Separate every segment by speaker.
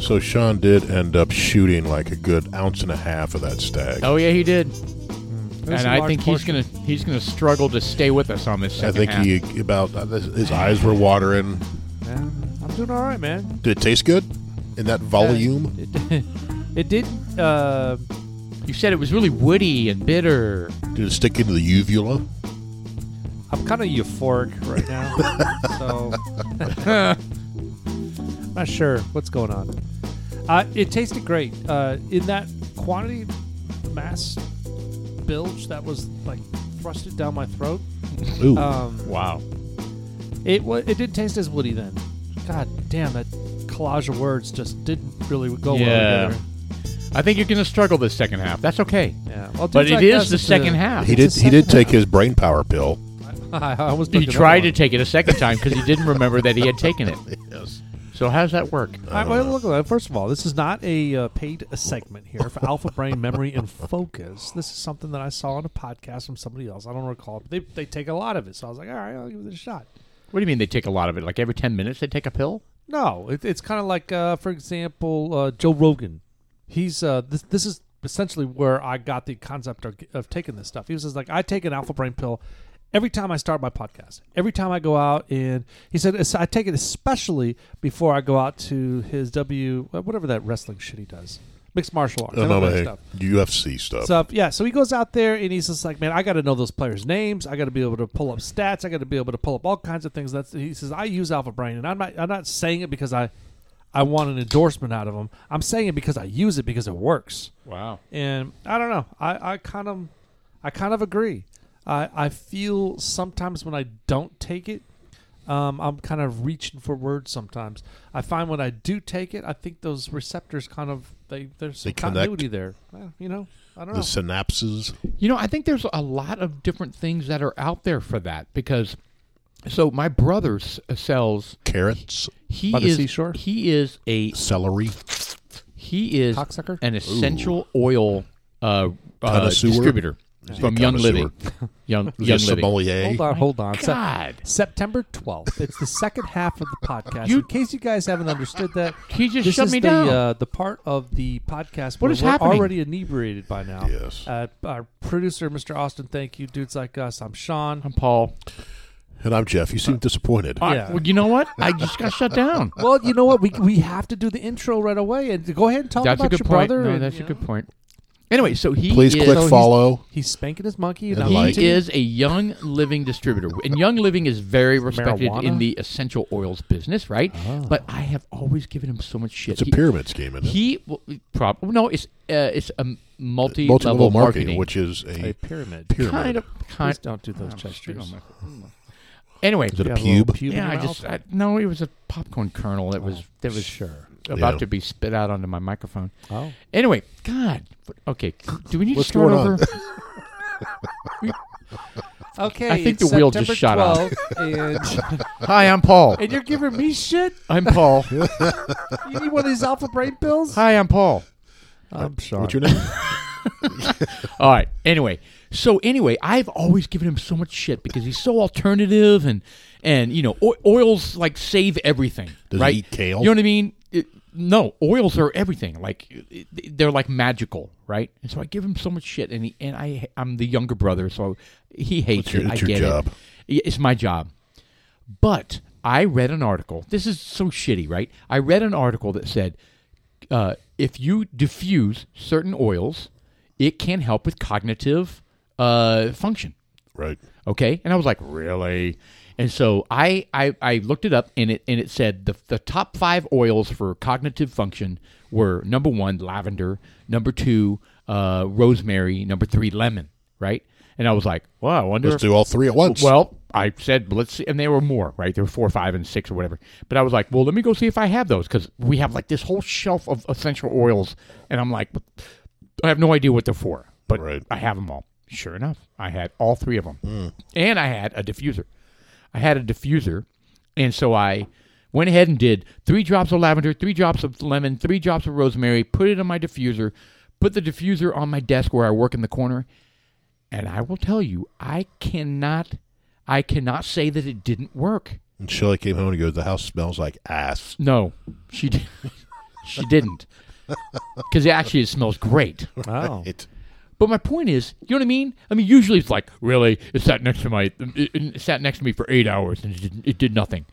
Speaker 1: So Sean did end up shooting like a good ounce and a half of that stag.
Speaker 2: Oh yeah, he did.
Speaker 3: That's
Speaker 2: and
Speaker 3: a
Speaker 2: I
Speaker 3: large
Speaker 2: think
Speaker 3: portion.
Speaker 2: he's gonna he's gonna struggle to stay with us on this.
Speaker 1: I
Speaker 2: Second
Speaker 1: think
Speaker 2: half.
Speaker 1: he about uh, his eyes were watering.
Speaker 3: Yeah, I'm doing all right, man.
Speaker 1: Did it taste good in that volume?
Speaker 3: It, it did. Uh,
Speaker 2: You said it was really woody and bitter.
Speaker 1: Did it stick into the uvula?
Speaker 3: I'm kind of euphoric right now, so I'm not sure what's going on. Uh, it tasted great uh, in that quantity mass bilge that was like thrusted down my throat.
Speaker 1: Ooh,
Speaker 3: Um,
Speaker 2: Wow.
Speaker 3: it was. It didn't taste as woody then. God damn that collage of words just didn't really go
Speaker 2: Yeah.
Speaker 3: well together.
Speaker 2: I think you're gonna struggle this second half. That's okay.
Speaker 3: Yeah, well,
Speaker 2: But
Speaker 3: dudes
Speaker 2: it
Speaker 3: like
Speaker 2: is
Speaker 3: us,
Speaker 2: the
Speaker 3: it's
Speaker 2: second half.
Speaker 1: he did. He did take his brain power pill.
Speaker 3: I almost
Speaker 2: He
Speaker 3: picked another
Speaker 2: tried to
Speaker 3: one.
Speaker 2: take it a second time because he didn't remember that he had taken it.
Speaker 1: Yes.
Speaker 2: So how's that work?
Speaker 3: I, well, look, uh, first of all, this is not a uh, paid segment here for Alpha Brain Memory and Focus. This is something that I saw on a podcast from somebody else. I don't recall. But they, they take a lot of it. So I was like, all right, I'll give it a shot.
Speaker 2: What do you mean they take a lot of it? Like every ten minutes they take a pill?
Speaker 3: No, it, it's kind of like, uh, for example, uh, Joe Rogan. He's uh, this, this is essentially where I got the concept of, of taking this stuff. He was just like, I take an alpha brain pill every time I start my podcast, every time I go out, and he said "Es- I take it especially before I go out to his W whatever that wrestling shit he does, mixed martial arts,
Speaker 1: No,
Speaker 3: and all
Speaker 1: no,
Speaker 3: that
Speaker 1: hey,
Speaker 3: stuff.
Speaker 1: UFC stuff.
Speaker 3: So yeah, so he goes out there and he's just like, man, I got to know those players' names. I got to be able to pull up stats. I got to be able to pull up all kinds of things. That's he says. I use Alpha Brain, and I'm not. I'm not saying it because I, I want an endorsement out of him. I'm saying it because I use it because it works.
Speaker 2: Wow.
Speaker 3: And I don't know. I, I kind of, I kind of agree. I I feel sometimes when I don't take it, um, I'm kind of reaching for words. Sometimes I find when I do take it, I think those receptors kind of they there's some
Speaker 1: They connect.
Speaker 3: continuity there. Well, you know. I don't
Speaker 1: the
Speaker 3: know.
Speaker 1: synapses.
Speaker 2: You know, I think there's a lot of different things that are out there for that because. So my brother s- uh, sells.
Speaker 1: carrots,
Speaker 2: He
Speaker 3: By the
Speaker 2: is
Speaker 3: seashore?
Speaker 2: he is a
Speaker 1: celery.
Speaker 2: he is
Speaker 3: Cocksucker?
Speaker 2: an essential oil uh, uh,
Speaker 1: Connoisseur?
Speaker 2: distributor from Young
Speaker 1: Connoisseur.
Speaker 2: Living. Young
Speaker 1: Is it
Speaker 2: Young Living.
Speaker 1: sommelier?
Speaker 3: Hold on, hold on. Se-
Speaker 2: God,
Speaker 3: September 12th. It's the second half of the podcast.
Speaker 2: You-
Speaker 3: In case you guys haven't understood that,
Speaker 2: he just
Speaker 3: this
Speaker 2: shut
Speaker 3: is
Speaker 2: me
Speaker 3: the,
Speaker 2: down.
Speaker 3: Uh, the part of the podcast
Speaker 2: What
Speaker 3: where
Speaker 2: is
Speaker 3: we're
Speaker 2: happening?
Speaker 3: already inebriated by now.
Speaker 1: Yes.
Speaker 3: Uh, our producer, Mr. Austin, thank you. Dudes like us. I'm Sean.
Speaker 2: I'm Paul.
Speaker 1: And I'm Jeff. You seem disappointed.
Speaker 2: I-
Speaker 3: Yeah.
Speaker 2: well, you know what? I just got shut down.
Speaker 3: Well, you know what? We, we have to do the intro right away. And go ahead and talk
Speaker 2: that's a
Speaker 3: about
Speaker 2: good
Speaker 3: your
Speaker 2: point.
Speaker 3: brother.
Speaker 2: No,
Speaker 3: and,
Speaker 2: that's a
Speaker 3: you
Speaker 2: good
Speaker 3: know,
Speaker 2: point. Anyway, so he
Speaker 1: Please
Speaker 2: is,
Speaker 1: click
Speaker 3: he's-
Speaker 1: follow.
Speaker 3: He's spanking his monkey.
Speaker 1: And
Speaker 3: And
Speaker 2: He
Speaker 3: I'm
Speaker 1: like.
Speaker 2: is a Young Living distributor, and Young Living is very respected
Speaker 3: Marijuana? Ah.
Speaker 2: in the essential oils business, right? But I have always given him so much shit.
Speaker 1: It's a
Speaker 2: He-
Speaker 1: pyramid scheme, isn't it?
Speaker 2: He, well, prob- no, it's uh, it's a multi
Speaker 1: Multi-level
Speaker 2: level
Speaker 1: marketing, which is a,
Speaker 3: a pyramid.
Speaker 1: pyramid.
Speaker 2: kind of
Speaker 3: Please
Speaker 2: kind.
Speaker 3: don't do those
Speaker 2: I'm spitting
Speaker 3: gestures.
Speaker 2: on my- Anyway,
Speaker 1: is it a
Speaker 3: You have little
Speaker 1: pube?
Speaker 3: in
Speaker 2: yeah, I
Speaker 3: your
Speaker 2: just
Speaker 3: mouth?
Speaker 2: I, no, it was a popcorn kernel that was that was
Speaker 3: sure.
Speaker 2: about
Speaker 1: Yeah.
Speaker 2: to be spit out onto my microphone.
Speaker 3: Oh.
Speaker 2: Anyway, God, okay, do we need
Speaker 1: What's
Speaker 2: to start
Speaker 1: going on?
Speaker 2: over?
Speaker 3: Okay.
Speaker 2: I think
Speaker 3: it's
Speaker 2: the wheel
Speaker 3: September
Speaker 2: just shot off.
Speaker 3: 12th, And,
Speaker 2: Hi, I'm Paul.
Speaker 3: and you're giving me shit?
Speaker 2: I'm Paul.
Speaker 3: You need one of these alpha brain pills?
Speaker 2: Hi, I'm Paul.
Speaker 3: I'm sorry.
Speaker 1: What's your name?
Speaker 2: All right. Anyway, so anyway, I've always given him so much shit because he's so alternative and and you know o- oils like save everything.
Speaker 1: Does he
Speaker 2: right?
Speaker 1: eat kale?
Speaker 2: You know what I mean? It- no, oils are everything. Like it- they're like magical, right? And so I give him so much shit, and he, and I I'm the younger brother, so he hates
Speaker 1: It's your-
Speaker 2: it.
Speaker 1: it's your
Speaker 2: I get
Speaker 1: job.
Speaker 2: it. It's my job. But I read an article. This is so shitty, right? I read an article that said uh, if you diffuse certain oils, it can help with cognitive uh, function.
Speaker 1: right.
Speaker 2: Okay, and I was like, really? And so I, I I looked it up, and it and it said the the top five oils for cognitive function were number one lavender, number two uh, rosemary, number three lemon, right? And I was like, well, I wonder.
Speaker 1: Let's
Speaker 2: if-
Speaker 1: do all three at once.
Speaker 2: well, I said, let's see. And there were more, right? There were four, five, and six or whatever. But I was like, well, let me go see if I have those because we have like this whole shelf of essential oils. And I'm like, I have no idea what they're for, but
Speaker 1: Right.
Speaker 2: I have them all. Sure enough, I had all three of them. And I had a diffuser. I had a diffuser. And so I went ahead and did three drops of lavender, three drops of lemon, three drops of rosemary, put it on my diffuser, put the diffuser on my desk where I work in the corner. And I will tell you, I cannot, I cannot say that it didn't work.
Speaker 1: and Shelley came home and goes, the house smells like ass.
Speaker 2: No, she did. She didn't. Because actually, it smells great.
Speaker 3: Wow.
Speaker 1: It,
Speaker 2: But my point is, you know what I mean? I mean, usually it's like, really, it sat next to my, it, it sat next to me for eight hours and it did, it did nothing.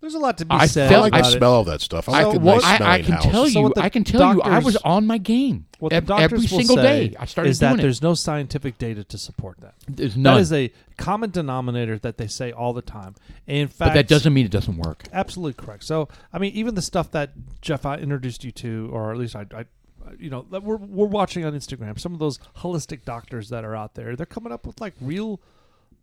Speaker 3: There's a lot to be
Speaker 2: I
Speaker 1: I
Speaker 3: said.
Speaker 2: felt
Speaker 1: like
Speaker 3: about
Speaker 1: the
Speaker 3: it.
Speaker 1: smell of that stuff. I
Speaker 2: I,
Speaker 1: like a
Speaker 2: what-
Speaker 1: nice
Speaker 2: I- I
Speaker 1: smelling
Speaker 2: can
Speaker 1: house.
Speaker 2: tell
Speaker 3: So
Speaker 2: you,
Speaker 3: what the
Speaker 2: I can tell you, I
Speaker 3: doctors-
Speaker 2: was on my game
Speaker 3: What
Speaker 2: Ev-
Speaker 3: the doctors
Speaker 2: every
Speaker 3: will
Speaker 2: single
Speaker 3: say
Speaker 2: day. I started
Speaker 3: is that
Speaker 2: doing it.
Speaker 3: there's no scientific data to support that.
Speaker 2: There's none,
Speaker 3: That is a common denominator that they say all the time. In fact,
Speaker 2: but that doesn't mean it doesn't work.
Speaker 3: absolutely correct. So, I mean, even the stuff that Jeff I introduced you to, or at least I, I you know, that we're we're watching on Instagram. Some of those holistic doctors that are out there, they're coming up with like real.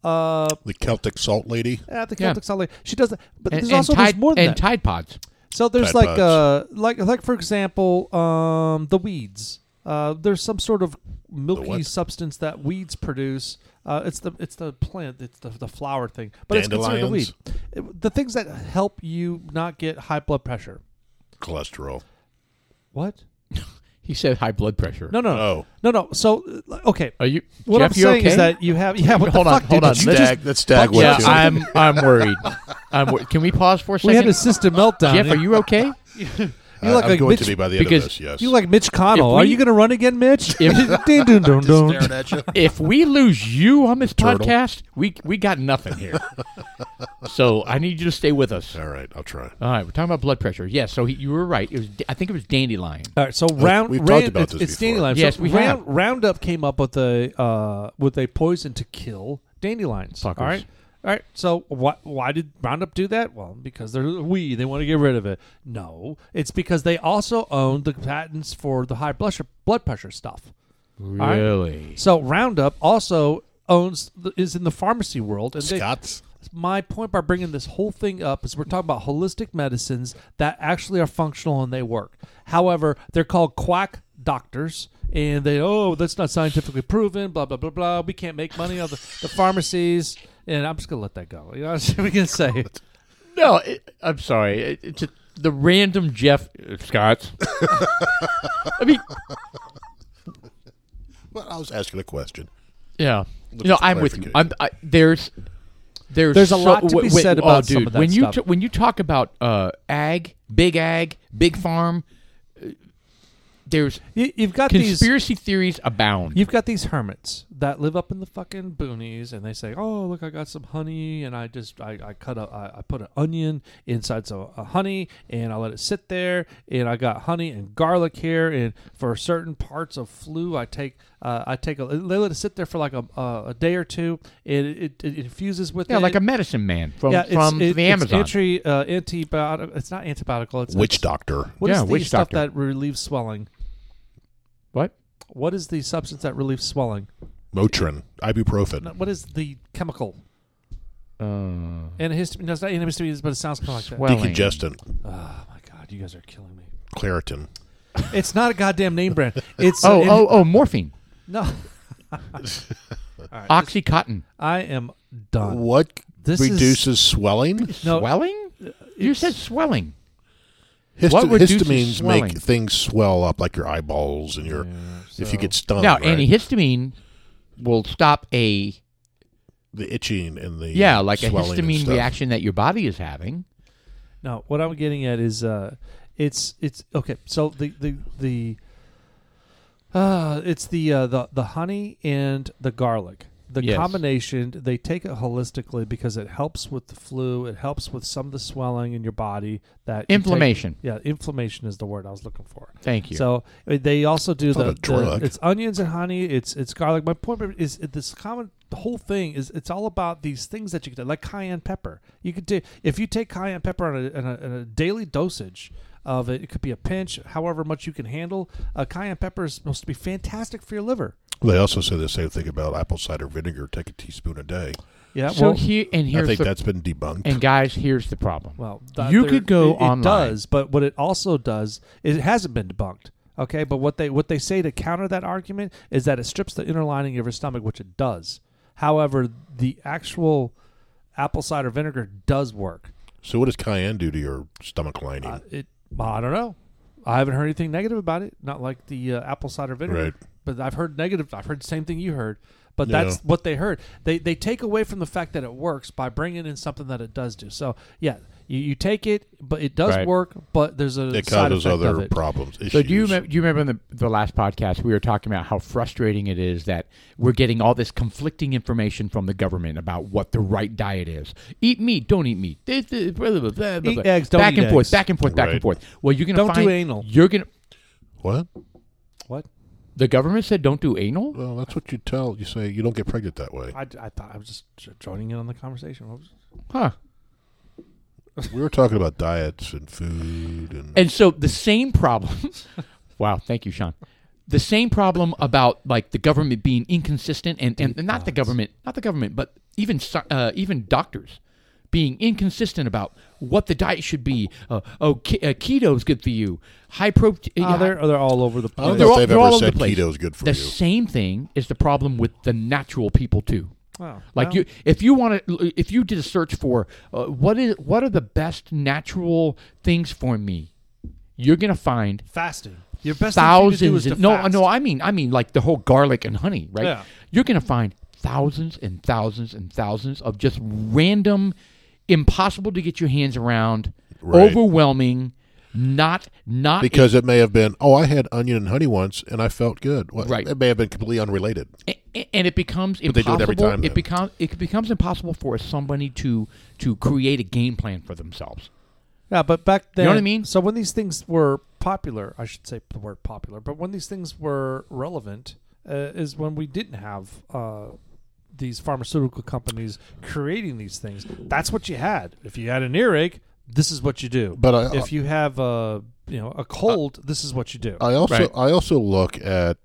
Speaker 3: Uh,
Speaker 1: The Celtic salt lady.
Speaker 3: at the
Speaker 2: Yeah.
Speaker 3: Celtic Salt Lake. She does that, but
Speaker 2: And,
Speaker 3: there's
Speaker 2: and
Speaker 3: also
Speaker 2: tide,
Speaker 3: there's more than
Speaker 2: and
Speaker 3: that.
Speaker 2: Tide Pods.
Speaker 3: So there's
Speaker 1: Tide
Speaker 3: like
Speaker 1: Pods.
Speaker 3: uh like like for example, um the weeds. Uh there's some sort of milky
Speaker 1: what?
Speaker 3: substance that weeds produce. Uh it's the it's the plant, it's the, the flower thing. But it's considered a weed.
Speaker 1: Dandelions?
Speaker 3: It- the things that help you not get high blood pressure.
Speaker 1: Cholesterol.
Speaker 3: What?
Speaker 2: He said high blood pressure.
Speaker 3: No, no. No,
Speaker 1: Oh.
Speaker 3: no. no. So uh, okay.
Speaker 2: Are you?
Speaker 3: What
Speaker 2: Jeff,
Speaker 3: I'm
Speaker 2: you
Speaker 3: saying
Speaker 2: okay?
Speaker 3: is that you have yeah, what
Speaker 2: Hold
Speaker 3: the
Speaker 2: on,
Speaker 3: fuck
Speaker 2: hold
Speaker 3: dude?
Speaker 2: on.
Speaker 3: Did you
Speaker 2: Let's-
Speaker 3: just-
Speaker 1: Stag, that's stag
Speaker 3: Fuck
Speaker 1: went
Speaker 2: yeah,
Speaker 3: Jeff.
Speaker 1: too.
Speaker 2: I'm. I'm worried. I'm. wor- Can we pause for a
Speaker 3: we
Speaker 2: second?
Speaker 3: had a system meltdown.
Speaker 2: Jeff, are you okay?
Speaker 3: you look
Speaker 1: I'm
Speaker 3: like
Speaker 1: going
Speaker 3: Mitch,
Speaker 1: to be by the end
Speaker 2: because
Speaker 1: of this, yes.
Speaker 3: You look like Mitch Connell.
Speaker 2: If
Speaker 3: are
Speaker 2: we-
Speaker 3: you going to run again, Mitch?
Speaker 2: If-
Speaker 3: Dun, dun, dun, dun.
Speaker 1: staring at you.
Speaker 2: if we lose you on this
Speaker 1: Turtle.
Speaker 2: podcast, we we got nothing here. so I need you to stay with us.
Speaker 1: All right, I'll try.
Speaker 2: All right, we're talking about blood pressure. Yes, so he, you were right. It was I think it was dandelion.
Speaker 3: All right, so round.
Speaker 1: we've
Speaker 3: round-
Speaker 1: talked about
Speaker 3: it's,
Speaker 1: this
Speaker 3: it's
Speaker 1: before.
Speaker 3: dandelions.
Speaker 2: Yes,
Speaker 3: So
Speaker 2: we
Speaker 3: round,
Speaker 2: have.
Speaker 3: Roundup came up with a uh, with a poison to kill dandelions.
Speaker 2: Fuckers.
Speaker 3: All right, all right. So why why did Roundup do that? Well, because they're we they want to get rid of it. No, it's because they also own the patents for the high blood pressure, blood pressure stuff. right.
Speaker 2: Really?
Speaker 3: So Roundup also owns the, is in the pharmacy world. And they,
Speaker 1: Scots.
Speaker 3: my point by bringing this whole thing up is we're talking about holistic medicines that actually are functional and they work. However, they're called quack doctors, and they oh that's not scientifically proven. Blah blah blah blah. We can't make money on the, the pharmacies, and I'm just gonna let that go. You know what we can say?
Speaker 2: No, it, I'm sorry. It, it's a, the random Jeff uh, Scott. I mean,
Speaker 1: Well, I was asking a question.
Speaker 2: yeah. You know, I'm with you. I'm, I, there's there's
Speaker 3: There's a
Speaker 2: so-
Speaker 3: lot to be
Speaker 2: wait,
Speaker 3: said
Speaker 2: oh,
Speaker 3: about some
Speaker 2: dude,
Speaker 3: of that
Speaker 2: when you
Speaker 3: stuff.
Speaker 2: t- when you talk about uh, ag, big ag, big farm, uh, there's
Speaker 3: You, you've got these.
Speaker 2: conspiracy theories abound.
Speaker 3: You've got these hermits that live up in the fucking boonies, and they say, "Oh, look, I got some honey, and I just I, I cut a I, I put an onion inside some a honey, and I let it sit there, and I got honey and garlic here, and for certain parts of flu, I take uh, I take a they let it sit there for like a, uh, a, a day or two, and it, it, it infuses with
Speaker 2: Yeah,
Speaker 3: it.
Speaker 2: like a medicine man from
Speaker 3: yeah, it's-
Speaker 2: from
Speaker 3: it-
Speaker 2: the
Speaker 3: it's
Speaker 2: Amazon.
Speaker 3: Entry, uh, antibiotic. It's not antibiotical. It's
Speaker 1: Witch
Speaker 3: it's-
Speaker 1: doctor.
Speaker 3: What is
Speaker 2: Yeah,
Speaker 3: the
Speaker 2: witch
Speaker 3: stuff
Speaker 2: doctor.
Speaker 3: that relieves swelling?
Speaker 2: what?
Speaker 3: What is the substance that relieves swelling?
Speaker 1: Motrin. Ibuprofen.
Speaker 3: No, What is the chemical?
Speaker 2: Uh,
Speaker 3: Antihistamine. No, it's not antihistamines, but it sounds kind of like that.
Speaker 2: Swell- swelling.
Speaker 1: Decongestant.
Speaker 3: oh my god, you guys are killing me.
Speaker 1: Claritin.
Speaker 3: It's not a goddamn name brand. It's
Speaker 2: oh,
Speaker 3: it-
Speaker 2: oh, oh, morphine,
Speaker 3: no.
Speaker 2: oxycontin,
Speaker 3: I am done.
Speaker 1: What
Speaker 3: This is-
Speaker 1: reduces swelling?
Speaker 3: No, uh,
Speaker 2: swelling. You
Speaker 3: it's-
Speaker 2: said swelling.
Speaker 1: Histo-
Speaker 2: What reduces
Speaker 1: histamines
Speaker 2: swelling?
Speaker 1: make things swell up, like your eyeballs and your. if you get stung,
Speaker 2: now,
Speaker 1: Oh, right?
Speaker 2: antihistamine will stop a
Speaker 1: the itching and the
Speaker 2: yeah, like a
Speaker 1: swelling and
Speaker 2: histamine
Speaker 1: stuff.
Speaker 2: reaction that your body is having.
Speaker 3: No, what I'm getting at is, uh, it's it's okay. So the the the. Uh, it's the uh, the the honey and the garlic. The
Speaker 2: Yes.
Speaker 3: combination they take it holistically because it helps with the flu. It helps with some of the swelling in your body that you take-
Speaker 2: Inflammation.
Speaker 3: yeah, inflammation is the word I was looking for.
Speaker 2: Thank you.
Speaker 3: So uh, they also do
Speaker 1: It's not
Speaker 3: the,
Speaker 1: a
Speaker 3: the-
Speaker 1: drug.
Speaker 3: it's onions and honey. It's it's garlic. My point is it- this common the whole thing is it's all about these things that you could do, like cayenne pepper. You could do if you take cayenne pepper on a, on a, on a daily dosage of it. It could be a pinch, however much you can handle. Uh, cayenne pepper is supposed to be fantastic for your liver.
Speaker 1: They also say the same thing about apple cider vinegar. Take a teaspoon a day.
Speaker 3: Yeah.
Speaker 2: so
Speaker 3: well,
Speaker 2: here and
Speaker 1: I
Speaker 2: here's
Speaker 1: think
Speaker 2: the,
Speaker 1: that's been debunked.
Speaker 2: and guys, here's the problem.
Speaker 3: well,
Speaker 2: You
Speaker 3: there-
Speaker 2: could go
Speaker 3: it, it
Speaker 2: online.
Speaker 3: does, but what it also does is it hasn't been debunked. Okay, but what they what they say to counter that argument is that it strips the inner lining of your stomach, which it does. However, the actual apple cider vinegar does work.
Speaker 1: so, what does cayenne do to your stomach lining?
Speaker 3: Uh, it I don't know. I haven't heard anything negative about it. Not like the uh, apple cider vinegar,
Speaker 1: Right.
Speaker 3: but I've heard negative. I've heard the same thing you heard. but
Speaker 1: Yeah.
Speaker 3: that's what they heard. They they take away from the fact that it works by bringing in something that it does do. So yeah, you, you take it, but it does
Speaker 2: Right.
Speaker 3: work. But there's a
Speaker 1: It
Speaker 3: side
Speaker 1: causes
Speaker 3: effect of
Speaker 1: other
Speaker 3: it.
Speaker 1: problems. Issues.
Speaker 2: So do you remem- do you remember in the, the last podcast we were talking about how frustrating it is that we're getting all this conflicting information from the government about what the right diet is? Eat meat, don't eat meat. This, this, blah, blah, blah, blah, blah.
Speaker 3: Eat eggs, don't
Speaker 2: back
Speaker 3: eat
Speaker 2: and forth,
Speaker 3: eggs.
Speaker 2: back and forth, back and
Speaker 1: Right.
Speaker 2: forth. Well, you're gonna
Speaker 3: Don't do
Speaker 2: find-
Speaker 3: anal.
Speaker 2: You're gonna.
Speaker 1: what?
Speaker 3: What?
Speaker 2: The government said don't do anal.
Speaker 1: Well, that's what you tell. You say you don't get pregnant that way.
Speaker 3: I, I thought I was just j- joining in on the conversation. What was-
Speaker 2: Huh.
Speaker 1: We were talking about diets and food and,
Speaker 2: And so the same problem. wow, thank you, Sean. The same problem about like the government being inconsistent and, and not the government, not the government, but even sci- uh, even doctors being inconsistent about what the diet should be. Uh, oh, ke- uh, keto is good for you. High protein.
Speaker 3: Ah, they're they're all over the
Speaker 1: I
Speaker 3: place.
Speaker 1: don't
Speaker 2: they're
Speaker 1: know if
Speaker 2: all-
Speaker 1: they've
Speaker 2: they're all
Speaker 1: ever
Speaker 2: over
Speaker 1: said
Speaker 2: the place.
Speaker 1: keto is good for
Speaker 2: the
Speaker 1: you.
Speaker 2: same thing is the problem with the natural people too.
Speaker 3: Wow.
Speaker 2: Like
Speaker 3: Well,
Speaker 2: you, if you want to, if you did a search for uh, what is what are the best natural things for me, you're gonna find
Speaker 3: fasting. Your best thing to do
Speaker 2: thousands.
Speaker 3: is to
Speaker 2: And, no,
Speaker 3: fast.
Speaker 2: no, I mean, I mean, like the whole garlic and honey, right?
Speaker 3: Yeah.
Speaker 2: You're gonna find thousands and thousands and thousands of just random, impossible to get your hands around,
Speaker 1: Right.
Speaker 2: overwhelming, not not
Speaker 1: because it may have been, oh, I had onion and honey once, and I felt good. Well,
Speaker 2: Right.
Speaker 1: It may have been completely unrelated.
Speaker 2: A- a- and it becomes
Speaker 1: they
Speaker 2: impossible.
Speaker 1: do it every time,
Speaker 2: it
Speaker 1: though.
Speaker 2: becomes it becomes impossible for somebody to to create a game plan for themselves.
Speaker 3: Yeah, but back then,
Speaker 2: know what I mean?
Speaker 3: So when these things were popular, I should say the word popular, but when these things were relevant, uh, is when we didn't have uh, these pharmaceutical companies creating these things. That's what you had. If you had an earache, this is what you do.
Speaker 1: But I-
Speaker 3: if you have a you know a cold, this is what you do.
Speaker 2: Uh,
Speaker 1: I also
Speaker 2: Right.
Speaker 1: I also look at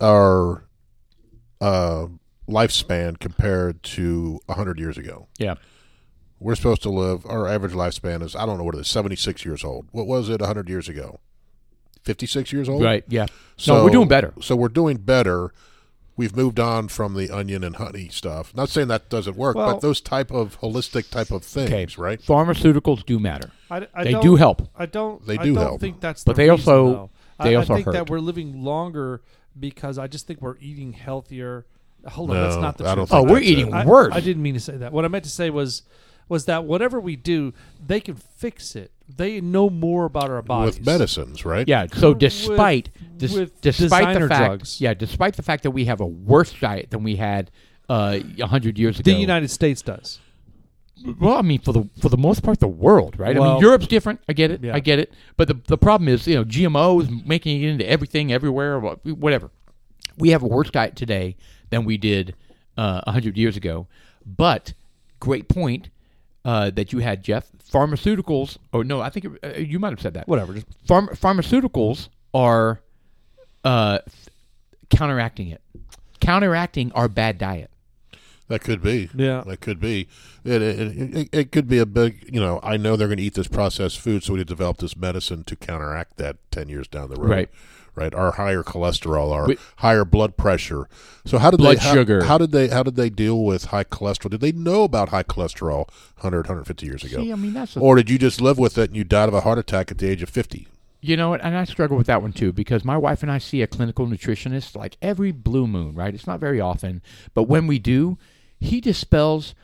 Speaker 1: our uh, lifespan compared to hundred years ago.
Speaker 2: Yeah.
Speaker 1: We're supposed to live. Our average lifespan is I don't know what it is. Seventy six years old. What was it hundred years ago? Fifty six years old.
Speaker 2: Right. Yeah. no, we're doing better.
Speaker 1: So we're doing better. We've moved on from the onion and honey stuff. Not saying that doesn't work,
Speaker 3: Well-
Speaker 1: but those type of holistic type of things,
Speaker 2: Okay.
Speaker 1: right?
Speaker 2: Pharmaceuticals do matter.
Speaker 3: I, I
Speaker 2: they
Speaker 3: don't-
Speaker 2: do help.
Speaker 3: I don't.
Speaker 1: They
Speaker 3: I
Speaker 1: do
Speaker 3: don't
Speaker 1: help.
Speaker 3: think that's.
Speaker 2: But
Speaker 3: the
Speaker 2: they
Speaker 3: reason,
Speaker 2: also-
Speaker 3: though. I-
Speaker 2: they
Speaker 3: I,
Speaker 2: also
Speaker 3: think that
Speaker 2: hurt.
Speaker 3: we're living longer because I just think we're eating healthier. Hold on,
Speaker 1: No,
Speaker 3: that's not the
Speaker 1: I
Speaker 3: truth.
Speaker 1: don't
Speaker 2: Oh,
Speaker 1: think
Speaker 2: we're
Speaker 1: that's it.
Speaker 2: eating
Speaker 3: I,
Speaker 2: worse.
Speaker 3: I didn't mean to say that. What I meant to say was was that whatever we do, they can fix it. They know more about our bodies.
Speaker 1: with medicines, right?
Speaker 2: Yeah. So despite dis-
Speaker 3: with
Speaker 2: despite the
Speaker 3: designer
Speaker 2: fact,
Speaker 3: drugs.
Speaker 2: yeah, despite the fact that we have a worse diet than we had uh, a hundred years ago.
Speaker 3: The United States does.
Speaker 2: well, I mean, for the for the most part, the world, right? I mean,
Speaker 3: Well-
Speaker 2: Europe's different. I get it.
Speaker 3: Yeah.
Speaker 2: I get it. But the the problem is, you know, GMOs making it into everything, everywhere, wh- whatever. We have a worse diet today than we did uh, hundred years ago. But great point uh, that you had, Jeff. Pharmaceuticals, or no, I think it, uh, you might have said that.
Speaker 3: Whatever. Just
Speaker 2: Pharm- pharmaceuticals are uh, counteracting it, counteracting our bad diet.
Speaker 1: That could be.
Speaker 3: Yeah.
Speaker 1: That could be. It, it, it, it could be a big, you know, I know they're going to eat this processed food, so we need to develop this medicine to counteract that 10 years down the road.
Speaker 2: Right.
Speaker 1: Right. Our higher cholesterol, our
Speaker 2: We-
Speaker 1: higher blood pressure. So how did
Speaker 2: Blood
Speaker 1: they, how,
Speaker 2: sugar.
Speaker 1: How did they how did they deal with high cholesterol? Did they know about high cholesterol 100, 150 years ago?
Speaker 2: See, I mean, that's the
Speaker 1: or did you just live with it and you died of a heart attack at the age of 50?
Speaker 2: You know what? And I struggle with that one too because my wife and I see a clinical nutritionist like every blue moon, right? It's not very often, but when we do, he dispels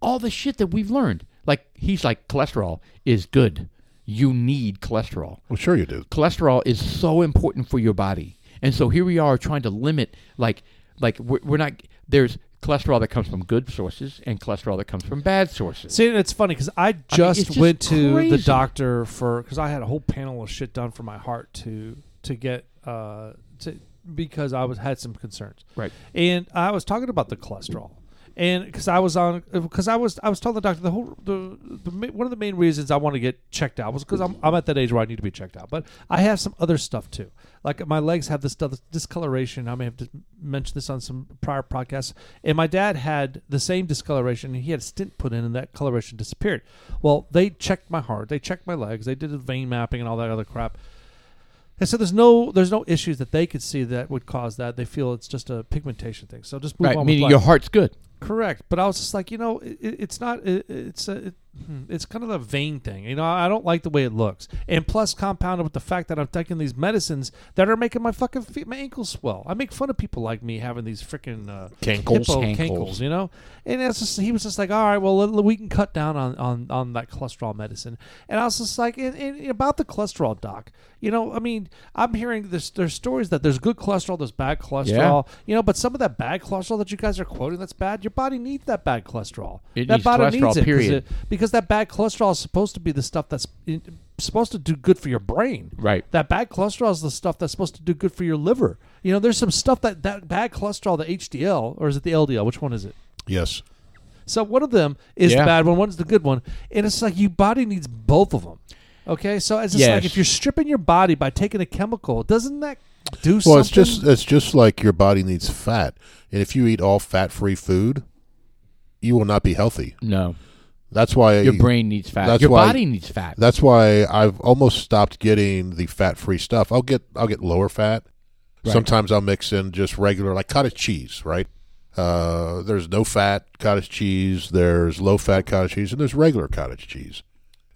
Speaker 2: all the shit that we've learned. Like he's like cholesterol is good. You need cholesterol.
Speaker 1: Well, sure you do.
Speaker 2: Cholesterol is so important for your body. And so here we are trying to limit like like we're, we're not there's cholesterol that comes from good sources and cholesterol that comes from bad sources.
Speaker 3: See, and it's funny because I just
Speaker 2: just
Speaker 3: went to the
Speaker 2: crazy.
Speaker 3: doctor for because I had a whole panel of shit done for my heart to to get uh to because I was had some concerns.
Speaker 2: Right.
Speaker 3: and I was talking about the cholesterol, and because I was on, because I was, I was telling the doctor the whole the, the ma- one of the main reasons I want to get checked out was because I'm I'm at that age where I need to be checked out, but I have some other stuff too, like my legs have this other discoloration. I may have mentioned this on some prior podcasts, and my dad had the same discoloration. He had a stent put in, and that coloration disappeared. Well, they checked my heart, they checked my legs, they did a vein mapping and all that other crap. And so there's no there's no issues that they could see that would cause that. They feel it's just a pigmentation thing. So just move
Speaker 2: Right,
Speaker 3: on. with
Speaker 2: meaning
Speaker 3: life.
Speaker 2: your heart's good.
Speaker 3: correct. But I was just like, you know, it, it's not. It, it's a, it, hmm, it's kind of a vain thing. You know, I don't like the way it looks. And plus, compounded with the fact that I'm taking these medicines that are making my fucking feet, my ankles swell. I make fun of people like me having these freaking uh,
Speaker 1: Cankles.
Speaker 3: hippo
Speaker 2: Cankles.
Speaker 3: cankles, you know. And that's just, he was just like, all right, well, let- we can cut down on, on, on that cholesterol medicine. And I was just like, and, and about the cholesterol, doc. You know, I mean, I'm hearing there's there's stories that there's good cholesterol, there's bad cholesterol. You know, but some of that bad cholesterol that you guys are quoting that's bad, your body needs that bad cholesterol.
Speaker 2: It
Speaker 3: that
Speaker 2: needs
Speaker 3: body
Speaker 2: cholesterol,
Speaker 3: needs it, 'cause
Speaker 2: period.
Speaker 3: it- because that bad cholesterol is supposed to be the stuff that's in, supposed to do good for your brain.
Speaker 2: Right.
Speaker 3: That bad cholesterol is the stuff that's supposed to do good for your liver. You know, there's some stuff that that bad cholesterol, the HDL, or is it the LDL? Which one is it?
Speaker 1: Yes.
Speaker 3: So one of them is
Speaker 2: Yeah.
Speaker 3: the bad one, one's the good one, and it's like your body needs both of them. Okay, so it's just like
Speaker 2: Yes.
Speaker 3: if you're stripping your body by taking a chemical, doesn't that do something?
Speaker 1: Well, it's just it's just like your body needs fat, and if you eat all fat-free food, you will not be healthy.
Speaker 2: No,
Speaker 1: That's why
Speaker 2: your brain needs fat.
Speaker 1: that's
Speaker 2: your
Speaker 1: why-
Speaker 2: body needs fat.
Speaker 1: That's why I've almost stopped getting the fat-free stuff. I'll get I'll get lower fat.
Speaker 2: Right.
Speaker 1: Sometimes I'll mix in just regular like cottage cheese, right? Uh, there's no fat cottage cheese. There's low fat cottage cheese, and there's regular cottage cheese,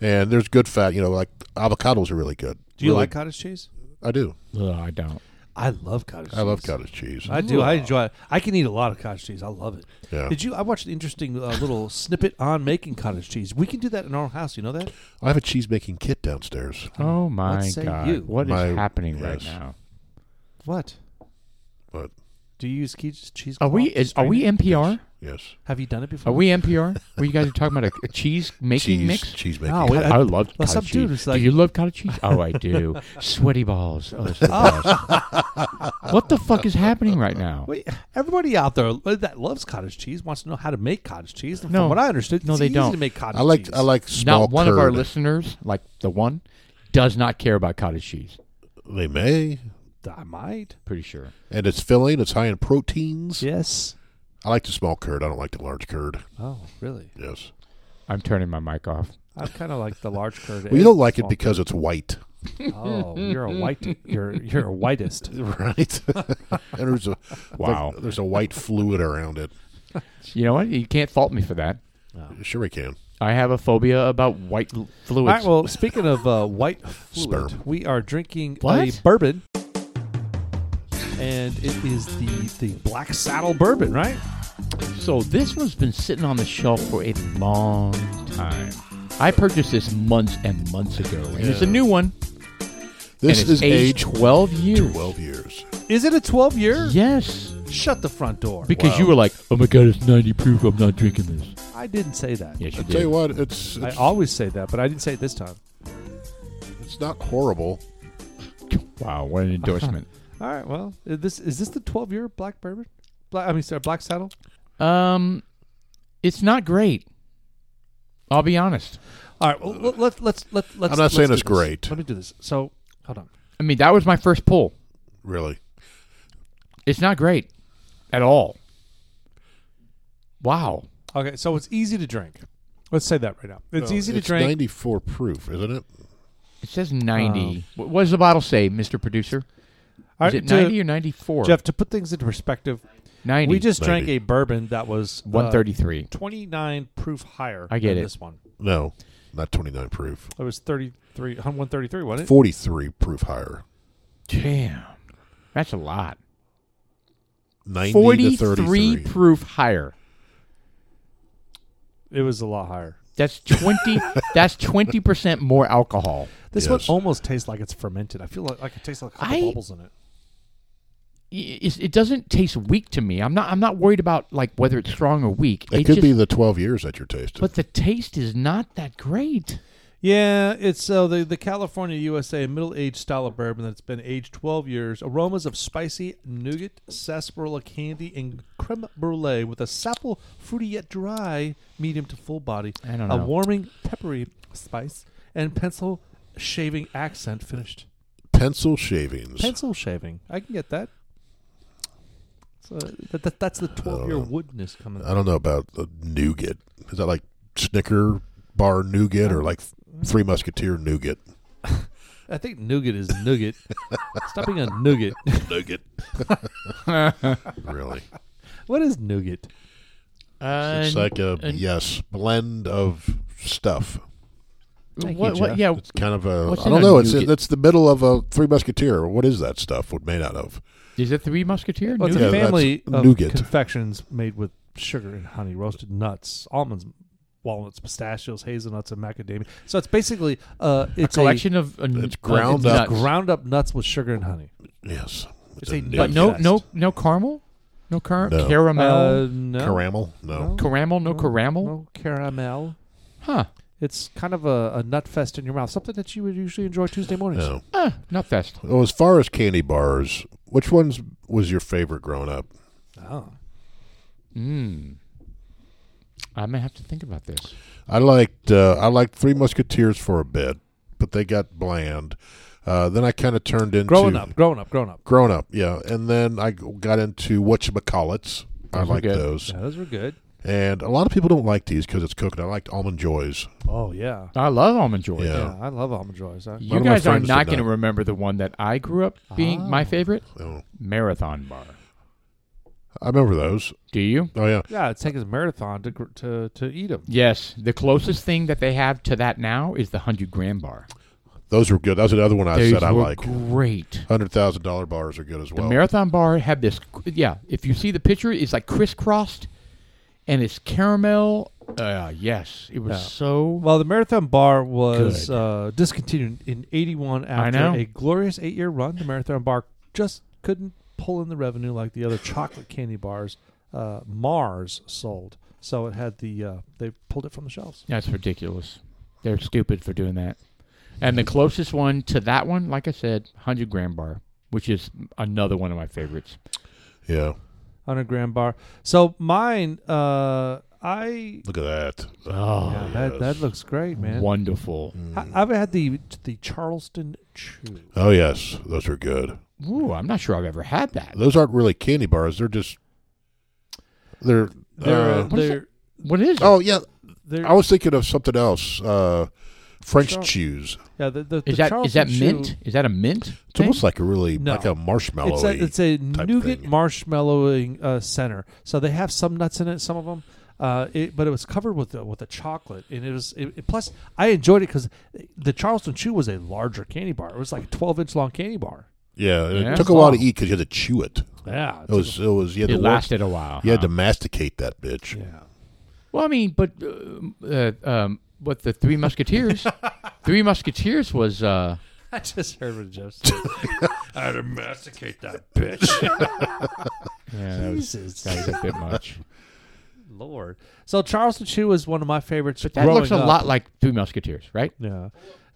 Speaker 1: and there's good fat. You know, like avocados are really good.
Speaker 3: Do you
Speaker 1: Really-
Speaker 3: like cottage cheese?
Speaker 1: I do.
Speaker 2: Ugh, I don't.
Speaker 3: I love cottage. cheese.
Speaker 1: I love cottage cheese.
Speaker 3: I do. I enjoy it. I can eat a lot of cottage cheese. I love it.
Speaker 1: Yeah.
Speaker 3: Did you? I watched an interesting uh, little snippet on making cottage cheese. We can do that in our house. You know that?
Speaker 1: I have a cheese making kit downstairs.
Speaker 2: Oh my
Speaker 3: Let's say
Speaker 2: god!
Speaker 3: you.
Speaker 2: What is
Speaker 1: My-
Speaker 2: happening right
Speaker 1: yes.
Speaker 2: now?
Speaker 3: What?
Speaker 1: What?
Speaker 3: Do you use cheese? cheese
Speaker 2: Are we? Is, are we NPR?
Speaker 1: Yes.
Speaker 3: Have you done it before?
Speaker 2: Are we NPR? Were you guys talking about a, a cheese making
Speaker 1: cheese,
Speaker 2: mix? Oh,
Speaker 1: cheese making.
Speaker 3: No, it-
Speaker 2: I, I love
Speaker 3: Well,
Speaker 2: cottage
Speaker 3: some
Speaker 2: cheese.
Speaker 3: dude was like-
Speaker 2: do you love cottage cheese? Oh, I do. Sweaty balls. Oh, it's the best. what the fuck is happening right now?
Speaker 3: Wait, everybody out there that loves cottage cheese wants to know how to make cottage cheese. And
Speaker 2: No.
Speaker 3: from what I understood,
Speaker 2: No,
Speaker 3: it's
Speaker 2: they
Speaker 3: easy
Speaker 2: don't.
Speaker 3: to make cottage
Speaker 1: I like
Speaker 3: cheese.
Speaker 1: I like small
Speaker 2: Not one of our
Speaker 1: curd.
Speaker 2: listeners, like the one, does not care about cottage cheese.
Speaker 1: They may,
Speaker 3: I might.
Speaker 2: Pretty sure.
Speaker 1: and it's filling. It's high in proteins.
Speaker 3: Yes.
Speaker 1: I like the small curd. I don't like the large curd.
Speaker 3: Oh, really?
Speaker 1: Yes.
Speaker 2: I'm turning my mic off.
Speaker 3: I kind of like the large curd.
Speaker 1: Well, you don't like it because it's white,
Speaker 3: oh, you're a white. You're you're a whitest.
Speaker 1: right? and there's a
Speaker 2: Wow.
Speaker 1: like, there's a white fluid around it.
Speaker 2: You know what? You can't fault me for that.
Speaker 1: Sure, we can.
Speaker 2: I have a phobia about white l-
Speaker 3: All
Speaker 2: fluids.
Speaker 3: right. Well, speaking of uh, white fluid,
Speaker 1: Sperm.
Speaker 3: we are drinking a
Speaker 2: What?
Speaker 3: bourbon, and it is the the Black Saddle Bourbon, right?
Speaker 2: so this one's been sitting on the shelf for a long time. I purchased this months and months ago, and it's a
Speaker 1: Yeah.
Speaker 2: new one.
Speaker 1: This
Speaker 2: and it's
Speaker 1: is
Speaker 2: aged
Speaker 1: age
Speaker 2: 12 years.
Speaker 1: twelve years.
Speaker 3: Is it a twelve year?
Speaker 2: Yes,
Speaker 3: Shut the front door.
Speaker 2: because
Speaker 1: Wow.
Speaker 2: you were like, "Oh my god, it's 90 proof. I'm not drinking this."
Speaker 3: I didn't say that.
Speaker 2: Yes, you
Speaker 1: I
Speaker 2: did.
Speaker 1: tell you what, it's
Speaker 3: I
Speaker 1: it's,
Speaker 3: always say that, but I didn't say it this time.
Speaker 1: it's not horrible.
Speaker 2: Wow, what an endorsement.
Speaker 3: All right. Well, is this is this the twelve year black bourbon? Black, I mean, sorry, black saddle.
Speaker 2: um, it's not great. I'll be honest.
Speaker 3: All right. Well, let, let, let's let let's.
Speaker 1: I'm not
Speaker 3: let's
Speaker 1: saying
Speaker 3: do
Speaker 1: it's
Speaker 3: this.
Speaker 1: great.
Speaker 3: Let me do this. So hold on.
Speaker 2: I mean, that was my first pull.
Speaker 1: Really,
Speaker 2: It's not great at all. Wow.
Speaker 3: Okay. So it's easy to drink. Let's say that right now. It's easy to
Speaker 1: it's
Speaker 3: drink.
Speaker 1: Ninety four proof, isn't it?
Speaker 2: It says 90. Wh- what does the bottle say, Mr. Producer?
Speaker 3: All
Speaker 2: Is
Speaker 3: right,
Speaker 2: it
Speaker 3: to-
Speaker 2: 90 or 94?
Speaker 3: Jeff, to put things into perspective,
Speaker 2: 90.
Speaker 3: we just drank
Speaker 1: Ninety.
Speaker 3: a bourbon that was uh,
Speaker 2: 133.
Speaker 3: 29 proof higher.
Speaker 2: I get
Speaker 3: than
Speaker 2: it.
Speaker 3: This one.
Speaker 1: No, not twenty nine proof.
Speaker 3: It was 33, 133, wasn't it?
Speaker 1: Forty three proof higher.
Speaker 2: Damn. That's a lot.
Speaker 1: Ninety to thirty
Speaker 2: 43
Speaker 1: three.
Speaker 2: proof higher.
Speaker 3: It was a lot higher.
Speaker 2: That's 20 that's 20% more alcohol.
Speaker 3: This
Speaker 1: Yes.
Speaker 3: one almost tastes like it's fermented. I feel like, like it tastes like a couple
Speaker 2: I-
Speaker 3: bubbles in it.
Speaker 2: I- It, it doesn't taste weak to me. I'm not I'm not worried about like whether it's strong or weak.
Speaker 1: It, could
Speaker 2: just-
Speaker 1: be the twelve years that you're tasting.
Speaker 2: but the taste is not that great.
Speaker 3: Yeah, it's so the the California USA middle aged style of bourbon that's been aged 12 years. Aromas of spicy nougat, sarsaparilla candy, and creme brulee with a supple, fruity yet dry, medium to full body.
Speaker 2: I don't
Speaker 3: A
Speaker 2: know.
Speaker 3: warming, peppery spice and pencil shaving accent finished.
Speaker 1: pencil shavings.
Speaker 3: Pencil shaving, I can get that. So that, that, that's the 12 year woodness coming.
Speaker 1: I don't know about the nougat. Is that like Snicker bar nougat or like Three Musketeer nougat?
Speaker 3: I think nougat is nougat. Stop being a nougat.
Speaker 1: Nougat. really?
Speaker 3: What is nougat?
Speaker 2: Uh,
Speaker 1: It's like a yes blend of stuff.
Speaker 2: Thank
Speaker 1: What-
Speaker 2: you,
Speaker 1: what-
Speaker 2: Jeff.
Speaker 1: yeah, it's kind of a.
Speaker 2: What's
Speaker 1: I
Speaker 2: in
Speaker 1: don't
Speaker 2: a
Speaker 1: know. It's
Speaker 2: nougat?
Speaker 1: that's the middle of a Three Musketeer. What is that stuff? What made out of?
Speaker 2: Is it Three Musketeer?
Speaker 4: Well, it's
Speaker 1: Yeah,
Speaker 4: a
Speaker 2: Nougat?
Speaker 1: that's
Speaker 4: family of
Speaker 1: nougat.
Speaker 4: confections made with sugar and honey, roasted nuts, almonds, walnuts, pistachios, hazelnuts, and macadamia. So it's basically uh,
Speaker 2: a
Speaker 4: it's
Speaker 2: collection of uh,
Speaker 1: It's
Speaker 2: uh,
Speaker 1: ground
Speaker 2: nuts.
Speaker 1: up.
Speaker 4: ground up nuts with sugar and honey.
Speaker 1: Yes,
Speaker 4: It's a
Speaker 1: nougat.
Speaker 2: But no,
Speaker 4: Yes.
Speaker 2: no, no caramel, no, car-
Speaker 1: No.
Speaker 2: caramel,
Speaker 4: Uh, no,
Speaker 1: caramel. No,
Speaker 4: No.
Speaker 2: caramel, no caramel,
Speaker 4: No caramel.
Speaker 2: huh?
Speaker 4: It's kind of a, a nut fest in your mouth, something that you would usually enjoy Tuesday mornings.
Speaker 1: no.
Speaker 2: Uh, not fest.
Speaker 1: Well, as far as candy bars, which ones was your favorite growing up?
Speaker 4: Oh.
Speaker 2: Mm. I'm gonna have to think about this.
Speaker 1: I liked uh, I liked Three Musketeers for a bit, but they got bland. Uh, then I kind of turned into
Speaker 4: Growing up, growing up, growing up.
Speaker 1: grown up, yeah. And then I g- got into whatchamacallits. I
Speaker 2: Those were
Speaker 1: like
Speaker 2: good.
Speaker 1: those,
Speaker 4: Yeah, those were good.
Speaker 1: and a lot of people don't like these because it's cooking. I liked almond joys.
Speaker 4: Oh yeah.
Speaker 2: I love almond joy.
Speaker 1: Yeah.
Speaker 4: Yeah, I love almond joys. I,
Speaker 1: One
Speaker 2: You
Speaker 1: of my
Speaker 2: guys are
Speaker 1: friends did
Speaker 2: not going to
Speaker 1: that.
Speaker 2: remember the one that I grew up being my
Speaker 4: Ah.
Speaker 2: favorite
Speaker 1: Oh,
Speaker 2: marathon bar.
Speaker 1: I remember those.
Speaker 2: Do you?
Speaker 1: Oh yeah,
Speaker 4: yeah, it's taking a marathon to gr- to to eat them.
Speaker 2: Yes. The closest thing that they have to that now is the hundred gram bar.
Speaker 1: those were good. That was another one I
Speaker 2: Those
Speaker 1: said I
Speaker 2: were
Speaker 1: like.
Speaker 2: Great.
Speaker 1: Hundred thousand dollar bars are good as
Speaker 2: The
Speaker 1: well.
Speaker 2: marathon bar had this. Yeah, if you see the picture, it's like crisscrossed, and it's caramel. Uh, yes, it was
Speaker 4: Yeah.
Speaker 2: so.
Speaker 4: Well, the marathon bar was
Speaker 2: Good.
Speaker 4: uh, discontinued in '81 after
Speaker 2: know.
Speaker 4: a glorious eight-year run. The marathon bar just couldn't pull in the revenue like the other chocolate candy bars uh, Mars sold. So it had the uh, they pulled it from the shelves.
Speaker 2: That's ridiculous. They're stupid for doing that. And the closest one to that one, like I said, hundred gram bar, which is another one of my favorites.
Speaker 1: yeah,
Speaker 4: Hundred gram bar. So mine, uh, I
Speaker 1: look at that.
Speaker 2: Oh,
Speaker 4: yeah, that that looks great, man.
Speaker 2: wonderful.
Speaker 4: I, I've had the the Charleston Chew.
Speaker 1: Oh yes, those are good.
Speaker 2: Ooh, I'm not sure I've ever had that.
Speaker 1: Those aren't really candy bars. They're just they're.
Speaker 4: They're
Speaker 1: uh,
Speaker 4: uh,
Speaker 2: What is
Speaker 4: they're
Speaker 2: What is it?
Speaker 1: oh yeah,
Speaker 4: they're
Speaker 1: I was thinking of something else. Uh, French
Speaker 4: Sure.
Speaker 1: chews.
Speaker 4: yeah. The, the,
Speaker 2: is
Speaker 4: the
Speaker 2: that is that
Speaker 4: Charleston Chew-
Speaker 2: mint? Is that a mint?
Speaker 1: It's almost like a really
Speaker 4: No.
Speaker 1: like a marshmallow.
Speaker 4: It's a, it's a
Speaker 1: type
Speaker 4: nougat
Speaker 1: thing.
Speaker 4: marshmallowing uh, center. So they have some nuts in it, some of them. Uh, it, but it was covered with the, with a chocolate, and it was. It, it- plus, I enjoyed it because the Charleston Chew was a larger candy bar. It was like a twelve inch long candy bar.
Speaker 1: yeah, and
Speaker 2: Yeah.
Speaker 1: it took a while to eat because you had to chew it.
Speaker 4: Yeah,
Speaker 1: It was it was you had to
Speaker 2: It
Speaker 1: work-
Speaker 2: lasted a while.
Speaker 1: you had
Speaker 2: huh?
Speaker 1: to masticate that bitch.
Speaker 4: yeah.
Speaker 2: Well, I mean, but uh, uh, um, but the Three Musketeers, Three Musketeers was uh,
Speaker 4: I just heard what Jeff said. I had to masticate that bitch.
Speaker 2: yeah, that was,
Speaker 4: Jesus,
Speaker 2: that was a bit much.
Speaker 4: Lord. So Charleston Chew is one of my favorites.
Speaker 2: But that
Speaker 4: growing
Speaker 2: looks a
Speaker 4: up.
Speaker 2: lot like Three Musketeers, right?
Speaker 4: Yeah.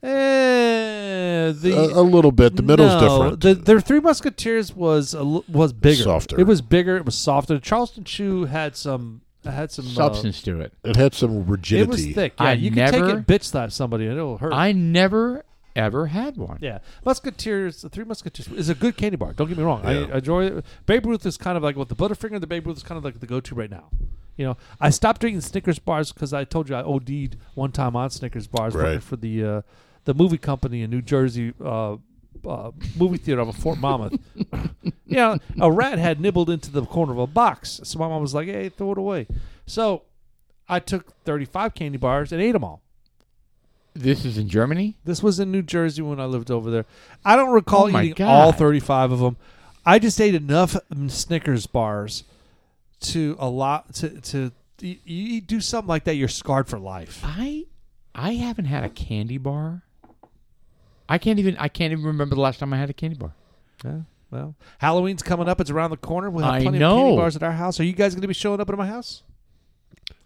Speaker 4: Eh, the
Speaker 1: A, a little bit. Uh, The middle's
Speaker 4: No,
Speaker 1: different.
Speaker 4: The, their Three Musketeers was a, li- was bigger,
Speaker 1: Softer.
Speaker 4: It was bigger. It was softer. Charleston Chew had some had some uh,
Speaker 2: Substance to it.
Speaker 1: it had some
Speaker 4: it was
Speaker 1: rigidity.
Speaker 4: thick. Yeah,
Speaker 2: I
Speaker 4: you can take
Speaker 2: never-
Speaker 4: it, and bitch slap somebody, and it'll hurt.
Speaker 2: I never ever had one.
Speaker 4: yeah, Musketeers, the Three Musketeers is a good candy bar. Don't get me wrong. I,
Speaker 1: Yeah.
Speaker 4: I enjoy it. Babe Ruth is kind of like what the Butterfinger. The Babe Ruth is kind of like the go-to right now. You know, I stopped drinking Snickers bars because I told you I OD'd one time on Snickers bars working
Speaker 1: Right.
Speaker 4: for the uh, the movie company in New Jersey uh, uh, movie theater of a Fort Monmouth. you know, a rat had nibbled into the corner of a box. So my mom was like, "Hey, throw it away." So I took 35 candy bars and ate them all.
Speaker 2: This is in Germany.
Speaker 4: This was in New Jersey when I lived over there. I don't recall
Speaker 2: Oh my
Speaker 4: eating
Speaker 2: God.
Speaker 4: all 35 of them. I just ate enough um, Snickers bars to a lot to to you, you do something like that you're scarred for life.
Speaker 2: I I haven't had a candy bar. I can't even I can't even remember the last time I had a candy bar.
Speaker 4: Yeah. Well, Halloween's coming up. It's around the corner. We'll have
Speaker 2: I
Speaker 4: plenty of
Speaker 2: know.
Speaker 4: candy bars at our house. Are you guys going to be showing up at my house?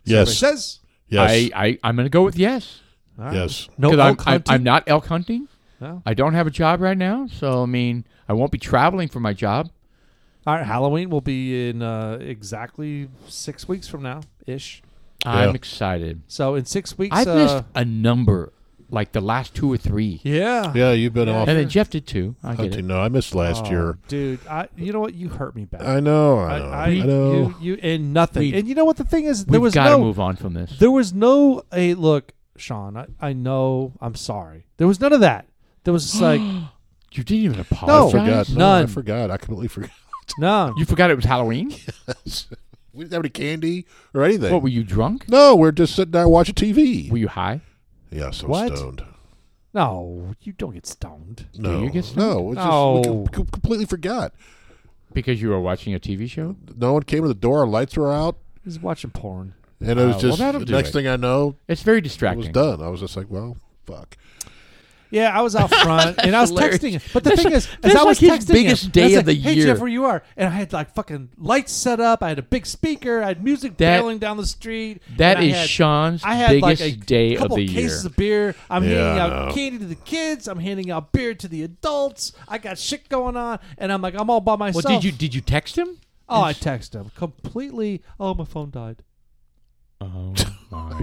Speaker 4: Everybody
Speaker 1: yes,
Speaker 4: says.
Speaker 1: yes,
Speaker 2: I, I I'm gonna go with yes.
Speaker 4: All right.
Speaker 1: yes.
Speaker 4: No
Speaker 2: Because I'm,
Speaker 4: elk
Speaker 2: I'm,
Speaker 4: hunting? Oh.
Speaker 2: I'm not elk hunting.
Speaker 4: No.
Speaker 2: I don't have a job right now, so I mean I won't be traveling for my job.
Speaker 4: All right. Halloween will be in uh, exactly six weeks from now ish.
Speaker 2: I'm
Speaker 1: Yeah.
Speaker 2: excited.
Speaker 4: So in six weeks,
Speaker 2: I've
Speaker 4: uh,
Speaker 2: missed a number, like the last two or three.
Speaker 4: Yeah.
Speaker 1: Yeah, you've been
Speaker 4: Yeah.
Speaker 1: off
Speaker 2: And then Jeff did too. I get
Speaker 1: hunting.
Speaker 2: it.
Speaker 1: No, I missed last
Speaker 4: Oh,
Speaker 1: year.
Speaker 4: dude. I, you know what? You hurt me bad.
Speaker 1: I know. I know. I, know.
Speaker 4: You, you and nothing.
Speaker 2: We-
Speaker 4: and you know what the thing is? There
Speaker 2: We've
Speaker 4: was
Speaker 2: got to
Speaker 4: no.
Speaker 2: move on from this.
Speaker 4: There was no. Hey, look, Sean. I, I know. I'm sorry. There was none of that. There was just like
Speaker 2: You didn't even
Speaker 1: I
Speaker 2: apologize.
Speaker 1: forgot. No, I
Speaker 4: None.
Speaker 1: forgot. I completely forgot.
Speaker 4: no.
Speaker 2: You forgot it was Halloween.
Speaker 1: We didn't have any candy or anything.
Speaker 2: What were you drunk?
Speaker 1: no, we're just sitting there watching TV.
Speaker 2: Were you high?
Speaker 1: yes, I'm
Speaker 4: What?
Speaker 1: stoned.
Speaker 4: No, you don't get stoned.
Speaker 1: No,
Speaker 2: you get stoned?
Speaker 1: no, it's just, we
Speaker 4: No.
Speaker 1: com- com- completely forgot.
Speaker 2: Because you were watching a TV show?
Speaker 1: No one came to the door. Our lights were out,
Speaker 4: He's watching porn.
Speaker 1: and it was
Speaker 2: Oh,
Speaker 1: just
Speaker 2: well, that'll
Speaker 1: the
Speaker 2: do
Speaker 1: next
Speaker 2: it.
Speaker 1: thing I know,
Speaker 2: It's very
Speaker 1: it was
Speaker 2: distracting.
Speaker 1: done. I was just like, well, fuck.
Speaker 4: Yeah, I was out front and I was
Speaker 2: hilarious.
Speaker 4: texting him. But the
Speaker 2: That's
Speaker 4: thing
Speaker 2: like-
Speaker 4: is,
Speaker 2: that's
Speaker 4: as I was
Speaker 2: like his
Speaker 4: texting him,
Speaker 2: biggest
Speaker 4: and
Speaker 2: day
Speaker 4: I was
Speaker 2: of
Speaker 4: like,
Speaker 2: the
Speaker 4: hey,
Speaker 2: year."
Speaker 4: Jeff, where you are? And I had like fucking lights set up. I had a big speaker. I had music
Speaker 2: That-
Speaker 4: bailing down the street.
Speaker 2: That
Speaker 4: and I
Speaker 2: is
Speaker 4: had-
Speaker 2: Sean's
Speaker 4: I had
Speaker 2: biggest
Speaker 4: like a
Speaker 2: day of
Speaker 4: couple
Speaker 2: the year.
Speaker 4: cases of beer. I'm
Speaker 1: Yeah,
Speaker 4: handing
Speaker 1: I
Speaker 4: out
Speaker 1: know.
Speaker 4: candy to the kids. I'm handing out beer to the adults. I got shit going on, and I'm like, I'm all by
Speaker 2: well,
Speaker 4: myself.
Speaker 2: did you did you text him?
Speaker 4: Oh, I text him completely. Oh, my phone died.
Speaker 2: Oh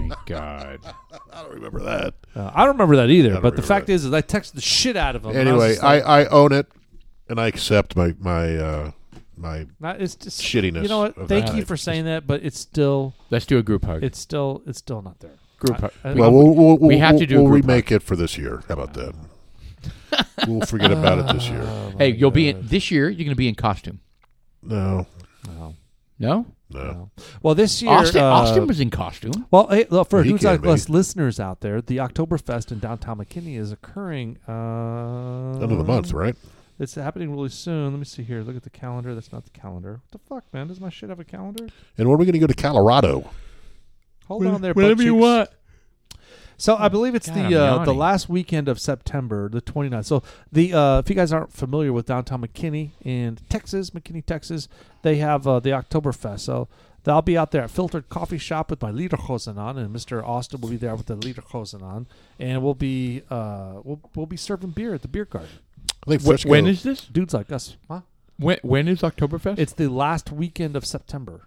Speaker 2: my god!
Speaker 1: I don't remember that.
Speaker 4: Uh, I don't remember that either.
Speaker 1: don't
Speaker 4: But the
Speaker 1: remember
Speaker 4: fact
Speaker 1: that.
Speaker 4: is, is I texted the shit out of him. and was
Speaker 1: Anyway,
Speaker 4: just
Speaker 1: I,
Speaker 4: like,
Speaker 1: I own it, and I accept my my uh, my
Speaker 4: not- it's just
Speaker 1: shittiness.
Speaker 4: You know what?
Speaker 1: of
Speaker 4: Thank
Speaker 1: that.
Speaker 4: you for saying that, but it's still,
Speaker 2: Let's do a group hug.
Speaker 4: it's still, it's still not there.
Speaker 2: Group
Speaker 4: I-
Speaker 2: hug.
Speaker 4: I-
Speaker 1: uh, Well, we'll, we'll,
Speaker 2: We
Speaker 1: we'll-
Speaker 2: have to do a
Speaker 1: We'll
Speaker 2: group
Speaker 1: remake it for this year. How about that? we'll forget about it this year.
Speaker 4: Oh, my
Speaker 2: hey, you'll be in
Speaker 4: God.
Speaker 2: this year. You're going to be in costume.
Speaker 1: No,
Speaker 4: No,
Speaker 2: No,
Speaker 1: no.
Speaker 4: no. Well, this year,
Speaker 2: Austin.
Speaker 4: uh,
Speaker 2: Austin was in costume.
Speaker 4: Well, hey, look, for
Speaker 1: He
Speaker 4: who's
Speaker 1: can
Speaker 4: like
Speaker 1: be.
Speaker 4: us listeners out there, the Oktoberfest in downtown McKinney is occurring. Uh,
Speaker 1: End of the month, right?
Speaker 4: It's happening really soon. Let me see here. Look at the calendar. That's not the calendar. What the fuck, man? Does my shit have a calendar?
Speaker 1: And when are we going to go to Colorado?
Speaker 4: Hold on there. Whatever you want. So I believe it's
Speaker 2: God, I'm
Speaker 4: the uh, the
Speaker 2: yawning.
Speaker 4: last weekend of September, the 29th. So the uh, if you guys aren't familiar with downtown McKinney in Texas, McKinney, Texas, they have uh, the Oktoberfest. So th- I'll be out there at Filtered Coffee Shop with my Lederhosen on, and Mr. Austin will be there with the Lederhosen on, and we'll be uh, we'll, we'll be serving beer at the beer garden.
Speaker 1: I think
Speaker 2: Wh-
Speaker 1: Frisco.
Speaker 2: when is this?
Speaker 4: Dudes like us, huh?
Speaker 2: When when is Oktoberfest?
Speaker 4: It's the last weekend of September.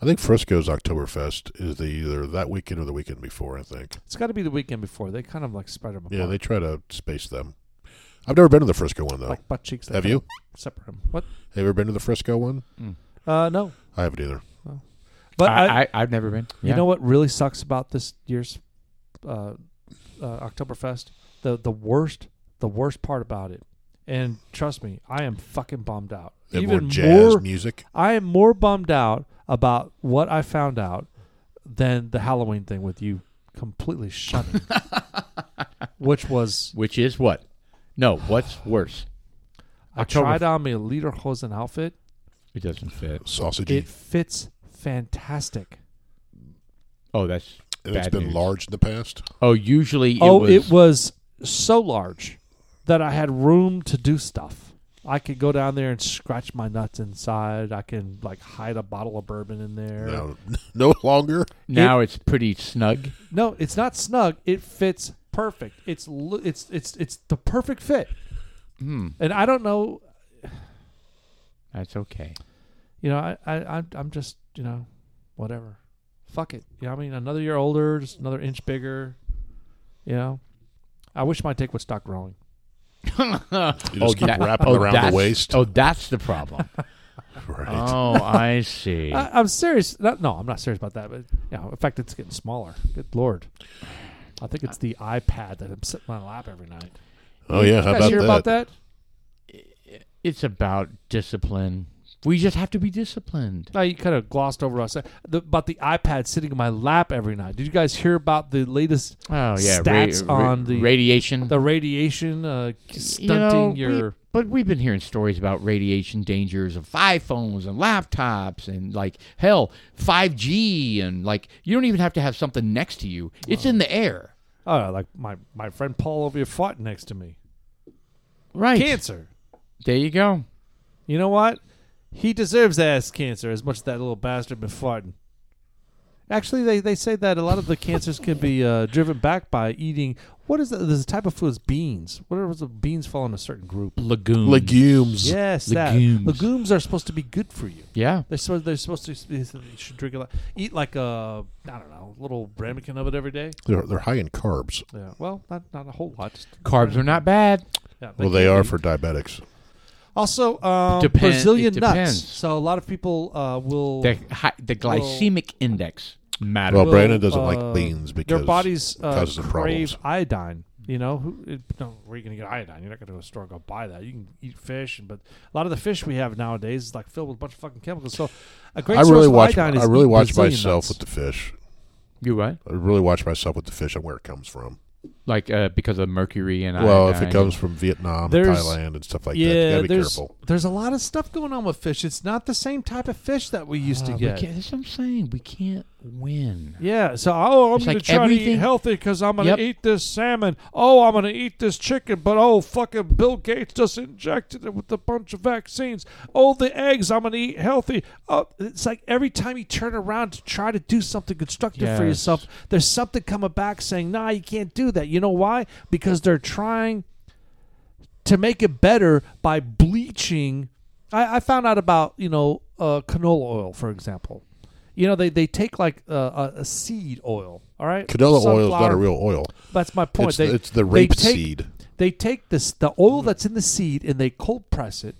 Speaker 1: I think Frisco's Oktoberfest is the either that weekend or the weekend before. I think.
Speaker 4: It's got to be the weekend before. They kind of like spread them apart.
Speaker 1: Yeah, they try to space them. I've never been to the Frisco one though.
Speaker 4: like butt cheeks. they
Speaker 1: Oh. Have
Speaker 4: kinda
Speaker 1: you?
Speaker 4: Separate them. What?
Speaker 1: Have you ever been to the Frisco one?
Speaker 4: Uh, no.
Speaker 1: I haven't either.
Speaker 4: But I,
Speaker 2: I, I, I've never been.
Speaker 4: uh, You
Speaker 2: Yeah.
Speaker 4: know what really sucks about this year's uh, uh, Oktoberfest? The the worst the worst part about it, and trust me, I am fucking bummed out.
Speaker 1: They have
Speaker 4: Even
Speaker 1: more jazz
Speaker 4: more-
Speaker 1: music.
Speaker 4: I am more bummed out about what I found out than the Halloween thing with you completely shutting, which was
Speaker 2: Which is what? No, what's worse?
Speaker 4: I
Speaker 2: Oktoberfest.
Speaker 4: tried on my lederhosen outfit.
Speaker 2: It doesn't fit.
Speaker 1: Sausage.
Speaker 4: It fits fantastic.
Speaker 2: Oh, that's.
Speaker 1: and it's
Speaker 2: bad
Speaker 1: been
Speaker 2: news.
Speaker 1: large in the past.
Speaker 2: Oh, usually it
Speaker 4: oh,
Speaker 2: was.
Speaker 4: it was so large that I had room to do stuff. I could go down there and scratch my nuts inside. I can like hide a bottle of bourbon in there.
Speaker 1: Now, no longer.
Speaker 2: now it's pretty snug.
Speaker 4: No, it's not snug. It fits perfect. It's lo- it's it's it's the perfect fit.
Speaker 2: Hmm.
Speaker 4: And I don't know,
Speaker 2: That's okay.
Speaker 4: you know, I I I'm- I'm just you know, whatever. Fuck it. You know, what I mean, another year older, just another inch bigger. You know, I wish my dick would stop growing.
Speaker 1: You just keep wrapping around the
Speaker 2: Oh, that's-
Speaker 1: waist.
Speaker 2: Oh, that's the problem.
Speaker 1: Right.
Speaker 2: oh, I see.
Speaker 4: I, I'm serious. Not, no, I'm not serious about that. But yeah, in fact, it's getting smaller. Good lord. I think it's the iPad that I'm sitting on my lap every night.
Speaker 1: oh yeah. How
Speaker 4: you guys
Speaker 1: about
Speaker 4: hear
Speaker 1: that?
Speaker 4: about that?
Speaker 2: it's about discipline. We just have to be disciplined.
Speaker 4: No, you kind of glossed over us. The, about the iPad sitting in my lap every night. Did you guys hear about the latest
Speaker 2: Oh yeah,
Speaker 4: Stats on the-
Speaker 2: radiation.
Speaker 4: the radiation uh,
Speaker 2: You know,
Speaker 4: stunting
Speaker 2: we-
Speaker 4: your?
Speaker 2: but we've been hearing stories about radiation dangers of iPhones and laptops and like hell, 5G and like you don't even have to have something next to you. It's in the air.
Speaker 4: Oh, like my my friend Paul over here fought next to me.
Speaker 2: Right.
Speaker 4: Cancer.
Speaker 2: There you go.
Speaker 4: You know what? He deserves ass cancer as much as that little bastard been farting. Actually, they, they say that a lot of the cancers can be uh, driven back by eating. What is the, there's a type of food is beans. What are the beans fall in a certain group?
Speaker 2: Lagoon.
Speaker 1: Legumes.
Speaker 4: Yes,
Speaker 2: Legumes.
Speaker 4: that legumes are supposed to be good for you.
Speaker 2: Yeah.
Speaker 4: They're supposed they're supposed to be, you should drink a lot, eat like a I don't know little ramekin of it every day.
Speaker 1: They're, they're high in carbs.
Speaker 4: Yeah, well, not not a whole lot. Just,
Speaker 2: Carbs are not bad.
Speaker 4: yeah,
Speaker 1: well, they
Speaker 4: can
Speaker 1: are
Speaker 4: be.
Speaker 1: for diabetics.
Speaker 4: also
Speaker 1: Oh,
Speaker 4: um,
Speaker 2: Depen-
Speaker 4: Brazilian
Speaker 2: it
Speaker 4: nuts.
Speaker 2: depends.
Speaker 4: So a lot of people uh, will
Speaker 2: The hi- the glycemic index matters.
Speaker 1: Well,
Speaker 4: will,
Speaker 1: Brandon doesn't like
Speaker 4: uh,
Speaker 1: beans because
Speaker 4: their bodies uh,
Speaker 1: causes them
Speaker 4: crave iodine.
Speaker 3: You know, who, it, no, where are you going to get iodine? You're not going to go to a store and go buy that. You can eat fish, but a lot of the fish we have nowadays is like filled with a bunch of fucking chemicals. So, a great
Speaker 1: I
Speaker 3: source
Speaker 1: really
Speaker 3: of
Speaker 1: watch.
Speaker 3: iodine
Speaker 1: I
Speaker 3: is
Speaker 1: really
Speaker 3: eat
Speaker 1: watch
Speaker 3: Brazilian
Speaker 1: myself
Speaker 3: nuts.
Speaker 1: with the fish.
Speaker 2: You what?
Speaker 1: I really watch myself with the fish and where it comes from.
Speaker 2: Like uh, because of mercury and
Speaker 1: Well, if it
Speaker 2: iodine.
Speaker 1: comes from Vietnam, and
Speaker 3: There's-
Speaker 1: Thailand, and stuff like that, you
Speaker 3: yeah,
Speaker 1: gotta be
Speaker 3: there's
Speaker 1: careful.
Speaker 3: there's a lot of stuff going on with fish. It's not the same type of fish that we used
Speaker 2: Uh,
Speaker 3: to
Speaker 2: we
Speaker 3: get.
Speaker 2: can't- that's what I'm saying. We can't win.
Speaker 3: Yeah, so oh, I'm
Speaker 2: It's
Speaker 3: gonna
Speaker 2: like
Speaker 3: try to eat
Speaker 2: everything-
Speaker 3: healthy because I'm gonna
Speaker 2: Yep.
Speaker 3: eat this salmon. Oh, I'm gonna eat this chicken, but oh, fucking Bill Gates just injected it with a bunch of vaccines. Oh, the eggs, I'm gonna eat healthy. Oh, it's like every time you turn around to try to do something constructive for
Speaker 2: Yes.
Speaker 3: yourself, there's something coming back saying, "Nah, you can't do that." You know why? Because they're trying to make it better by bleaching. I, I found out about you know uh, canola oil, for example. You know they, they take like uh, a, a seed oil. All right,
Speaker 1: Canola oil is not a
Speaker 3: Sunflower-
Speaker 1: real oil.
Speaker 3: That's my point.
Speaker 1: It's,
Speaker 3: they,
Speaker 1: the, it's the
Speaker 3: they
Speaker 1: rape
Speaker 3: take-
Speaker 1: seed.
Speaker 3: They take this the oil that's in the seed and they cold press it,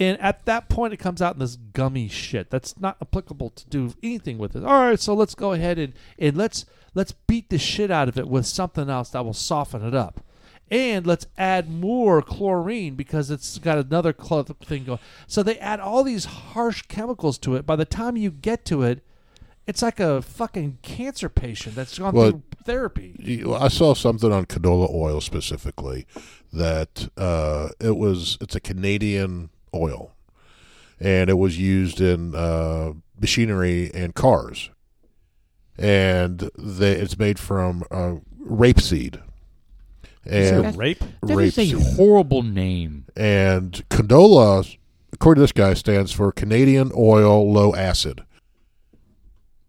Speaker 3: and at that point it comes out in this gummy shit that's not applicable to do anything with it. All right, so let's go ahead and and let's let's beat the shit out of it with something else that will soften it up. And let's add more chlorine because it's got another cl- thing going. So they add all these harsh chemicals to it. By the time you get to it, it's like a fucking cancer patient that's gone
Speaker 1: Well,
Speaker 3: through therapy.
Speaker 1: You- I saw something on canola oil specifically that uh, it was it's a Canadian oil, and it was used in uh, machinery and cars, and they, it's made from uh, rapeseed
Speaker 2: That-
Speaker 1: and
Speaker 3: Rape?
Speaker 2: that is a
Speaker 1: rapeseed.
Speaker 2: horrible name.
Speaker 1: and canola, according to this guy, stands for Canadian oil low acid.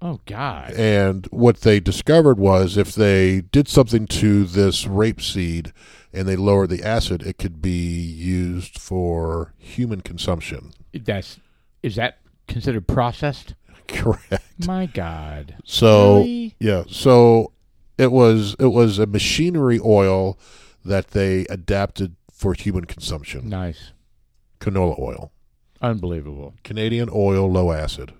Speaker 2: Oh
Speaker 1: Eh.
Speaker 2: God.
Speaker 1: And what they discovered was if they did something to this rapeseed and they lowered the acid, it could be used for human consumption.
Speaker 2: That's is that considered processed?
Speaker 1: Correct.
Speaker 2: My God.
Speaker 1: So
Speaker 2: Really?
Speaker 1: yeah, so it was it was a machinery oil that they adapted for human consumption.
Speaker 2: Nice.
Speaker 1: Canola oil,
Speaker 2: Unbelievable.
Speaker 1: Canadian oil, low acid,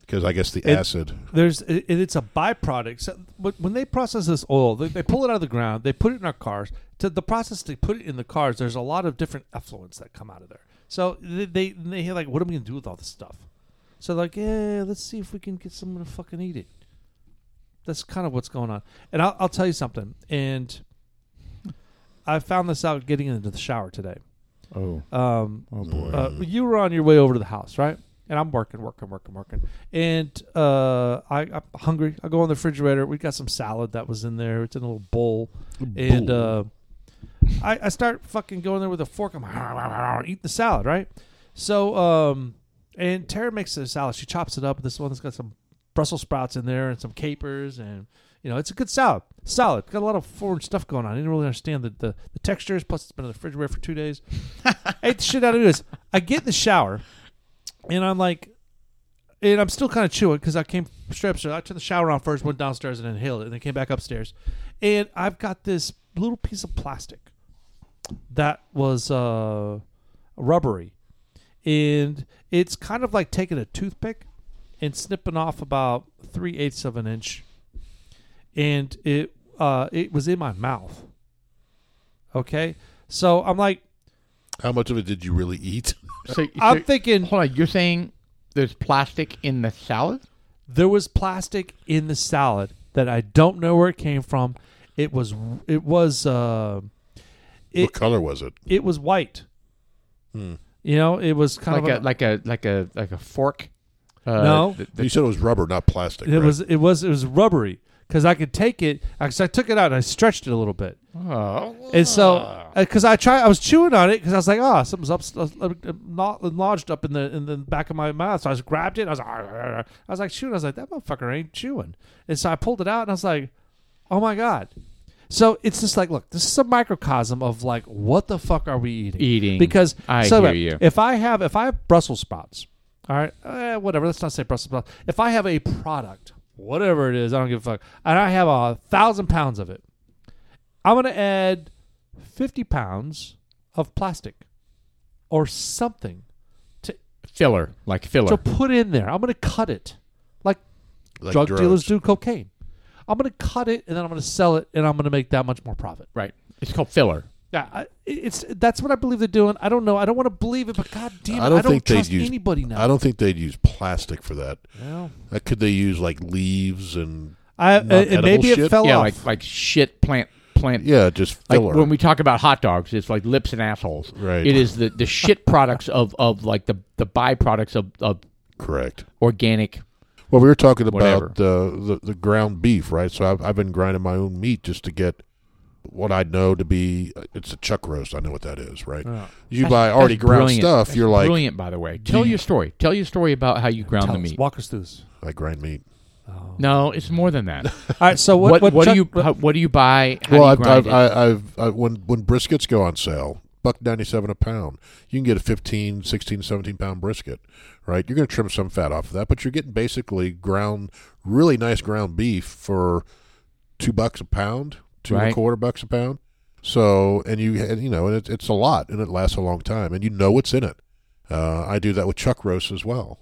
Speaker 1: because I guess the
Speaker 3: It-
Speaker 1: acid.
Speaker 3: there's it, it's a byproduct. So, but when they process this oil, they, they pull it out of the ground, they put it in our cars. To the process to put it in the cars, there's a lot of different effluents that come out of there. So they they, they like, what are we gonna do with all this stuff? So like, yeah, let's see if we can get someone to fucking eat it. That's kind of what's going on. And I'll, I'll tell you something. And I found this out getting into the shower today.
Speaker 2: Oh.
Speaker 3: Um,
Speaker 2: Oh
Speaker 4: Mm.
Speaker 2: boy.
Speaker 3: uh, you were on your way over to the house, right? And I'm working, working, working, working. And uh, I, I'm hungry. I go in the refrigerator. We got some salad that was in there. It's in a little bowl. And uh, I, I start fucking going there with a fork. I'm eating the salad, right? So, um, and Tara makes a salad. She chops it up. This one's got some Brussels sprouts in there and some capers. And, you know, it's a good salad. Solid. Got a lot of foreign stuff going on. I didn't really understand the, the, the textures. Plus, it's been in the refrigerator for two days. ate the shit out of this. I get in the shower, and I'm like, and I'm still kind of chewing because I came straight upstairs. I turned the shower on first, went downstairs, and inhaled it, and then came back upstairs. And I've got this little piece of plastic that was uh, rubbery, and it's kind of like taking a toothpick and snipping off about three eighths of an inch, and it uh, it was in my mouth. Okay, so I'm like,
Speaker 1: How much of it did you really eat?
Speaker 2: so,
Speaker 3: I'm
Speaker 2: so-
Speaker 3: thinking
Speaker 2: hold on. You're saying there's plastic in the salad?
Speaker 3: there was plastic in the salad that I don't know where it came from. It was it was uh,
Speaker 1: what
Speaker 3: it
Speaker 1: color was it?
Speaker 3: it was white.
Speaker 1: Hmm.
Speaker 3: You know, it was kind
Speaker 2: Like a,
Speaker 3: of
Speaker 2: like a like a like a fork. Uh,
Speaker 3: No.
Speaker 2: th- th-
Speaker 1: You said it was rubber, not plastic.
Speaker 3: it
Speaker 1: right?
Speaker 3: was it was it was rubbery because I could take it because I took it out and I stretched it a little bit.
Speaker 2: oh.
Speaker 3: And so, because I try, I was chewing on it because I was like, "Oh, something's up, uh, uh, not lodged up in the in the back of my mouth." So I just grabbed it. And I was like, "Arr, arr, arr." I was like chewing. I was like, "That motherfucker ain't chewing." And so I pulled it out and I was like, "Oh my god!" So it's just like, look, this is a microcosm of like, what the fuck are we eating?
Speaker 2: Eating.
Speaker 3: because
Speaker 2: I
Speaker 3: so
Speaker 2: hear
Speaker 3: like,
Speaker 2: you.
Speaker 3: If I have if I have Brussels sprouts, all right, eh, whatever. Let's not say Brussels sprouts. If I have a product, whatever it is, I don't give a fuck, and I have a thousand pounds of it, I'm gonna add fifty pounds of plastic or something
Speaker 2: filler, like filler.
Speaker 3: to put in there. I'm gonna cut it like
Speaker 1: like
Speaker 3: drug
Speaker 1: drugs.
Speaker 3: dealers do cocaine. I'm going to cut it and then I'm going to sell it and I'm going to make that much more profit.
Speaker 2: Right. It's called filler.
Speaker 3: Yeah, I, it's that's what I believe they're doing. I don't know. I don't want to believe it, but god damn it,
Speaker 1: I don't think they'd
Speaker 3: trust
Speaker 1: use-
Speaker 3: anybody now.
Speaker 1: I don't think they'd use plastic for that.
Speaker 3: Well,
Speaker 1: Uh, could they use like leaves and
Speaker 3: I,
Speaker 1: Not
Speaker 3: and maybe
Speaker 1: edible
Speaker 3: it
Speaker 1: shit?
Speaker 3: fell
Speaker 2: yeah,
Speaker 3: off.
Speaker 2: like like shit plant plant.
Speaker 1: yeah, just
Speaker 2: Like
Speaker 1: filler?
Speaker 2: when we talk about hot dogs, it's like lips and assholes.
Speaker 1: Right.
Speaker 2: It is the, the shit products of, of like the, the byproducts of, of
Speaker 1: Correct.
Speaker 2: organic.
Speaker 1: Well, we were talking
Speaker 2: Whatever.
Speaker 1: about uh, the the ground beef, right? So I've, I've been grinding my own meat just to get what I know to be uh, it's a chuck roast. I know what that is, right?
Speaker 3: Yeah.
Speaker 1: You
Speaker 2: That's-
Speaker 1: buy already
Speaker 2: that's
Speaker 1: ground
Speaker 2: brilliant.
Speaker 1: stuff.
Speaker 2: That's
Speaker 1: you're like
Speaker 2: brilliant, by the way. Tell your story. Tell your story about how you ground
Speaker 3: Tell
Speaker 2: the
Speaker 3: us.
Speaker 2: meat.
Speaker 3: Walk us through this.
Speaker 1: I grind meat.
Speaker 2: No, it's more than that.
Speaker 3: All right, so
Speaker 2: what
Speaker 3: Oh. what?
Speaker 2: what,
Speaker 3: Chuck-
Speaker 2: do you how, what do you buy?
Speaker 1: well,
Speaker 2: How do you
Speaker 1: I've,
Speaker 2: grind
Speaker 1: I've,
Speaker 2: it?
Speaker 1: I've, I've, i when when briskets go on sale, buck ninety seven a pound, you can get a 15, 16, 17 pound brisket, right? You're going to trim some fat off of that, but you're getting basically ground, really nice ground beef for two bucks a pound, two and
Speaker 2: Right.
Speaker 1: a quarter bucks a pound. So, and you and, you know, and it, it's a lot, and it lasts a long time, and you know what's in it. Uh, I do that with chuck roast as well.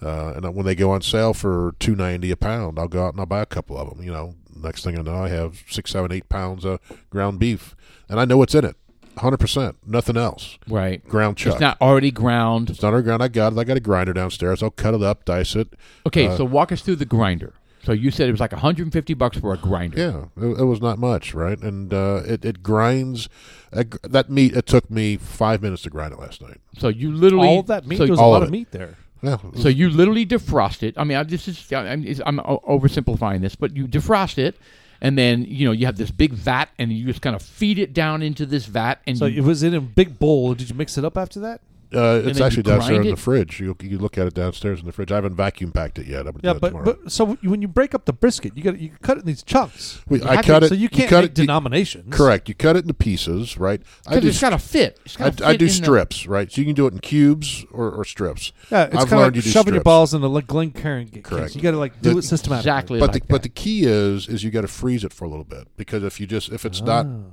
Speaker 1: Uh, and when they go on sale for two ninety a pound, I'll go out and I'll buy a couple of them. You know, next thing I know, I have six, seven, eight pounds of ground beef, and I know what's in it, hundred percent, nothing else.
Speaker 2: right.
Speaker 1: Ground chuck.
Speaker 2: It's not already ground.
Speaker 1: It's not our ground. I got it. I got a grinder downstairs. I'll cut it up, dice it.
Speaker 2: Okay,
Speaker 1: Uh,
Speaker 2: so walk us through the grinder. So you said it was like 150 bucks for a grinder.
Speaker 1: Yeah, it, it was not much, right? And uh, it it grinds. I gr- that meat. It took me five minutes to grind it last night.
Speaker 2: So you literally
Speaker 3: all of that meat?
Speaker 2: So,
Speaker 3: there was a
Speaker 1: all of
Speaker 3: lot of
Speaker 1: it.
Speaker 3: meat there.
Speaker 1: Yeah.
Speaker 2: so you literally defrost it. I mean, I, this is I- I'm, it's- I'm o- oversimplifying this, but you defrost it, and then you know you have this big vat, and you just kind of feed it down into this vat, and
Speaker 3: So
Speaker 2: you,
Speaker 3: it was in a big bowl. Did you mix it up after that?
Speaker 1: uh,
Speaker 2: then
Speaker 1: it's
Speaker 2: you
Speaker 1: actually downstairs
Speaker 2: grind
Speaker 1: in
Speaker 2: it?
Speaker 1: the fridge. You you look at it downstairs in the fridge. I haven't vacuum packed it yet. I'm gonna
Speaker 3: Yeah,
Speaker 1: do that
Speaker 3: but,
Speaker 1: tomorrow.
Speaker 3: but so when you break up the brisket, you got you cut it in these chunks.
Speaker 1: We-
Speaker 2: have
Speaker 1: I
Speaker 2: to-
Speaker 1: cut it.
Speaker 3: so you can't
Speaker 1: cut
Speaker 3: make
Speaker 1: it. you-
Speaker 3: denominations.
Speaker 1: Correct. You cut it into pieces, right? I
Speaker 2: because
Speaker 1: do,
Speaker 2: it's got to fit. It's
Speaker 1: I,
Speaker 2: gotta
Speaker 1: I
Speaker 2: fit
Speaker 1: do
Speaker 2: in the-
Speaker 1: strips, right? So you can do it in cubes or, or strips.
Speaker 3: Yeah,
Speaker 1: I've
Speaker 3: it's kind
Speaker 1: learned
Speaker 3: of like
Speaker 1: you do
Speaker 3: shoving your
Speaker 1: strips.
Speaker 3: balls in a like Glen Karen case.
Speaker 1: Correct.
Speaker 3: You got to like do
Speaker 1: The-
Speaker 3: it systematically.
Speaker 2: exactly.
Speaker 1: But
Speaker 2: like
Speaker 1: the, but the
Speaker 2: that.
Speaker 1: key is is you got to freeze it for a little bit because if you just if it's not
Speaker 2: Oh.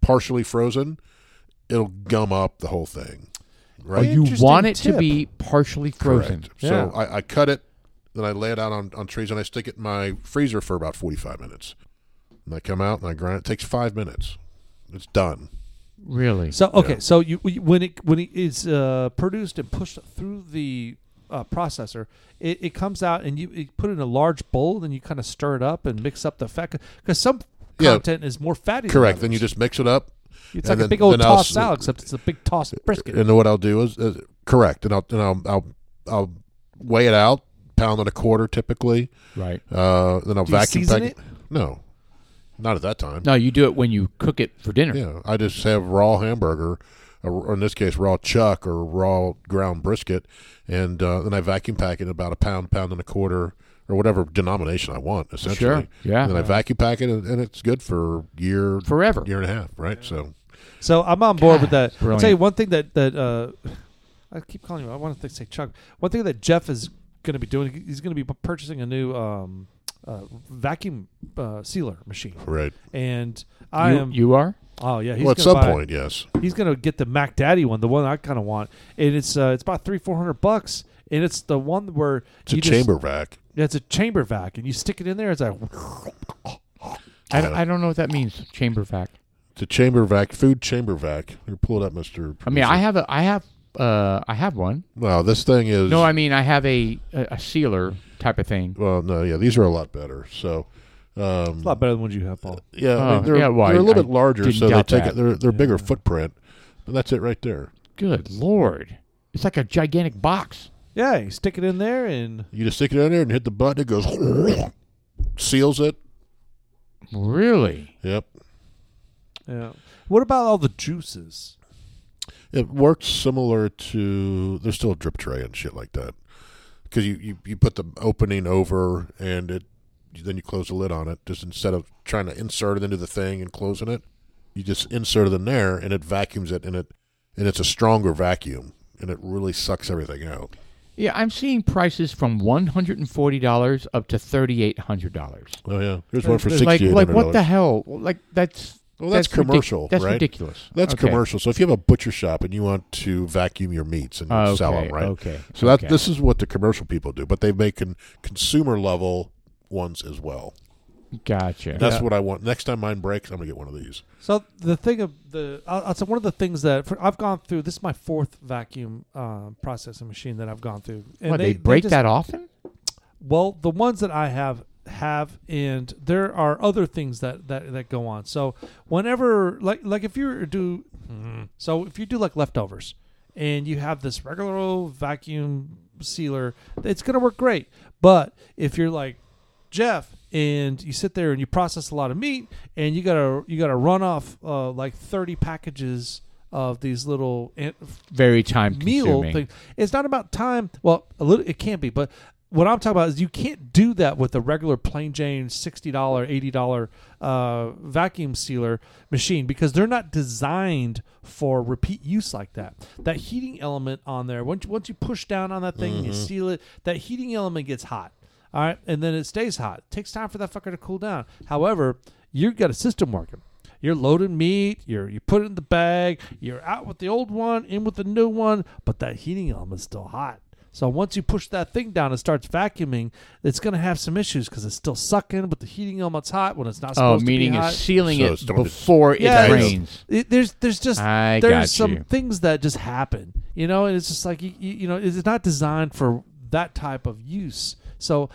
Speaker 1: partially frozen, it'll gum up the whole thing,
Speaker 2: Or
Speaker 1: right?
Speaker 2: you
Speaker 3: Interesting
Speaker 2: want it to
Speaker 3: tip.
Speaker 2: be partially Oh, frozen.
Speaker 1: Correct.
Speaker 3: Yeah.
Speaker 1: So I, I cut it, then I lay it out on, on trees and I stick it in my freezer for about forty five minutes, and I come out and I grind. It takes five minutes. It's done.
Speaker 2: Really?
Speaker 3: So okay, so you you- when it when it is uh, produced and pushed through the uh, processor, it, it comes out and you, you put it in a large bowl. Then you kind of stir it up and mix up the fat because some
Speaker 1: Yeah.
Speaker 3: content is more fatty. than
Speaker 1: Correct. Then you
Speaker 3: others.
Speaker 1: just mix it up, and
Speaker 3: it's like a
Speaker 1: then-
Speaker 3: big old
Speaker 1: then I'll
Speaker 3: tossed
Speaker 1: s-
Speaker 3: salad, except it's a big tossed brisket.
Speaker 1: And what I'll do is, is correct, and I'll and I'll, I'll I'll weigh it out, pound and a quarter typically.
Speaker 2: right.
Speaker 1: Uh, then I'll
Speaker 3: Do you
Speaker 1: vacuum
Speaker 3: season
Speaker 1: pack
Speaker 3: it?
Speaker 1: No, not at that time.
Speaker 2: No, you do it when you cook it for dinner.
Speaker 1: Yeah, I just have raw hamburger, or or in this case, raw chuck or raw ground brisket, and uh, then I vacuum pack it about a pound, pound and a quarter. Or whatever denomination I want, essentially.
Speaker 2: Sure. Yeah.
Speaker 1: And then I vacuum pack it, and, and it's good for year,
Speaker 2: Forever.
Speaker 1: year and a half, right? So
Speaker 3: So I'm on board with that. I'll tell you
Speaker 2: brilliant.
Speaker 3: one thing that that uh, I keep calling you. I want to say Chuck. One thing that Jeff is going to be doing. He's going to be purchasing a new um, uh, vacuum uh, sealer machine,
Speaker 1: right.
Speaker 3: and I
Speaker 2: you,
Speaker 3: am.
Speaker 2: you are?
Speaker 3: oh yeah, he's
Speaker 1: well, at
Speaker 3: gonna
Speaker 1: some
Speaker 3: buy-
Speaker 1: point, yes.
Speaker 3: he's going to get the Mac Daddy one, the one I kind of want, and it's uh, it's about three four hundred bucks. And it's the one where
Speaker 1: It's a
Speaker 3: you just-
Speaker 1: chamber vac.
Speaker 3: yeah, it's a chamber vac, and you stick it in there. It's like
Speaker 2: I, I don't know what that means, chamber vac.
Speaker 1: It's a chamber vac, food chamber vac. Here, pull it up, Mister.
Speaker 2: I mean, I have a, I have, uh, I have one.
Speaker 1: Wow, this thing is.
Speaker 2: No, I mean, I have a, a, a sealer type of thing.
Speaker 1: Well, no, yeah, these are a lot better. So, um,
Speaker 3: a lot better than the ones you have, Paul.
Speaker 1: yeah, I
Speaker 2: Oh,
Speaker 1: mean, they're,
Speaker 2: yeah, well,
Speaker 1: they're a
Speaker 2: I-
Speaker 1: little
Speaker 2: I
Speaker 1: bit larger,
Speaker 2: didn't
Speaker 1: so they
Speaker 2: doubt
Speaker 1: take
Speaker 2: that.
Speaker 1: a, they're they're bigger
Speaker 3: Yeah.
Speaker 1: footprint, and that's it right there.
Speaker 2: Good lord, it's like a gigantic box.
Speaker 3: Yeah, you stick it in there, and
Speaker 1: You just stick it in there and hit the button. It goes, seals it.
Speaker 2: Really?
Speaker 1: Yep,
Speaker 3: yeah. What about all the juices?
Speaker 1: it works similar to. There's still a drip tray and shit like that, because you, you you put the opening over and it. Then you close the lid on it, just instead of trying to insert it into the thing and closing it, you just insert it in there, and it vacuums it, and it, and it's a stronger vacuum, and it really sucks everything out.
Speaker 2: Yeah, I'm seeing prices from one hundred and forty dollars up to thirty eight hundred dollars.
Speaker 1: Oh yeah, here's one for sixty
Speaker 2: Like,
Speaker 1: eight hundred
Speaker 2: like what the hell? Like that's
Speaker 1: Well, that's
Speaker 2: ridic-
Speaker 1: commercial,
Speaker 2: that's
Speaker 1: right?
Speaker 2: ridiculous.
Speaker 1: That's
Speaker 2: Okay.
Speaker 1: commercial. So if you have a butcher shop and you want to vacuum your meats and
Speaker 2: Ah, Okay,
Speaker 1: sell them, right?
Speaker 2: Okay.
Speaker 1: So that
Speaker 2: okay.
Speaker 1: this is what the commercial people do, but they make con- consumer level ones as well.
Speaker 2: Gotcha.
Speaker 1: That's
Speaker 4: Yeah.
Speaker 1: what I want. Next time mine breaks, I'm gonna get one of these.
Speaker 4: So the thing of the, I'll, I'll say one of the things that for, I've gone through. This is my fourth vacuum uh, processing machine that I've gone through. And
Speaker 2: what, they, break
Speaker 4: just-
Speaker 2: that often?
Speaker 4: Well, the ones that I have have, and there are other things that that, that go on. So whenever, like like if you do, so if you do like leftovers, and you have this regular old vacuum sealer, it's gonna work great. But if you're like Jeff and you sit there and you process a lot of meat, and you gotta you gotta run off uh, like thirty packages of these little an-
Speaker 2: Very time
Speaker 4: meal
Speaker 2: consuming.
Speaker 4: thing. It's not about time. Well, a little it can be, but what I'm talking about is you can't do that with a regular plain Jane sixty dollar, eighty dollar uh, vacuum sealer machine because they're not designed for repeat use like that. That heating element on there, once you, once you push down on that thing and you seal it, that heating element gets hot. All right, and then it stays hot. It takes time for that fucker to cool down. However, you've got a system working. You're loading meat. You're you put it in the bag. You're out with the old one, in with the new one, but that heating element's still hot. So once you push that thing down, it starts vacuuming. It's gonna have some issues because it's still sucking, but the heating element's hot when it's not
Speaker 2: Oh,
Speaker 4: supposed
Speaker 2: meaning
Speaker 4: to
Speaker 2: is
Speaker 4: be hot.
Speaker 2: sealing
Speaker 1: So
Speaker 2: it
Speaker 1: it's don't-
Speaker 2: before
Speaker 4: Yeah,
Speaker 2: it
Speaker 4: it's-
Speaker 2: rains.
Speaker 4: It- there's there's just
Speaker 2: I got
Speaker 4: there's some
Speaker 2: you.
Speaker 4: things that just happen, you know, and it's just like you, you, you know it's not designed for that type of use. So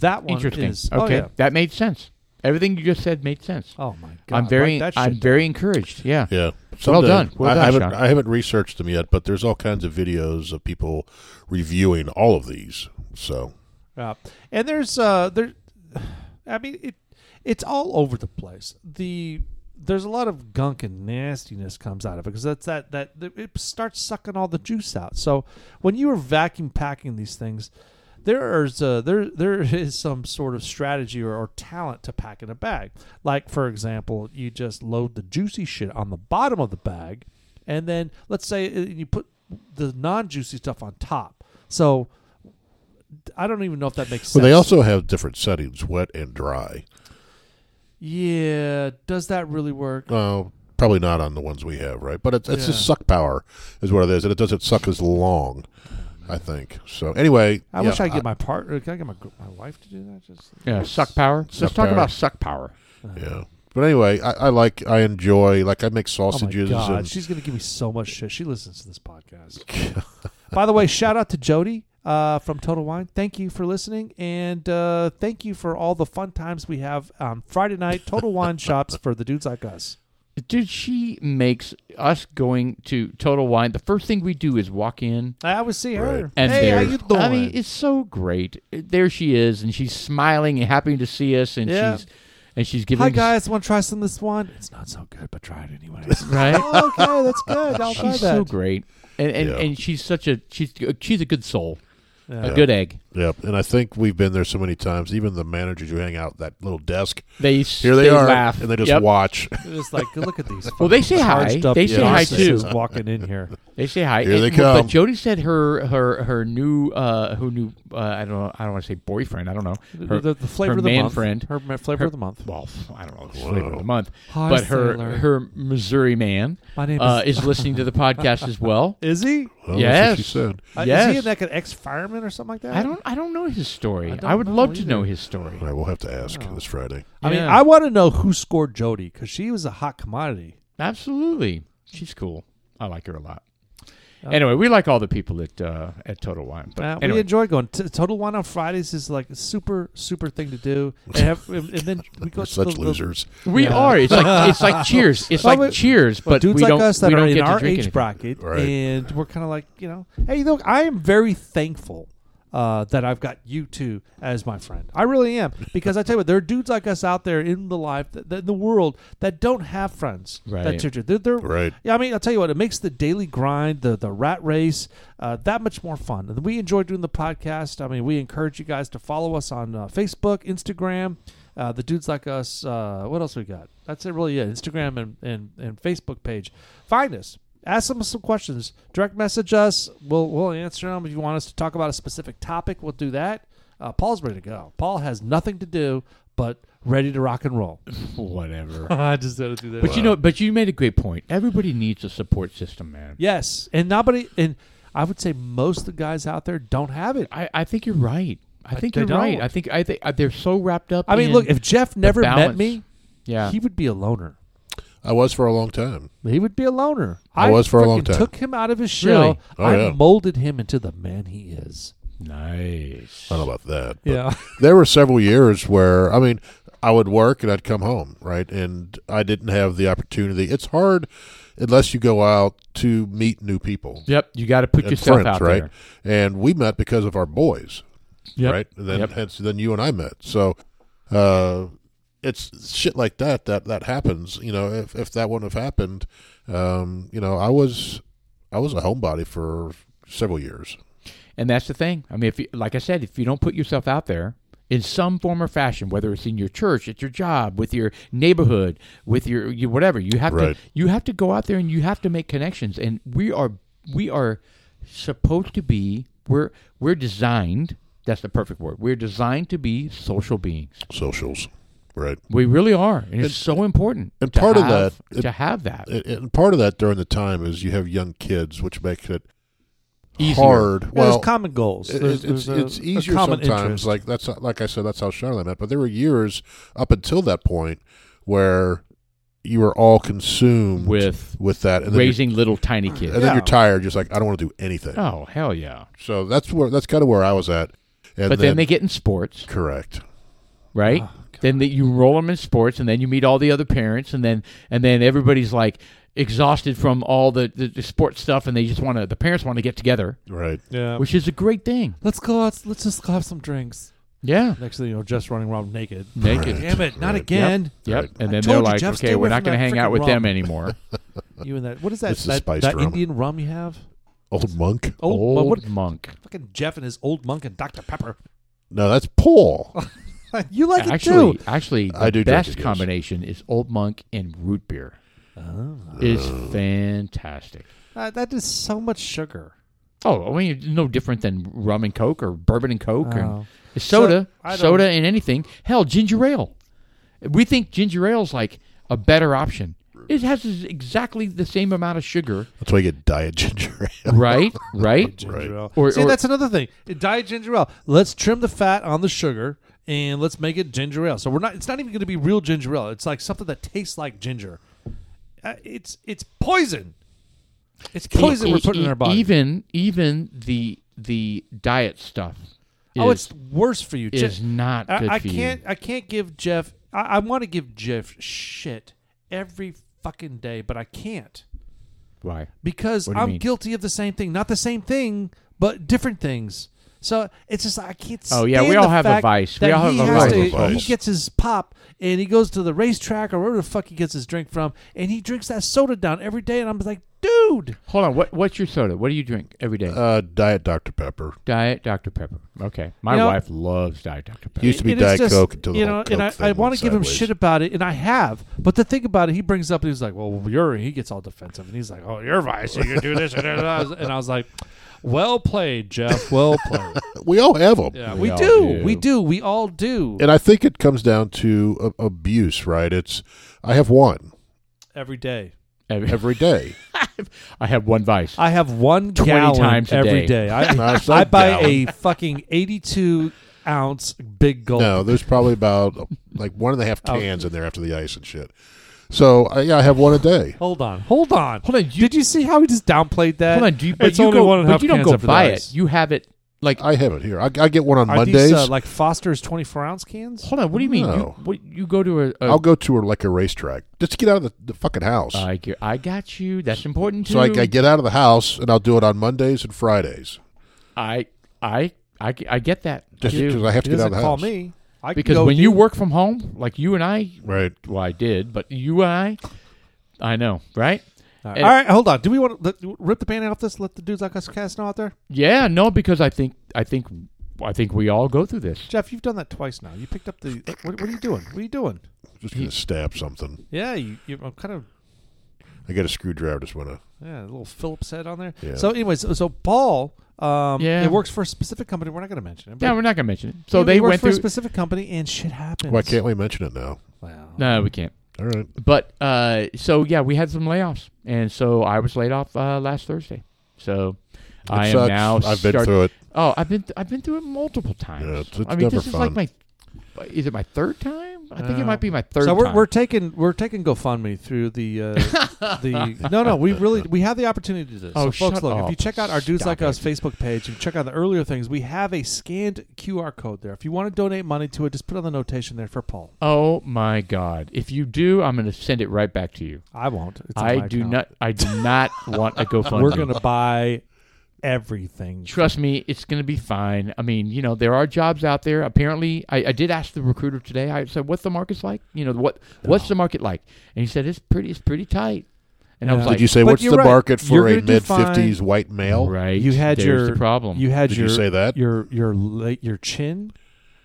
Speaker 4: that one
Speaker 2: Interesting.
Speaker 4: is
Speaker 2: okay,
Speaker 4: Oh, yeah.
Speaker 2: that made sense. Everything you just said made sense.
Speaker 4: oh my god!
Speaker 2: I'm very,
Speaker 4: write that
Speaker 2: I'm
Speaker 4: shit
Speaker 2: very encouraged. Yeah.
Speaker 1: Yeah.
Speaker 2: Well
Speaker 1: Someday.
Speaker 2: done. Well
Speaker 1: I,
Speaker 2: done,
Speaker 1: I haven't,
Speaker 2: Sean.
Speaker 1: I haven't researched them yet, but there's all kinds of videos of people reviewing all of these. So
Speaker 4: Yeah, and there's uh there, I mean it, it's all over the place. The there's a lot of gunk and nastiness comes out of it because that's that that it starts sucking all the juice out. So when you are vacuum packing these things, there is uh, there there is some sort of strategy or, or talent to pack in a bag. Like for example, you just load the juicy shit on the bottom of the bag, and then let's say uh, you put the non-juicy stuff on top. So I don't even know if that makes sense.
Speaker 1: Well, they also have different settings, wet and dry.
Speaker 4: yeah. Does that really work?
Speaker 1: Well, probably not on the ones we have, right? But it's, it's
Speaker 4: Yeah.
Speaker 1: just suck power is what it is, and it doesn't suck as long, I think. So anyway,
Speaker 4: I
Speaker 1: yeah,
Speaker 4: wish I could get my partner. Can I get my gr- my wife to do that? Just
Speaker 2: Yeah. Suck power. Let's
Speaker 1: Suck
Speaker 2: talk
Speaker 1: power.
Speaker 2: about suck power.
Speaker 1: yeah. But anyway, I, I like, I enjoy, like I make
Speaker 4: Oh my
Speaker 1: sausages
Speaker 4: god,
Speaker 1: and
Speaker 4: she's gonna give me so much shit. She listens to this podcast. By the way, shout out to Jody uh, from Total Wine. Thank you for listening, and uh, thank you for all the fun times we have on Friday night. Total Wine shops for the dudes like us.
Speaker 2: Dude, she makes us going to Total Wine. The first thing we do is walk in,
Speaker 4: I always see her.
Speaker 1: Right.
Speaker 2: and
Speaker 4: hey, how
Speaker 2: there's-
Speaker 4: you doing?
Speaker 2: I mean, it's so great. There she is, and she's smiling and happy to see us, and
Speaker 4: Yeah.
Speaker 2: she's and she's giving
Speaker 4: Hi
Speaker 2: us-
Speaker 4: guys, want to try some of this wine? It's not so good, but try it anyway.
Speaker 2: right.
Speaker 4: oh, okay, that's good. I'll try
Speaker 2: she's
Speaker 4: that.
Speaker 2: so great, and and,
Speaker 1: Yeah.
Speaker 2: and she's such a she's uh, she's a good soul,
Speaker 4: Yeah.
Speaker 2: a good egg.
Speaker 1: yep. And I think we've been there so many times. Even the managers who hang out at that little desk,
Speaker 2: They
Speaker 1: here they, are,
Speaker 2: laugh
Speaker 1: and they just
Speaker 2: Yep.
Speaker 1: watch.
Speaker 4: It's like, look at these.
Speaker 2: Well, they say hi.
Speaker 4: charged up
Speaker 2: They say hi too.
Speaker 4: narcissists Walking in here,
Speaker 2: They say hi.
Speaker 1: Here
Speaker 2: and-
Speaker 1: they
Speaker 2: But
Speaker 1: come.
Speaker 2: Jody said her her her new uh who new uh, I don't know I don't want to say boyfriend I don't know her,
Speaker 4: the, the flavor
Speaker 2: her
Speaker 4: of the
Speaker 2: man
Speaker 4: month.
Speaker 2: friend.
Speaker 4: her ma- flavor
Speaker 2: Her-
Speaker 4: of the month.
Speaker 2: well I don't know flavor of
Speaker 1: Wow.
Speaker 2: the month
Speaker 4: Hi,
Speaker 2: but her
Speaker 4: Sailor.
Speaker 2: her Missouri man
Speaker 4: My name
Speaker 2: uh,
Speaker 4: is.
Speaker 2: is listening to the podcast as well.
Speaker 4: Is he?
Speaker 1: Well, that's what
Speaker 2: Yes.
Speaker 1: she said.
Speaker 4: Uh,
Speaker 2: Yes.
Speaker 4: Is he like an ex fireman or something like that?
Speaker 2: I don't I don't know his story.
Speaker 4: I
Speaker 2: I,
Speaker 4: don't
Speaker 2: would
Speaker 4: know
Speaker 2: love to
Speaker 4: either.
Speaker 2: know his story.
Speaker 1: All right, we'll have to ask
Speaker 4: Oh.
Speaker 1: this Friday.
Speaker 4: I mean,
Speaker 2: Yeah.
Speaker 4: I want to know who scored Jody because she was a hot commodity.
Speaker 2: Absolutely, she's cool. I like her a lot.
Speaker 4: Yeah.
Speaker 2: Anyway, we like all the people at uh, at Total Wine. But
Speaker 4: Uh, We
Speaker 2: anyway,
Speaker 4: enjoy going. T- Total Wine on Fridays is like a super, super thing to do. And, have, and and then we go
Speaker 1: We're
Speaker 4: to
Speaker 1: such
Speaker 4: the, the,
Speaker 1: losers.
Speaker 2: we
Speaker 4: Yeah.
Speaker 2: are. It's like it's like Cheers. It's
Speaker 4: Well,
Speaker 2: like
Speaker 4: but-
Speaker 2: Cheers,
Speaker 4: Well,
Speaker 2: but
Speaker 4: dudes
Speaker 2: we
Speaker 4: like
Speaker 2: don't
Speaker 4: us that
Speaker 2: we
Speaker 4: are
Speaker 2: don't
Speaker 4: in
Speaker 2: get to
Speaker 4: our
Speaker 2: drink
Speaker 4: age
Speaker 2: anything.
Speaker 4: bracket,
Speaker 1: Right.
Speaker 4: and we're kind of like, you know, hey, look, I am very thankful uh, that I've got you two as my friend. I really am because I tell you what, there are dudes like us out there in the life, that, that- in the world, that don't have friends.
Speaker 2: Right.
Speaker 4: That's your, they're, they're,
Speaker 1: Right.
Speaker 4: yeah, I mean, I'll tell you what, it makes the daily grind, the the rat race, uh, that much more fun. And we enjoy doing the podcast. I mean, we encourage you guys to follow us on uh, Facebook, Instagram, uh, the dudes like us. Uh, what else we got? That's it, really. It. Instagram and, and and Facebook page. Find us. Ask them some questions. Direct message us. We'll we'll answer them. If you want us to talk about a specific topic, we'll do that. Uh, Paul's ready to go. Paul has nothing to do but ready to rock and roll.
Speaker 2: Whatever.
Speaker 4: I just gotta do that.
Speaker 2: But you know, but you made a great point. Everybody needs a support system, man.
Speaker 4: Yes, and nobody, and I would say most of the guys out there don't have it.
Speaker 2: I, I think you're right. I think
Speaker 3: they
Speaker 2: you're right.
Speaker 3: don't.
Speaker 2: I think I think uh, they're so wrapped up.
Speaker 3: I mean,
Speaker 2: in
Speaker 3: look, if Jeff
Speaker 2: the
Speaker 3: never met
Speaker 2: balance.
Speaker 3: me,
Speaker 2: yeah,
Speaker 3: he would be a loner.
Speaker 1: I was for a long time.
Speaker 3: He would be a loner.
Speaker 1: I was for a long
Speaker 3: frickin'
Speaker 1: time.
Speaker 3: Took him out of his shell.
Speaker 2: Really?
Speaker 1: Oh,
Speaker 3: I
Speaker 1: yeah.
Speaker 3: molded him into the man he is.
Speaker 2: nice.
Speaker 1: I don't know about that. but
Speaker 3: Yeah.
Speaker 1: There were several years where I mean, I would work and I'd come home, right? And I didn't have the opportunity. It's hard unless you go out to meet new people.
Speaker 2: Yep, you got to put
Speaker 1: And
Speaker 2: yourself
Speaker 1: friends,
Speaker 2: out
Speaker 1: right?
Speaker 2: there.
Speaker 1: And we met because of our boys,
Speaker 2: Yep.
Speaker 1: right? And then
Speaker 2: Yep.
Speaker 1: hence then you and I met. So uh it's shit like that that that happens, you know, if if that wouldn't have happened, um, you know, I was I was a homebody for several years.
Speaker 2: And that's the thing. I mean, if you, like I said, if you don't put yourself out there in some form or fashion, whether it's in your church, at your job, with your neighborhood, with your you, whatever, you have
Speaker 1: Right.
Speaker 2: to you have to go out there and you have to make connections. And we are we are supposed to be we're we're designed. That's the perfect word. We're designed to be social beings.
Speaker 1: Socials. Right.
Speaker 2: We really are, and it's so important.
Speaker 1: and
Speaker 2: to
Speaker 1: part of
Speaker 2: have-
Speaker 1: that-
Speaker 2: to have that
Speaker 1: And- and part of that during the time is you have young kids, which makes it
Speaker 2: Easier.
Speaker 1: hard.
Speaker 3: Yeah,
Speaker 1: Well,
Speaker 3: there's common goals.
Speaker 1: it-
Speaker 3: There's,
Speaker 1: it's,
Speaker 3: there's a-
Speaker 1: it's
Speaker 3: a
Speaker 1: easier
Speaker 3: common
Speaker 1: sometimes.
Speaker 3: interest.
Speaker 1: Like that's like I said, that's how Charlotte met. But there were years up until that point where you were all consumed
Speaker 2: with
Speaker 1: with that, and then, you're,
Speaker 2: raising little tiny
Speaker 1: and
Speaker 2: kids.
Speaker 1: then you're
Speaker 3: Yeah.
Speaker 1: tired, just like I don't want to do anything.
Speaker 2: Oh hell yeah!
Speaker 1: So that's where that's kind of where I was at. And Ah.
Speaker 2: but then they get in sports.
Speaker 1: correct.
Speaker 2: right?
Speaker 3: Oh, God.
Speaker 2: then that you roll them in sports, and then you meet all the other parents, and then and then everybody's like exhausted from all the the, the sports stuff, and they just want to. The parents want to get together,
Speaker 1: Right.
Speaker 3: yeah.
Speaker 2: which is a great thing.
Speaker 3: Let's go out. Let's just go have some drinks.
Speaker 2: Yeah,
Speaker 3: Next thing you know, Jeff's running around naked.
Speaker 2: naked.
Speaker 1: Right.
Speaker 3: Damn it! Not
Speaker 1: Right.
Speaker 3: again.
Speaker 2: Yep,
Speaker 1: Right.
Speaker 2: and
Speaker 3: I
Speaker 2: then
Speaker 3: told
Speaker 2: they're
Speaker 3: you,
Speaker 2: like,
Speaker 3: Jeff, stay
Speaker 2: "Okay, we're
Speaker 3: away
Speaker 2: not
Speaker 3: from
Speaker 2: going to
Speaker 3: that
Speaker 2: hang out
Speaker 3: frickin'
Speaker 2: with them
Speaker 3: rum."
Speaker 2: anymore."
Speaker 3: You and that. What is that?
Speaker 1: It's the
Speaker 3: that
Speaker 1: spiced
Speaker 3: that
Speaker 1: rum.
Speaker 3: Indian rum you have? Oh,
Speaker 1: Old monk.
Speaker 2: Old,
Speaker 3: but what?
Speaker 2: monk.
Speaker 3: Fucking Jeff and his old monk and Dr Pepper.
Speaker 1: No, that's Paul.
Speaker 3: you like
Speaker 2: actually,
Speaker 3: it too.
Speaker 2: actually, the
Speaker 1: I do drink it,
Speaker 2: best
Speaker 1: yes.
Speaker 2: combination is old monk and root beer.
Speaker 3: Oh.
Speaker 2: Is fantastic.
Speaker 3: Uh, that is so much sugar.
Speaker 2: Oh, I mean, it's no different than rum and coke or bourbon and coke or
Speaker 3: Oh.
Speaker 2: soda,
Speaker 3: I don't-
Speaker 2: soda and anything. Hell, ginger ale. We think ginger ale's like a better option. It has exactly the same amount of sugar,
Speaker 1: That's why you get diet ginger ale.
Speaker 2: right? right?
Speaker 3: Ginger
Speaker 1: Right.
Speaker 3: ale.
Speaker 2: Or-
Speaker 3: See,
Speaker 2: or-
Speaker 3: that's another thing. Diet ginger ale. Let's trim the fat on the sugar and let's make it ginger ale. So we're not. It's not even going to be real ginger ale. It's like something that tastes like ginger. Uh, it's it's poison. It's poison
Speaker 2: E-
Speaker 3: we're putting in
Speaker 2: e-
Speaker 3: our body.
Speaker 2: Even even the the diet stuff is,
Speaker 3: oh, it's worse for you.
Speaker 2: is
Speaker 3: Je-
Speaker 2: not good
Speaker 3: I, I
Speaker 2: for
Speaker 3: can't.
Speaker 2: you.
Speaker 3: I can't give Jeff. I, I want to give Jeff shit every fucking day, but I can't.
Speaker 2: Why?
Speaker 3: because
Speaker 2: What do you
Speaker 3: I'm
Speaker 2: mean?
Speaker 3: guilty of the same thing. Not the same thing, but different things. So it's just I can't.
Speaker 2: Oh, yeah, we
Speaker 3: stand
Speaker 2: all
Speaker 3: the
Speaker 2: have a
Speaker 3: fact
Speaker 2: vice. We
Speaker 3: that
Speaker 2: all have
Speaker 3: he
Speaker 2: a
Speaker 3: has
Speaker 1: vice.
Speaker 3: to-
Speaker 1: We all have a
Speaker 3: He
Speaker 1: vice.
Speaker 3: gets his pop and he goes to the racetrack or wherever the fuck he gets his drink from, and he drinks that soda down every day. And I'm like, dude,
Speaker 2: Hold on. What what's your soda? What do you drink every day?
Speaker 1: Uh, diet Dr Pepper.
Speaker 2: diet Dr Pepper. Okay, my
Speaker 3: You know-
Speaker 2: wife loves diet Dr Pepper.
Speaker 1: Used to be
Speaker 3: And it's
Speaker 1: Diet
Speaker 3: just-
Speaker 1: Coke until the
Speaker 3: you
Speaker 1: whole
Speaker 3: know.
Speaker 1: Coke
Speaker 3: and I,
Speaker 1: thing
Speaker 3: I want
Speaker 1: went
Speaker 3: to give him
Speaker 1: sideways.
Speaker 3: shit about it, and I have. But the thing about it, he brings up, he's like, well, you're. He gets all defensive, and he's like, oh, you're vice. You can do this, and I was- and I was like, well played, Jeff. Well played.
Speaker 1: We all have them.
Speaker 3: Yeah,
Speaker 2: We
Speaker 3: we,
Speaker 2: all
Speaker 3: do.
Speaker 2: do.
Speaker 3: We do. We all do.
Speaker 1: and I think it comes down to a- abuse, right? It's I have one
Speaker 3: every day.
Speaker 1: every day.
Speaker 2: I have one vice.
Speaker 3: I have one
Speaker 2: 20
Speaker 3: gallon
Speaker 2: times a
Speaker 3: every
Speaker 2: day.
Speaker 3: day. I,
Speaker 1: No, it's not
Speaker 3: I buy
Speaker 1: gallon.
Speaker 3: a fucking 82 ounce big gulp.
Speaker 1: no. There's probably about like one and a half cans in there after the ice and shit. So I, yeah, I have one a day.
Speaker 3: Hold on. Hold on.
Speaker 2: Hold on, you-
Speaker 3: Did you see how he just downplayed that?
Speaker 2: Hold on, do you, but
Speaker 3: it's
Speaker 2: you
Speaker 3: only
Speaker 2: go,
Speaker 3: one and a
Speaker 2: but
Speaker 3: half
Speaker 2: you don't
Speaker 3: cans
Speaker 2: go
Speaker 3: after
Speaker 2: buy
Speaker 3: the
Speaker 2: it.
Speaker 3: ice.
Speaker 2: You have it like.
Speaker 1: I have it here. I, I get one on
Speaker 3: Are
Speaker 1: Mondays.
Speaker 3: these uh, like Foster's 24 ounce cans?
Speaker 2: hold on, what do you mean? You,
Speaker 1: No.
Speaker 2: what, you go to a. a
Speaker 1: I'll go to a, like a racetrack just to get out of the, the fucking house.
Speaker 2: I get- I got Uh, you. That's important too.
Speaker 1: so I, I get out of the house and I'll do it on Mondays and Fridays
Speaker 2: I I I g- I get that. I
Speaker 1: just
Speaker 2: do.
Speaker 1: because I have to
Speaker 3: He
Speaker 1: get out of
Speaker 3: doesn't
Speaker 1: the
Speaker 3: call
Speaker 1: house.
Speaker 3: me. I can
Speaker 2: because
Speaker 3: go
Speaker 2: when
Speaker 3: do-
Speaker 2: you work from home, like you and I,
Speaker 1: Right.
Speaker 2: well, I did, but you and I, I know, right?
Speaker 3: All right.
Speaker 2: and-
Speaker 3: All right, hold on. Do we want to rip the band off this? Let the dudes like us cast know out there?
Speaker 2: Yeah, no, because I think I think I think we all go through this.
Speaker 3: Jeff, you've done that twice now. You picked up the. What, what are you doing? What are you doing?
Speaker 1: Just gonna stab something.
Speaker 3: Yeah, you, you, I'm kind of
Speaker 1: I got a screwdriver. Just want to.
Speaker 3: Yeah, a little Phillips head on there.
Speaker 1: Yeah.
Speaker 3: So, anyways,
Speaker 4: uh,
Speaker 3: so, so Paul, um,
Speaker 2: Yeah.
Speaker 3: it works for a specific company. We're not going to mention it. but
Speaker 2: Yeah, we're not gonna mention it. So
Speaker 3: he
Speaker 2: they
Speaker 3: works
Speaker 2: went
Speaker 3: for
Speaker 2: through.
Speaker 3: a specific company, and shit happens.
Speaker 1: Why can't we mention it now?
Speaker 3: Wow.
Speaker 2: no, we can't.
Speaker 1: All right.
Speaker 2: But uh, so yeah, we had some layoffs, and so I was laid off uh, last Thursday. So I am
Speaker 1: sucks.
Speaker 2: now.
Speaker 1: I've been
Speaker 2: start-
Speaker 1: through it.
Speaker 2: Oh, I've been I've been through it multiple times.
Speaker 1: Yeah, it's- it's
Speaker 2: I mean,
Speaker 1: never
Speaker 2: this is like
Speaker 1: fun.
Speaker 2: my. Is it my third time? I think
Speaker 4: Yeah.
Speaker 2: it might be my third.
Speaker 4: so we're,
Speaker 2: time.
Speaker 4: we're taking we're taking GoFundMe through the uh, the no no we really we have the opportunity to do this.
Speaker 2: Oh,
Speaker 4: so folks,
Speaker 2: shut
Speaker 4: look if
Speaker 2: up.
Speaker 4: you check out our dudes
Speaker 2: Stop
Speaker 4: like us Facebook page and check out the earlier things, we have a scanned QR code there. If you want to donate money to it, just put on the notation there for Paul.
Speaker 2: Oh my God! If you do, I'm going to send it right back to you.
Speaker 4: I won't. It's on
Speaker 2: I
Speaker 4: my
Speaker 2: do
Speaker 4: account.
Speaker 2: not. I do not want a GoFundMe.
Speaker 4: We're gonna buy everything.
Speaker 2: Trust me, it's going to be fine. I mean, you know, there are jobs out there. Apparently, I, I did ask the recruiter today. I said, "What's the market's like? You know, what what's the market like?" And he said, "It's pretty. It's pretty tight." And I was
Speaker 4: Yeah.
Speaker 2: like,
Speaker 1: Did you say
Speaker 4: But
Speaker 1: what's
Speaker 4: you're
Speaker 1: the
Speaker 4: right.
Speaker 1: market
Speaker 4: You're
Speaker 1: for a
Speaker 4: gonna do
Speaker 1: mid fifties white male?
Speaker 2: "Right,
Speaker 4: You had
Speaker 2: there's
Speaker 4: your-
Speaker 2: the problem."
Speaker 4: You had
Speaker 1: Did
Speaker 4: your
Speaker 1: you say that?
Speaker 4: your your la- your chin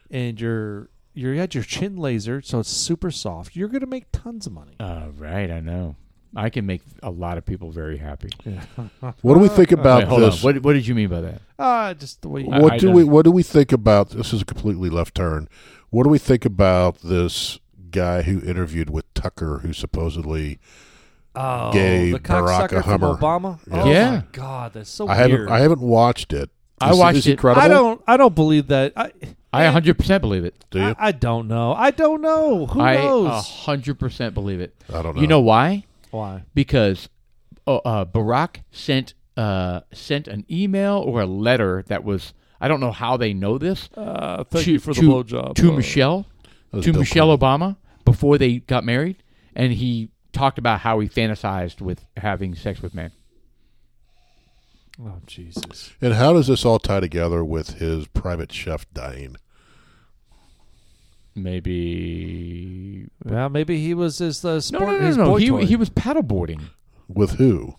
Speaker 4: and your you had your chin laser, so it's super soft. You're gonna make tons of money.
Speaker 2: Uh, right, I know. I can make a lot of people very happy.
Speaker 1: What do we think
Speaker 2: Wait,
Speaker 1: about
Speaker 2: hold
Speaker 1: this?
Speaker 2: on. What, what did you mean by that?
Speaker 4: Ah, just the way.
Speaker 2: I-
Speaker 1: what
Speaker 2: I
Speaker 1: do
Speaker 2: don't-
Speaker 1: we what do we think about this is a completely left turn what do we think about this guy who interviewed with tucker who supposedly
Speaker 4: Oh,
Speaker 1: Gay
Speaker 4: the cocksucker
Speaker 1: Barack
Speaker 4: from
Speaker 1: Hummer.
Speaker 4: Obama.
Speaker 1: Yeah.
Speaker 4: Oh
Speaker 2: Yeah.
Speaker 4: my God, that's so
Speaker 1: i haven't
Speaker 4: weird.
Speaker 1: i haven't watched it
Speaker 2: I
Speaker 1: Is-
Speaker 2: watched
Speaker 1: is he
Speaker 2: it.
Speaker 1: credible?
Speaker 4: I don't. I don't believe that. I,
Speaker 2: I 100 percent believe it.
Speaker 1: do you
Speaker 4: I, I don't know. I don't know. Who
Speaker 2: I uh,
Speaker 4: knows?
Speaker 2: 100 percent believe it.
Speaker 1: i don't know
Speaker 2: You know why?
Speaker 4: Why?
Speaker 2: Because uh, uh, Barack sent uh, sent an email or a letter that was I don't know how they know this
Speaker 4: Uh,
Speaker 2: to, to, to Michelle
Speaker 1: That was
Speaker 2: to
Speaker 1: Bill
Speaker 2: Michelle Obama before they got married, and he talked about how he fantasized with having sex with men.
Speaker 4: Oh Jesus!
Speaker 1: and how does this all tie together with his private chef dying
Speaker 2: Maybe
Speaker 4: Well, maybe he was his uh,
Speaker 2: no,
Speaker 4: sport.
Speaker 2: no, no,
Speaker 4: his
Speaker 2: no.
Speaker 4: boy
Speaker 2: He
Speaker 4: toy.
Speaker 2: he was paddleboarding
Speaker 1: with who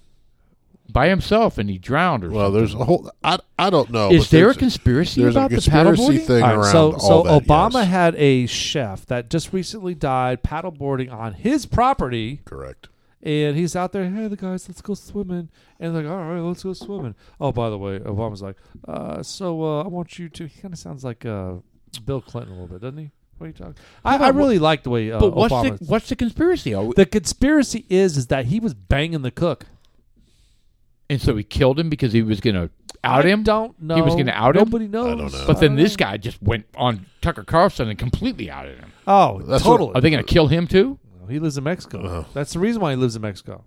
Speaker 2: by himself, and he drowned. Or
Speaker 1: well there's a whole i, I don't know
Speaker 2: something. is
Speaker 1: but
Speaker 2: there a
Speaker 1: there's-
Speaker 2: conspiracy
Speaker 1: there's
Speaker 2: about
Speaker 1: a conspiracy
Speaker 2: the paddleboarding?
Speaker 1: thing
Speaker 4: All right,
Speaker 1: around
Speaker 4: so,
Speaker 1: all
Speaker 4: so
Speaker 1: that,
Speaker 4: Obama
Speaker 1: yes.
Speaker 4: had a chef that just recently died paddleboarding on his property,
Speaker 1: correct
Speaker 4: and he's out there. Hey, the guys, let's go swimming. And they're like, all right, let's go swimming. Oh, by the way, Obama's like, uh, so uh, I want you to. He kind of sounds like uh, Bill Clinton a little bit, doesn't he? What are you talking? I, I
Speaker 2: But what-
Speaker 4: really like the way uh,
Speaker 2: But what's
Speaker 4: Obama.
Speaker 2: the what's the conspiracy? Are we-
Speaker 4: the conspiracy is is that he was banging the cook.
Speaker 2: and so he killed him because he was going to out
Speaker 4: I
Speaker 2: him.
Speaker 4: Don't know.
Speaker 2: was gonna out him?
Speaker 4: Nobody knows.
Speaker 1: don't know.
Speaker 2: But then
Speaker 4: I
Speaker 2: this
Speaker 4: don't
Speaker 2: guy just went on Tucker Carlson and completely outed him.
Speaker 4: know. Oh,
Speaker 1: That's what-
Speaker 4: totally.
Speaker 2: Are they going to kill him too?
Speaker 4: he lives in Mexico.
Speaker 1: Uh.
Speaker 4: That's the reason why he lives in Mexico.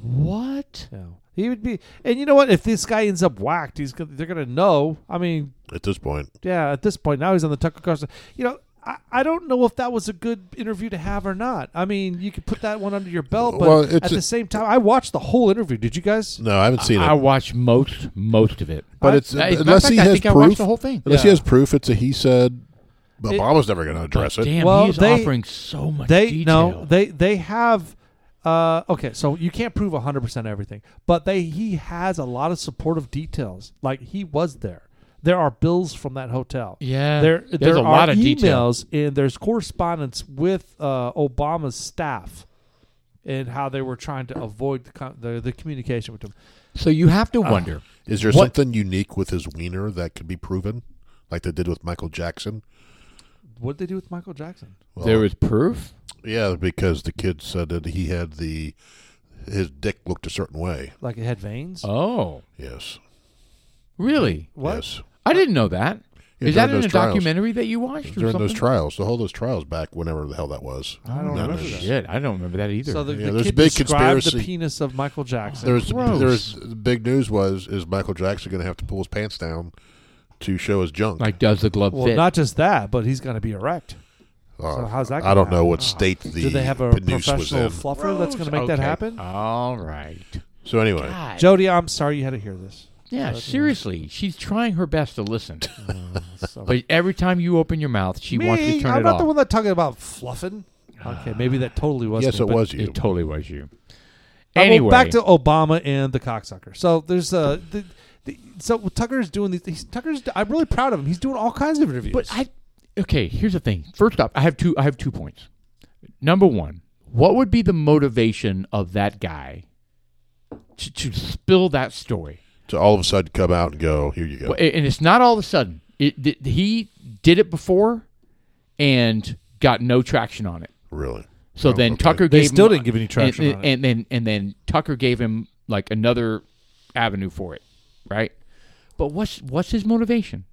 Speaker 2: What?
Speaker 4: Yeah, he would be. And you know what? If this guy ends up whacked, he's gonna, they're gonna know. I mean,
Speaker 1: at this point
Speaker 4: yeah. At this point, now he's on the Tucker Carlson. You know, I, I don't know if that was a good interview to have or not. I mean, you could put that one under your belt, but
Speaker 1: Well, it's
Speaker 4: at
Speaker 1: a-
Speaker 4: the same time, I watched the whole interview. Did you guys?
Speaker 1: no i haven't seen
Speaker 2: I
Speaker 1: it
Speaker 2: watched most most of it.
Speaker 1: but
Speaker 4: I-
Speaker 1: it's
Speaker 2: As a matter of
Speaker 1: unless
Speaker 2: fact,
Speaker 1: he
Speaker 2: I
Speaker 1: has
Speaker 2: think I watched
Speaker 1: proof
Speaker 2: the whole thing.
Speaker 1: Unless
Speaker 4: Yeah.
Speaker 1: he has proof, it's a he said. But
Speaker 4: It-
Speaker 1: Obama's never going to address
Speaker 2: But
Speaker 1: it.
Speaker 2: damn,
Speaker 4: Well,
Speaker 2: he's
Speaker 4: they-
Speaker 2: offering so much
Speaker 4: They
Speaker 2: detail.
Speaker 4: no, they they have. Uh, okay, so you can't prove 100% everything, but they he has a lot of supportive details. Like he was there. There are bills from that hotel.
Speaker 2: yeah,
Speaker 4: there
Speaker 2: there's
Speaker 4: there
Speaker 2: a
Speaker 4: are
Speaker 2: lot of detail.
Speaker 4: emails and there's correspondence with uh, Obama's staff and how they were trying to avoid the con- the, the communication with him.
Speaker 2: So you have
Speaker 1: Ah.
Speaker 2: to wonder.
Speaker 1: Is there
Speaker 2: What-
Speaker 1: something unique with his wiener that could be proven, like they did with Michael Jackson?
Speaker 4: What did they do with Michael Jackson?
Speaker 1: Well,
Speaker 2: there was proof.
Speaker 1: yeah, because the kid said that he had the his dick looked a certain way.
Speaker 4: Like it had veins?
Speaker 2: Oh,
Speaker 1: Yes,
Speaker 2: really?
Speaker 4: what?
Speaker 1: yes.
Speaker 2: I didn't know that.
Speaker 1: Yeah,
Speaker 2: Is that
Speaker 1: during
Speaker 2: in
Speaker 1: those
Speaker 2: a
Speaker 1: trials.
Speaker 2: documentary that you watched? or
Speaker 1: During those
Speaker 2: something? Ah,
Speaker 1: trials, the whole those trials back whenever the hell that was.
Speaker 4: I don't
Speaker 1: No,
Speaker 4: remember
Speaker 1: there's-
Speaker 4: that.
Speaker 2: Shit, I don't remember that either.
Speaker 4: So the,
Speaker 1: Yeah,
Speaker 4: the
Speaker 1: there's
Speaker 4: kid
Speaker 1: big
Speaker 4: described the
Speaker 1: conspiracy.
Speaker 4: penis of Michael Jackson.
Speaker 1: There was
Speaker 2: Gross.
Speaker 1: there was the big news was is Michael Jackson going to have to pull his pants down to show his junk?
Speaker 2: like, does the glove
Speaker 4: well,
Speaker 2: Oh, fit?
Speaker 4: not just that, but he's going to be erect.
Speaker 1: Uh,
Speaker 4: so how's that
Speaker 1: I don't
Speaker 4: gonna
Speaker 1: know what
Speaker 4: happen?
Speaker 1: state the
Speaker 4: Do they have a
Speaker 1: Panisse was
Speaker 4: professional
Speaker 1: in.
Speaker 4: fluffer that's going to make that
Speaker 2: Okay.
Speaker 4: happen?
Speaker 2: All right.
Speaker 1: so anyway,
Speaker 2: God.
Speaker 4: Jody, I'm sorry you had to hear this.
Speaker 2: Yeah,
Speaker 4: But, uh,
Speaker 2: seriously, she's trying her best to listen,
Speaker 4: Oh, So-
Speaker 2: but every time you open your mouth, she
Speaker 4: Me?
Speaker 2: wants to turn
Speaker 4: I'm
Speaker 2: it
Speaker 4: not
Speaker 2: off.
Speaker 4: the one that talking about fluffing. Okay, maybe that totally was.
Speaker 1: yes,
Speaker 4: me,
Speaker 1: it
Speaker 4: but-
Speaker 1: was you.
Speaker 2: it totally was you.
Speaker 4: Uh, well,
Speaker 2: Anyway,
Speaker 4: back to Obama and the cocksucker. So there's uh, the, the, so Tucker's doing these. He's, Tucker's. I'm really proud of him. He's doing all kinds of interviews.
Speaker 2: but I okay. Here's the thing. First off, I have two. I have two points. Number one, what would be the motivation of that guy to, to spill that story?
Speaker 1: to all of a sudden come out and go, here you go.
Speaker 2: But- And it's not all of a sudden. It, th- he did it before, and got no traction on it.
Speaker 1: really?
Speaker 2: So
Speaker 1: Oh,
Speaker 2: then
Speaker 1: okay.
Speaker 2: Tucker
Speaker 4: They
Speaker 2: gave
Speaker 4: still
Speaker 2: him,
Speaker 4: didn't give any traction
Speaker 2: and,
Speaker 4: on it.
Speaker 2: and, and then and then Tucker gave him like another avenue for it. right? But what's what's his motivation?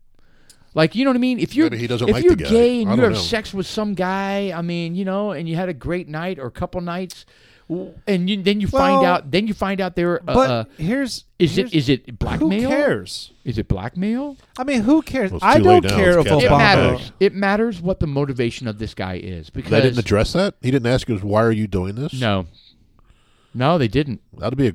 Speaker 2: Like you know what I mean? If you're
Speaker 1: Maybe he doesn't
Speaker 2: if
Speaker 1: like the
Speaker 2: you're
Speaker 1: guy.
Speaker 2: gay and
Speaker 1: I
Speaker 2: you
Speaker 1: don't
Speaker 2: have
Speaker 1: know.
Speaker 2: sex with some guy, I mean, you know, and you had a great night or a couple nights, w- and you, then you find
Speaker 3: Well,
Speaker 2: out then you find out there. Uh,
Speaker 3: but
Speaker 2: uh,
Speaker 3: here's
Speaker 2: is
Speaker 3: here's,
Speaker 2: it is it blackmail?
Speaker 3: Who cares?
Speaker 2: Is it blackmail?
Speaker 3: I mean, who cares?
Speaker 1: Well, it's
Speaker 3: I
Speaker 1: too late
Speaker 3: don't
Speaker 1: now.
Speaker 3: care if
Speaker 1: It's cat
Speaker 2: It
Speaker 1: Bomb
Speaker 2: matters.
Speaker 3: Obama.
Speaker 1: bags.
Speaker 2: It matters what the motivation of this guy is because
Speaker 1: They didn't address that. He didn't ask us why are you doing this.
Speaker 2: no, no, they didn't.
Speaker 1: that'd be a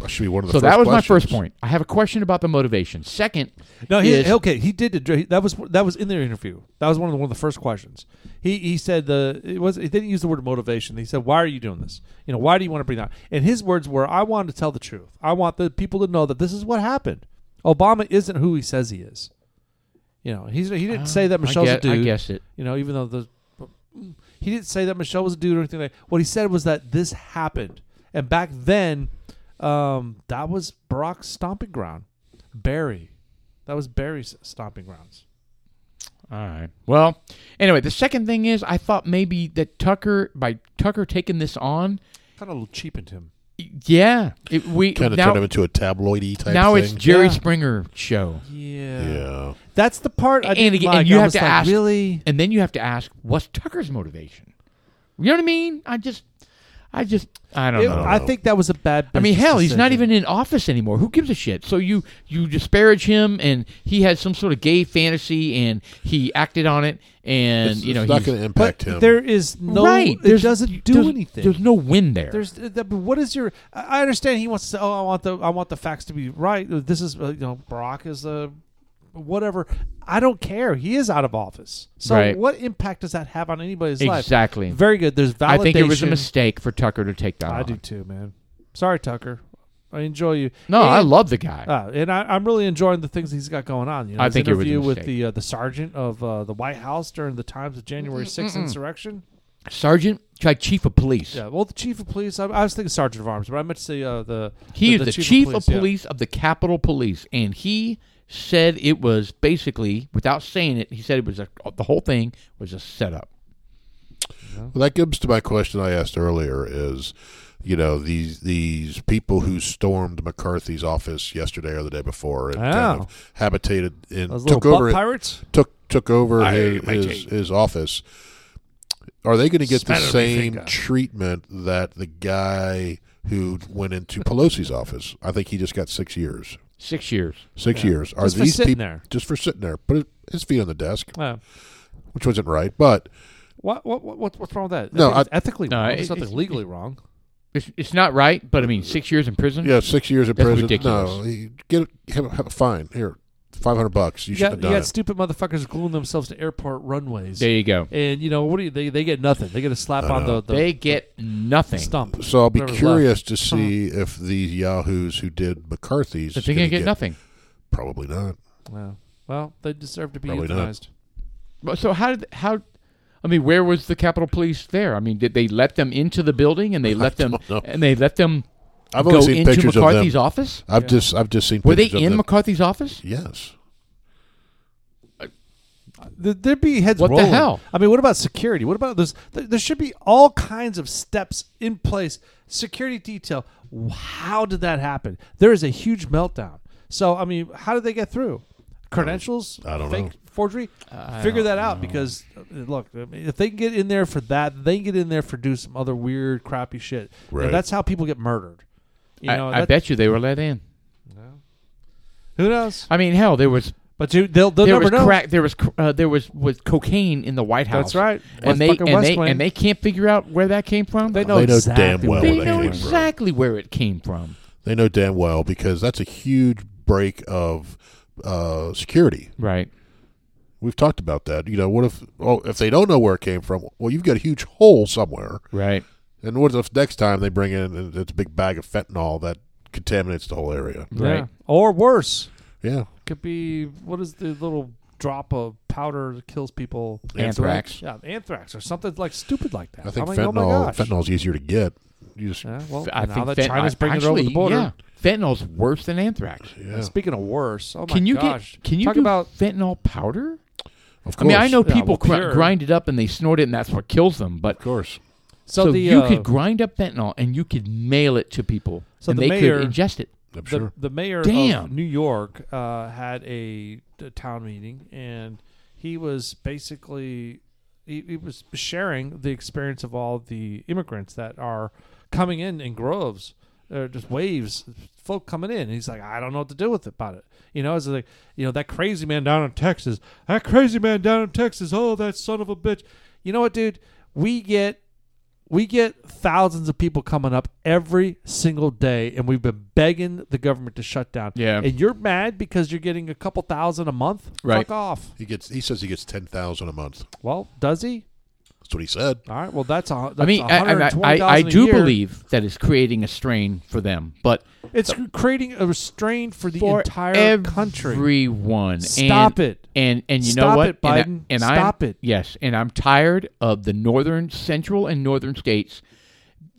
Speaker 1: that should be one of the.
Speaker 2: So
Speaker 1: first
Speaker 2: that was my
Speaker 1: questions.
Speaker 2: first point. I have a question about the motivation. Second,
Speaker 3: No, he,
Speaker 2: is-
Speaker 3: okay, he did. address- That was that was in the interview. That was one of the, one of the first questions. He he said the it was he didn't use the word motivation. He said, "Why are you doing this? You know, why do you want to bring that?" And his words were, "I want to tell the truth. I want the people to know that this is what happened. Obama isn't who he says he is. You know, he's he didn't say that
Speaker 2: I
Speaker 3: Michelle's
Speaker 2: get-
Speaker 3: a dude.
Speaker 2: I guess it.
Speaker 3: You know, even though the he didn't say that Michelle was a dude or anything like. What he said was that this happened, and back then, um, that was Barack's stomping ground, Barry. That was Barry's stomping grounds.
Speaker 2: All right. Well, anyway, the second thing is I thought maybe that Tucker by Tucker taking this on,
Speaker 3: Kind of cheapened him.
Speaker 2: yeah, it, we
Speaker 1: Kind of turned him
Speaker 2: now,
Speaker 1: into a tabloidy type.
Speaker 2: now
Speaker 1: thing.
Speaker 2: it's Jerry
Speaker 3: Yeah.
Speaker 2: Springer show,
Speaker 3: Yeah.
Speaker 1: yeah.
Speaker 3: That's the part I
Speaker 2: And
Speaker 3: didn't
Speaker 2: again-
Speaker 3: like.
Speaker 2: and you
Speaker 3: I
Speaker 2: have
Speaker 3: was
Speaker 2: to
Speaker 3: like,
Speaker 2: ask-
Speaker 3: really.
Speaker 2: and then you have to ask what's Tucker's motivation. You know what I mean? I just, I just, I don't
Speaker 3: It-
Speaker 2: know.
Speaker 1: I
Speaker 3: I
Speaker 1: don't
Speaker 3: think that was a bad.
Speaker 2: I mean,
Speaker 3: business
Speaker 2: hell, he's not
Speaker 3: decision.
Speaker 2: even in office anymore. Who gives a shit? So you you disparage him, and he has some sort of gay fantasy, and he acted on it, and
Speaker 1: It's,
Speaker 2: you know
Speaker 1: it's not
Speaker 2: he's-
Speaker 1: going to
Speaker 3: But
Speaker 1: impact him.
Speaker 3: there is no.
Speaker 2: right.
Speaker 3: It
Speaker 2: there's-
Speaker 3: doesn't do
Speaker 2: there's-
Speaker 3: anything.
Speaker 2: There's no win there.
Speaker 3: There's uh, that- but what is your? I I understand he wants to. say, Oh, I want the I want the facts to be right. This is uh, you know Barack is a whatever. I don't care. He is out of office. So
Speaker 2: Right.
Speaker 3: what impact does that have on anybody's life?
Speaker 2: exactly.
Speaker 3: Very good. There's validation.
Speaker 2: I think it was a mistake for Tucker to take that.
Speaker 3: I
Speaker 2: on.
Speaker 3: do too, man. Sorry, Tucker. I enjoy you.
Speaker 2: No, I
Speaker 3: And-
Speaker 2: love the guy.
Speaker 3: uh, and I, I'm really enjoying the things he's got going on. You know,
Speaker 2: I
Speaker 3: his
Speaker 2: think it was a
Speaker 3: interview with
Speaker 2: mistake.
Speaker 3: the uh, the sergeant of uh, the White House during the times of
Speaker 2: Mm-hmm,
Speaker 3: January 6th insurrection.
Speaker 2: Sergeant, like chief of police.
Speaker 3: Yeah, well, the chief of police. I, I was thinking sergeant of arms, but I meant to say uh, the
Speaker 2: He is the, chief, of police,
Speaker 3: yeah.
Speaker 2: of the Capitol Police, and he said it was basically, without saying it, he said it was a, the whole thing was a setup.
Speaker 1: Well, that gives to my question I asked earlier is, you know, these these people who stormed McCarthy's office yesterday or the day before and kind
Speaker 3: Oh.
Speaker 1: of habitated and
Speaker 3: Those
Speaker 1: took
Speaker 3: little butt
Speaker 1: over
Speaker 3: pirates.
Speaker 1: took took over
Speaker 5: I
Speaker 1: his,
Speaker 5: hate my
Speaker 1: his,
Speaker 5: teeth.
Speaker 1: his office. Are they going to get the
Speaker 5: Smatter me
Speaker 1: same
Speaker 5: finger.
Speaker 1: treatment that the guy who went into Pelosi's office? I think he just got six years.
Speaker 2: Six years.
Speaker 1: Six years. Are
Speaker 3: Just for
Speaker 1: these
Speaker 3: sitting
Speaker 1: people
Speaker 3: there.
Speaker 1: just for sitting there? Put his feet on the desk,
Speaker 3: Yeah.
Speaker 1: which wasn't right, but
Speaker 3: What, what what what- what's wrong with that?
Speaker 1: No,
Speaker 3: I think it's ethically
Speaker 2: No,
Speaker 3: wrong.
Speaker 2: it-
Speaker 3: It's nothing
Speaker 2: it's-
Speaker 3: legally wrong.
Speaker 2: It's, it's not right, but I mean, six years in prison.
Speaker 1: Yeah, six years in
Speaker 2: That's
Speaker 1: prison.
Speaker 2: ridiculous.
Speaker 1: No, he, get have, have a fine here, five hundred bucks. You,
Speaker 3: You
Speaker 1: should
Speaker 3: got,
Speaker 1: have
Speaker 3: you
Speaker 1: done
Speaker 3: got
Speaker 1: it.
Speaker 3: stupid motherfuckers gluing themselves to airport runways,
Speaker 2: There you go.
Speaker 3: and you know what? Do you, they they get nothing. They get a slap
Speaker 1: I
Speaker 3: on
Speaker 1: know.
Speaker 3: the, the
Speaker 2: they get nothing.
Speaker 3: stump.
Speaker 1: so I'll be
Speaker 3: Whoever's
Speaker 1: curious to see if these yahoos who did McCarthy's
Speaker 2: They're going
Speaker 1: gonna
Speaker 2: to get nothing.
Speaker 1: Probably not.
Speaker 3: Yeah. Well, they deserve to be
Speaker 1: Probably not.
Speaker 3: euthanized.
Speaker 2: But So how did how? I mean, where was the Capitol Police there? I mean, did they let them into the building and they let them
Speaker 1: don't know.
Speaker 2: and they let them
Speaker 1: I've
Speaker 2: go
Speaker 1: only seen
Speaker 2: into
Speaker 1: pictures of
Speaker 2: McCarthy's
Speaker 1: them.
Speaker 2: office?
Speaker 1: I've
Speaker 3: Yeah.
Speaker 1: just I've just seen
Speaker 2: Were they
Speaker 1: pictures of
Speaker 2: in
Speaker 1: them.
Speaker 2: McCarthy's office?
Speaker 1: yes,
Speaker 3: Th- There'd be heads
Speaker 2: What the
Speaker 3: rolling.
Speaker 2: hell?
Speaker 3: I mean, what about security? What about this? There, there should be all kinds of steps in place. Security detail. How did that happen? There is a huge meltdown. So, I mean, how did they get through? Credentials?
Speaker 1: I don't
Speaker 3: fake
Speaker 1: know.
Speaker 3: forgery?
Speaker 2: I
Speaker 3: Figure
Speaker 2: don't
Speaker 3: that out because, uh, look, I mean, if they can get in there for that, they can get in there for do some other weird, crappy shit. And
Speaker 1: Right.
Speaker 3: that's how people get murdered. You know,
Speaker 2: I, I
Speaker 3: that-
Speaker 2: bet you they were let in.
Speaker 3: Who knows?
Speaker 2: I mean, hell, there was
Speaker 3: But you, they'll, they'll
Speaker 2: there
Speaker 3: never
Speaker 2: was
Speaker 3: know.
Speaker 2: crack, there was cr- uh, there was was cocaine in the White House.
Speaker 3: That's right.
Speaker 2: And they
Speaker 3: West fucking
Speaker 2: and
Speaker 3: West
Speaker 2: they
Speaker 3: Wing.
Speaker 2: and they can't figure out where that came from.
Speaker 3: They know
Speaker 1: They know
Speaker 3: exactly
Speaker 1: damn well
Speaker 3: where
Speaker 2: They
Speaker 1: where
Speaker 3: that
Speaker 2: know
Speaker 1: came
Speaker 3: from.
Speaker 2: exactly where it came from.
Speaker 1: they know damn well because that's a huge break of uh, security.
Speaker 2: Right.
Speaker 1: We've talked about that. You know, what if oh if they don't know where it came from? Well, you've got a huge hole somewhere.
Speaker 2: Right.
Speaker 1: And what if next time they bring in and it's a big bag of fentanyl that contaminates the whole area?
Speaker 2: Right.
Speaker 3: Yeah. Or worse.
Speaker 1: Yeah.
Speaker 3: Could be what is the little drop of powder that kills people?
Speaker 2: Anthrax.
Speaker 3: Yeah, anthrax or something like stupid like that.
Speaker 1: I think
Speaker 3: mean, oh my
Speaker 1: fentanyl
Speaker 3: gosh.
Speaker 1: fentanyl is easier to get. You just
Speaker 3: Yeah, well,
Speaker 2: I
Speaker 3: now
Speaker 2: think
Speaker 3: that
Speaker 2: fent-
Speaker 3: China's
Speaker 2: I-
Speaker 3: bringing it over the
Speaker 2: actually,
Speaker 3: border.
Speaker 2: Yeah. Fentanyl's worse than anthrax.
Speaker 1: yeah,
Speaker 3: Speaking of worse, oh my
Speaker 2: can you
Speaker 3: gosh!
Speaker 2: get can you
Speaker 3: talk
Speaker 2: do
Speaker 3: about?
Speaker 2: fentanyl powder?
Speaker 1: of course.
Speaker 2: I mean, I know
Speaker 3: Yeah,
Speaker 2: people
Speaker 3: well,
Speaker 2: gri-
Speaker 3: pure.
Speaker 2: grind it up and they snort it and that's what kills them, but
Speaker 1: of course.
Speaker 3: So, the
Speaker 2: you
Speaker 3: uh,
Speaker 2: could grind up fentanyl and you could mail it to people
Speaker 3: So
Speaker 2: and they
Speaker 3: the mayor-
Speaker 2: could ingest it.
Speaker 1: I'm
Speaker 3: the,
Speaker 1: sure.
Speaker 3: the mayor of
Speaker 2: Damn.
Speaker 3: New York uh, had a, a town meeting, and he was basically he, he was sharing the experience of all the immigrants that are coming in in groves, or just waves, folk coming in. he's like, I don't know what to do with it about it. You know, it's like you know that crazy man down in Texas, that crazy man down in Texas. Oh, that son of a bitch. You know what, dude? We get we get thousands of people coming up every single day, and we've been begging the government to shut down.
Speaker 2: Yeah.
Speaker 3: And you're mad because you're getting a couple thousand a month?
Speaker 2: Right.
Speaker 3: Fuck off.
Speaker 1: He gets. He says he gets ten thousand a month.
Speaker 3: Well, does he?
Speaker 1: That's what he said.
Speaker 3: All right. Well, that's a. That's
Speaker 2: I mean, I, I, I, I
Speaker 3: $120,000 a
Speaker 2: do
Speaker 3: year.
Speaker 2: believe that it's creating a strain for them, but
Speaker 3: it's creating a restraint for the
Speaker 2: for
Speaker 3: entire country.
Speaker 2: everyone.
Speaker 3: Stop
Speaker 2: And-
Speaker 3: it.
Speaker 2: And and you
Speaker 3: Stop
Speaker 2: know what?
Speaker 3: it, Biden.
Speaker 2: And, I,
Speaker 3: Stop
Speaker 2: am
Speaker 3: it.
Speaker 2: Yes, and I'm tired of the northern, central, and northern states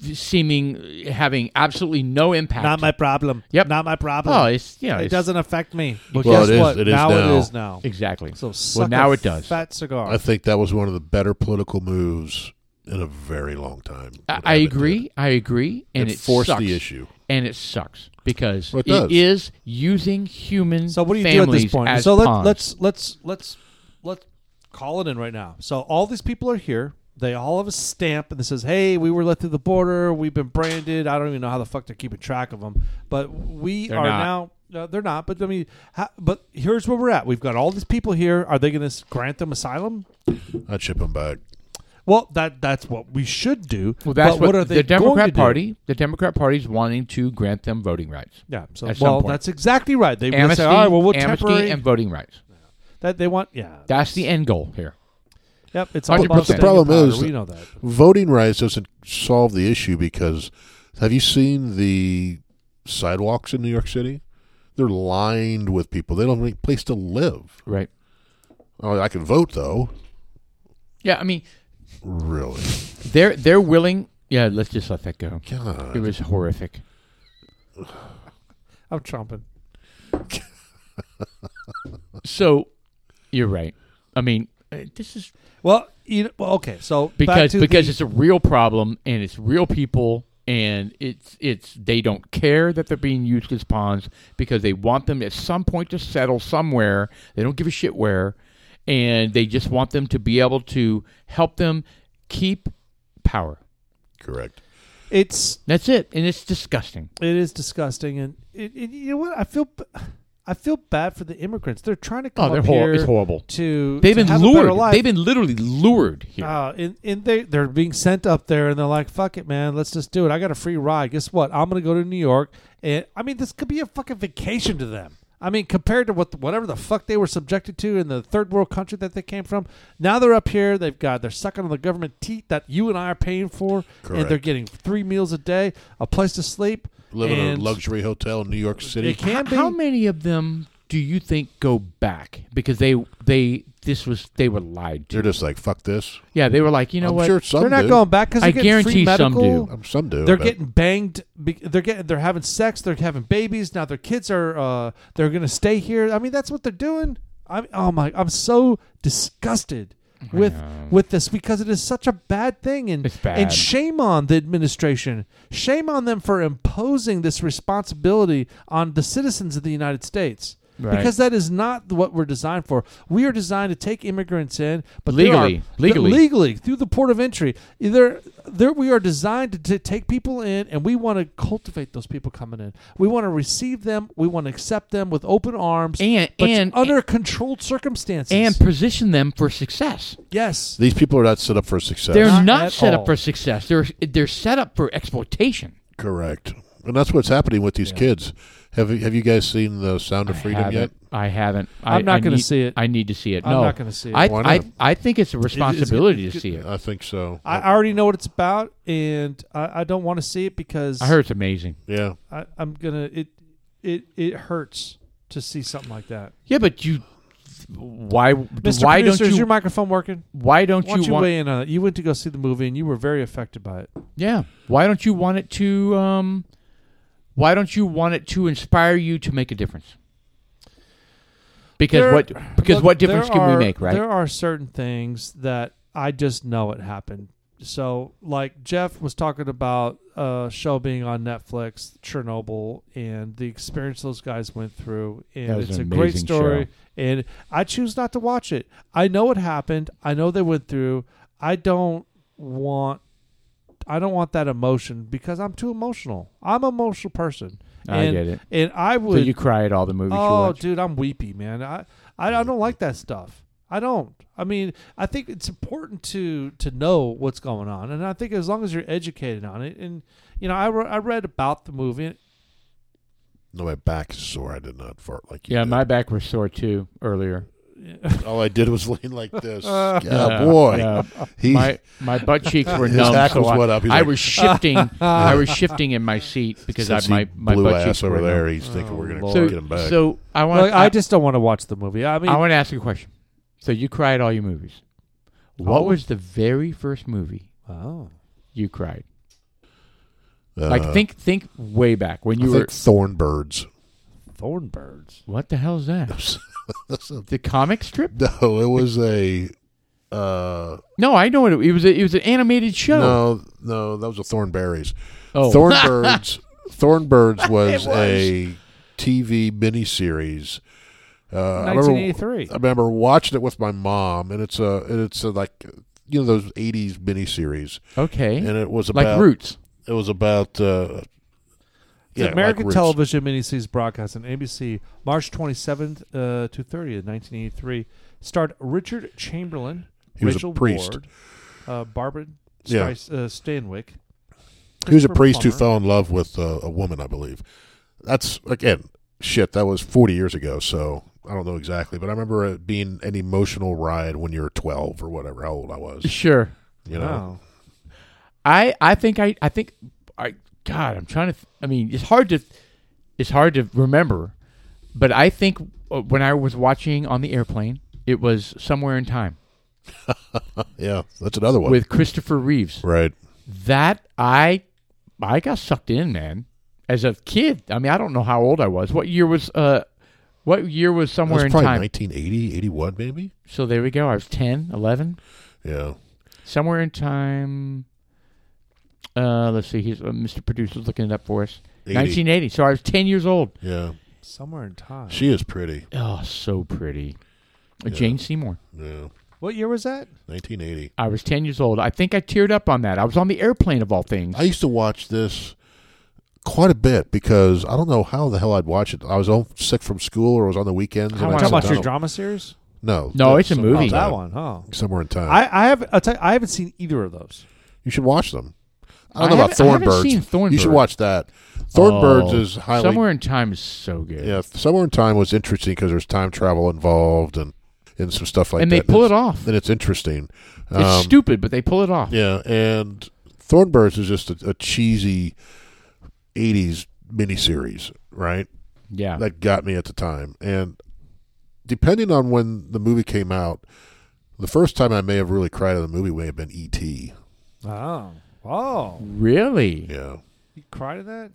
Speaker 2: seeming having absolutely no impact.
Speaker 3: Not my problem.
Speaker 2: Yep.
Speaker 3: Not my problem.
Speaker 2: oh, it's you know,
Speaker 3: it
Speaker 2: it's-
Speaker 3: doesn't affect me. Well,
Speaker 1: Well,
Speaker 3: guess
Speaker 1: it is-
Speaker 3: what?
Speaker 1: it is
Speaker 3: now,
Speaker 1: now.
Speaker 3: it is now.
Speaker 2: exactly.
Speaker 3: So suck
Speaker 2: well, now
Speaker 3: a
Speaker 2: it does.
Speaker 3: Fat cigar.
Speaker 1: I think that was one of the better political moves in a very long time. what
Speaker 2: I, I
Speaker 1: Abbott did.
Speaker 2: agree.
Speaker 3: uh,
Speaker 2: I agree. And
Speaker 1: It
Speaker 2: it,
Speaker 1: forced
Speaker 2: sucks.
Speaker 1: the issue.
Speaker 2: and it sucks because
Speaker 1: Well, it does.
Speaker 2: it is using human.
Speaker 3: So what do you do at
Speaker 2: families
Speaker 3: this point?
Speaker 2: as
Speaker 3: So let,
Speaker 2: pawns.
Speaker 3: let's let's let's let's call it in right now. So all these people are here. They all have a stamp and this says, "Hey, we were let through the border. We've been branded. I don't even know how the fuck they're keeping track of them, but we
Speaker 2: They're
Speaker 3: are
Speaker 2: not.
Speaker 3: now." No, they're not. But I mean, ha, but here's where we're at. We've got all these people here. Are they going to grant them asylum?
Speaker 1: I'd ship him back.
Speaker 3: Well, that that's what we should do.
Speaker 2: Well, that's
Speaker 3: but what, are they
Speaker 2: the
Speaker 3: going to
Speaker 2: Democrat
Speaker 3: do?
Speaker 2: Party. The Democrat Party is wanting to grant them voting rights,
Speaker 3: Yeah. So
Speaker 2: At some
Speaker 3: well,
Speaker 2: point.
Speaker 3: that's exactly right. They will
Speaker 2: amnesty,
Speaker 3: say, "All right, well, we'll
Speaker 2: amnesty
Speaker 3: temporary
Speaker 2: and voting rights.
Speaker 3: that they want." Yeah.
Speaker 2: That's the end goal here.
Speaker 3: yep. It's all
Speaker 2: 100%.
Speaker 3: about
Speaker 2: The
Speaker 3: staying
Speaker 1: problem
Speaker 3: in power.
Speaker 1: is-
Speaker 3: we know that.
Speaker 1: Voting rights doesn't solve the issue because have you seen the sidewalks in New York City? They're lined with people. They don't have any place to live.
Speaker 2: Right.
Speaker 1: Oh, I can vote though.
Speaker 2: Yeah, I mean,
Speaker 1: Really?
Speaker 2: they're they're willing. Yeah, let's just let that go. It
Speaker 1: God.
Speaker 2: was horrific.
Speaker 3: I'm trumping.
Speaker 2: So, you're right. I mean, uh, this is
Speaker 3: Well, you know, well, okay. So back
Speaker 2: because
Speaker 3: to
Speaker 2: because
Speaker 3: the-
Speaker 2: it's a real problem and it's real people and it's it's they don't care that they're being used as pawns because they want them at some point to settle somewhere. They don't give a shit where, and they just want them to be able to help them keep power.
Speaker 1: Correct.
Speaker 3: it's
Speaker 2: That's it, and it's disgusting.
Speaker 3: it is disgusting, and it, it, you know what I feel. b- I feel bad for the immigrants. They're trying to come
Speaker 2: Oh, they're
Speaker 3: up
Speaker 2: hor-
Speaker 3: here
Speaker 2: it's horrible.
Speaker 3: to
Speaker 2: They've
Speaker 3: to
Speaker 2: been
Speaker 3: have a better
Speaker 2: lured.
Speaker 3: life.
Speaker 2: They've been literally lured here.
Speaker 3: Uh, and, and they they're being sent up there, and they're like, "Fuck it, man, let's just do it." I got a free ride. Guess what? I'm gonna go to New York, and I mean, this could be a fucking vacation to them. I mean, compared to what whatever the fuck they were subjected to in the third world country that they came from, now they're up here. They've got they're sucking on the government teat that you and I are paying for, and they're
Speaker 1: Correct.
Speaker 3: getting three meals a day, a place to sleep,
Speaker 1: Live in
Speaker 3: and
Speaker 1: a luxury hotel in New York
Speaker 3: They
Speaker 1: City.
Speaker 3: can
Speaker 2: H-
Speaker 3: be.
Speaker 2: How many of them do you think go back because they they this was they were lied to?
Speaker 1: They're just like fuck this.
Speaker 2: Yeah, they were like, you know
Speaker 1: I'm
Speaker 2: what?
Speaker 1: sure some
Speaker 3: they're not
Speaker 1: do.
Speaker 3: going back because
Speaker 2: I
Speaker 3: free
Speaker 2: guarantee some
Speaker 3: medical.
Speaker 2: do.
Speaker 1: Um, some do.
Speaker 3: they're
Speaker 1: but
Speaker 3: getting banged be- they're getting they're having sex they're having babies now their kids are uh they're gonna stay here i mean that's what they're doing i'm oh my i'm so disgusted with with this because it is such a bad thing and
Speaker 2: It's bad.
Speaker 3: and shame on the administration shame on them for imposing this responsibility on the citizens of the united states
Speaker 2: Right.
Speaker 3: because that is not what we're designed for we are designed to take immigrants in but there
Speaker 2: Legally.
Speaker 3: are-
Speaker 2: Legally.
Speaker 3: legally through the port of entry. Either there we are designed to, to take people in, and we want to cultivate those people coming in. We want to receive them. We want to accept them with open arms
Speaker 2: And-
Speaker 3: but
Speaker 2: and-
Speaker 3: under controlled circumstances.
Speaker 2: and position them for success.
Speaker 3: yes,
Speaker 1: these people are not set up for success.
Speaker 2: They're
Speaker 3: Not
Speaker 2: not,
Speaker 3: at
Speaker 2: set
Speaker 3: all.
Speaker 2: up for success. They're they're set up for exploitation.
Speaker 1: Correct. And that's what's happening with these kids. Have you, have you guys seen the Sound of Freedom
Speaker 2: I
Speaker 1: yet?
Speaker 2: haven't. I haven't. I,
Speaker 3: I'm not
Speaker 2: I
Speaker 3: gonna
Speaker 2: need-
Speaker 3: see it.
Speaker 2: I need to see it.
Speaker 3: I'm
Speaker 2: No,
Speaker 3: not gonna see it.
Speaker 2: I,
Speaker 1: Why
Speaker 2: I,
Speaker 1: not?
Speaker 2: I think it's Uh, a responsibility to see it.
Speaker 1: I think so.
Speaker 3: I I already know what it's about, and I, I don't want to see it because
Speaker 2: I heard it's amazing.
Speaker 1: yeah.
Speaker 3: I, I'm gonna it it it hurts to see something like that.
Speaker 2: Yeah, but you, why
Speaker 3: Mr.
Speaker 2: why
Speaker 3: Producer,
Speaker 2: don't
Speaker 3: is
Speaker 2: you
Speaker 3: your microphone working?
Speaker 2: why don't
Speaker 3: Why don't
Speaker 2: you
Speaker 3: you
Speaker 2: want
Speaker 3: weigh in on it? You went to go see the movie, and you were very affected by it.
Speaker 2: Yeah. Why don't you want it to? Um, why don't you want it to inspire you to make a difference? Because
Speaker 3: There-
Speaker 2: what? Because
Speaker 3: Look,
Speaker 2: what difference
Speaker 3: there
Speaker 2: can
Speaker 3: are-
Speaker 2: we make? Right.
Speaker 3: There are certain things that I just know it happened. So, like Jeff was talking about uh, Shell being on Netflix, Chernobyl, and the experience those guys went through, and
Speaker 2: That was
Speaker 3: it's
Speaker 2: an
Speaker 3: a great
Speaker 2: amazing
Speaker 3: story.
Speaker 2: show.
Speaker 3: And I choose not to watch it. I know what happened. I know they went through. I don't want. I don't want that emotion because I'm too emotional. I'm an emotional person.
Speaker 2: I
Speaker 3: and,
Speaker 2: get it.
Speaker 3: And I
Speaker 2: So
Speaker 3: would.
Speaker 2: you cry at all the movies you
Speaker 3: Oh,
Speaker 2: watch.
Speaker 3: dude, I'm weepy, man. I, I I don't like that stuff. I don't. I mean, I think it's important to to know what's going on, and I think as long as you're educated on it, and you know, I, re- I read about the movie.
Speaker 1: No, my back is sore. I did not fart like you.
Speaker 2: Yeah,
Speaker 1: did.
Speaker 2: my back was sore too earlier.
Speaker 1: all I did was lean like this.
Speaker 3: Uh,
Speaker 1: yeah,
Speaker 2: Yeah,
Speaker 1: boy,
Speaker 2: yeah.
Speaker 1: he
Speaker 2: my my butt cheeks were
Speaker 1: His
Speaker 2: numb.
Speaker 1: hackles
Speaker 2: so I,
Speaker 1: went up. He's
Speaker 2: I
Speaker 1: like,
Speaker 2: was shifting. I was shifting in my seat because I,
Speaker 1: since
Speaker 2: my
Speaker 1: he
Speaker 2: my
Speaker 1: blew
Speaker 2: butt cheeks
Speaker 1: ass over
Speaker 2: were
Speaker 1: there.
Speaker 2: numb.
Speaker 1: He's thinking
Speaker 3: Oh,
Speaker 1: we're gonna
Speaker 3: Lord.
Speaker 2: So,
Speaker 1: get him back.
Speaker 2: so I want
Speaker 3: Like, I, just don't want to watch the movie. I mean, oh,
Speaker 2: I want to ask you a question. So you cry at all your movies. What
Speaker 3: Oh.
Speaker 2: was the very first movie
Speaker 3: oh,
Speaker 2: you cried?
Speaker 1: Uh,
Speaker 2: like think think way back when
Speaker 1: I
Speaker 2: you were
Speaker 1: think Thornbirds.
Speaker 3: Thornbirds.
Speaker 2: what the hell is that?
Speaker 1: That's a-
Speaker 2: The comic strip?
Speaker 1: no, it was a. Uh,
Speaker 2: No, I know what it, it was. A, it was an animated show.
Speaker 1: no, no, that was a Thornberries.
Speaker 2: oh.
Speaker 1: Thornbirds. Thornbirds was,
Speaker 2: was.
Speaker 1: a TV miniseries. Uh, I remember
Speaker 3: 1983.
Speaker 1: I remember watching it with my mom, and it's a and it's a, like you know those '80s miniseries,
Speaker 2: okay.
Speaker 1: and it was
Speaker 2: like
Speaker 1: about
Speaker 2: Roots.
Speaker 1: it was about uh,
Speaker 3: The
Speaker 1: yeah,
Speaker 3: American
Speaker 1: like Roots.
Speaker 3: television miniseries broadcast on ABC, March 27th uh, to 30th, 1983, starred Richard Chamberlain,
Speaker 1: He was a
Speaker 3: Rachel
Speaker 1: priest.
Speaker 3: Ward, uh, Barbara
Speaker 1: Yeah.
Speaker 3: Streis- uh, Stanwyck.
Speaker 1: He was a
Speaker 3: Christopher
Speaker 1: priest who
Speaker 3: Plummer.
Speaker 1: fell in love with uh, a woman, I believe. That's again shit. That was 40 years ago, so I don't know exactly, but I remember it being an emotional ride when you were 12 or whatever how old I was.
Speaker 2: Sure.
Speaker 1: You know,
Speaker 3: Wow.
Speaker 2: I I think I I think I God I'm trying to th- I mean it's hard to it's hard to remember, but I think uh, when I was watching on the airplane, it was somewhere in time
Speaker 1: yeah, that's another one.
Speaker 2: with Christopher Reeves.
Speaker 1: right,
Speaker 2: That I I got sucked in, man. As a kid, I mean I don't know how old I was. What year was uh what year
Speaker 1: that
Speaker 2: was
Speaker 1: was
Speaker 2: somewhere in
Speaker 1: probably
Speaker 2: time?
Speaker 1: 1980, 81 maybe.
Speaker 2: So there we go. I was 10, 11.
Speaker 1: Yeah,
Speaker 2: Somewhere in time. Uh, let's see. He's uh, Mr. Producer's looking it up for us.
Speaker 1: 80.
Speaker 2: 1980. So I was 10 years old.
Speaker 1: Yeah,
Speaker 3: Somewhere in time.
Speaker 1: she is pretty.
Speaker 2: Oh, so pretty.
Speaker 1: Yeah.
Speaker 2: Uh, Jane Seymour.
Speaker 1: Yeah,
Speaker 3: What year was that?
Speaker 1: 1980.
Speaker 2: I was 10 years old. I think I teared up on that. I was on the airplane, of all things.
Speaker 1: I used to watch this quite a bit because I don't know how the hell I'd watch it. I was home sick from school or it was on the weekends.
Speaker 2: I
Speaker 1: and
Speaker 2: wanna
Speaker 1: I
Speaker 3: Talking about
Speaker 1: said,
Speaker 3: your
Speaker 1: "No."
Speaker 3: drama series?
Speaker 1: No,
Speaker 2: No,
Speaker 1: yeah,
Speaker 2: it's a
Speaker 1: somewhere in
Speaker 2: movie.
Speaker 3: Oh, that
Speaker 1: time.
Speaker 3: one, huh?
Speaker 1: Somewhere in time.
Speaker 3: I, I have. I'll tell you, I haven't seen either of those.
Speaker 1: you should watch them. I
Speaker 2: I
Speaker 1: don't know about
Speaker 2: haven't- I haven't
Speaker 1: Thornbirds.
Speaker 2: seen Thornbird.
Speaker 1: You should watch that. Thornbirds
Speaker 2: Oh,
Speaker 1: is highly
Speaker 2: Somewhere in Time is so good.
Speaker 1: yeah. Somewhere in time was interesting because there's time travel involved and and some stuff like
Speaker 2: and
Speaker 1: that.
Speaker 2: they pull it
Speaker 1: it's-
Speaker 2: off.
Speaker 1: And it's interesting. Um,
Speaker 2: it's stupid, but they pull it off.
Speaker 1: Yeah, and Thornbirds is just a, a cheesy '80s miniseries, right?
Speaker 2: Yeah.
Speaker 1: that got me at the time. And depending on when the movie came out, the first time I may have really cried at the movie may have been E E.T.
Speaker 3: Oh, oh,
Speaker 2: really?
Speaker 1: Yeah.
Speaker 3: you cried at that?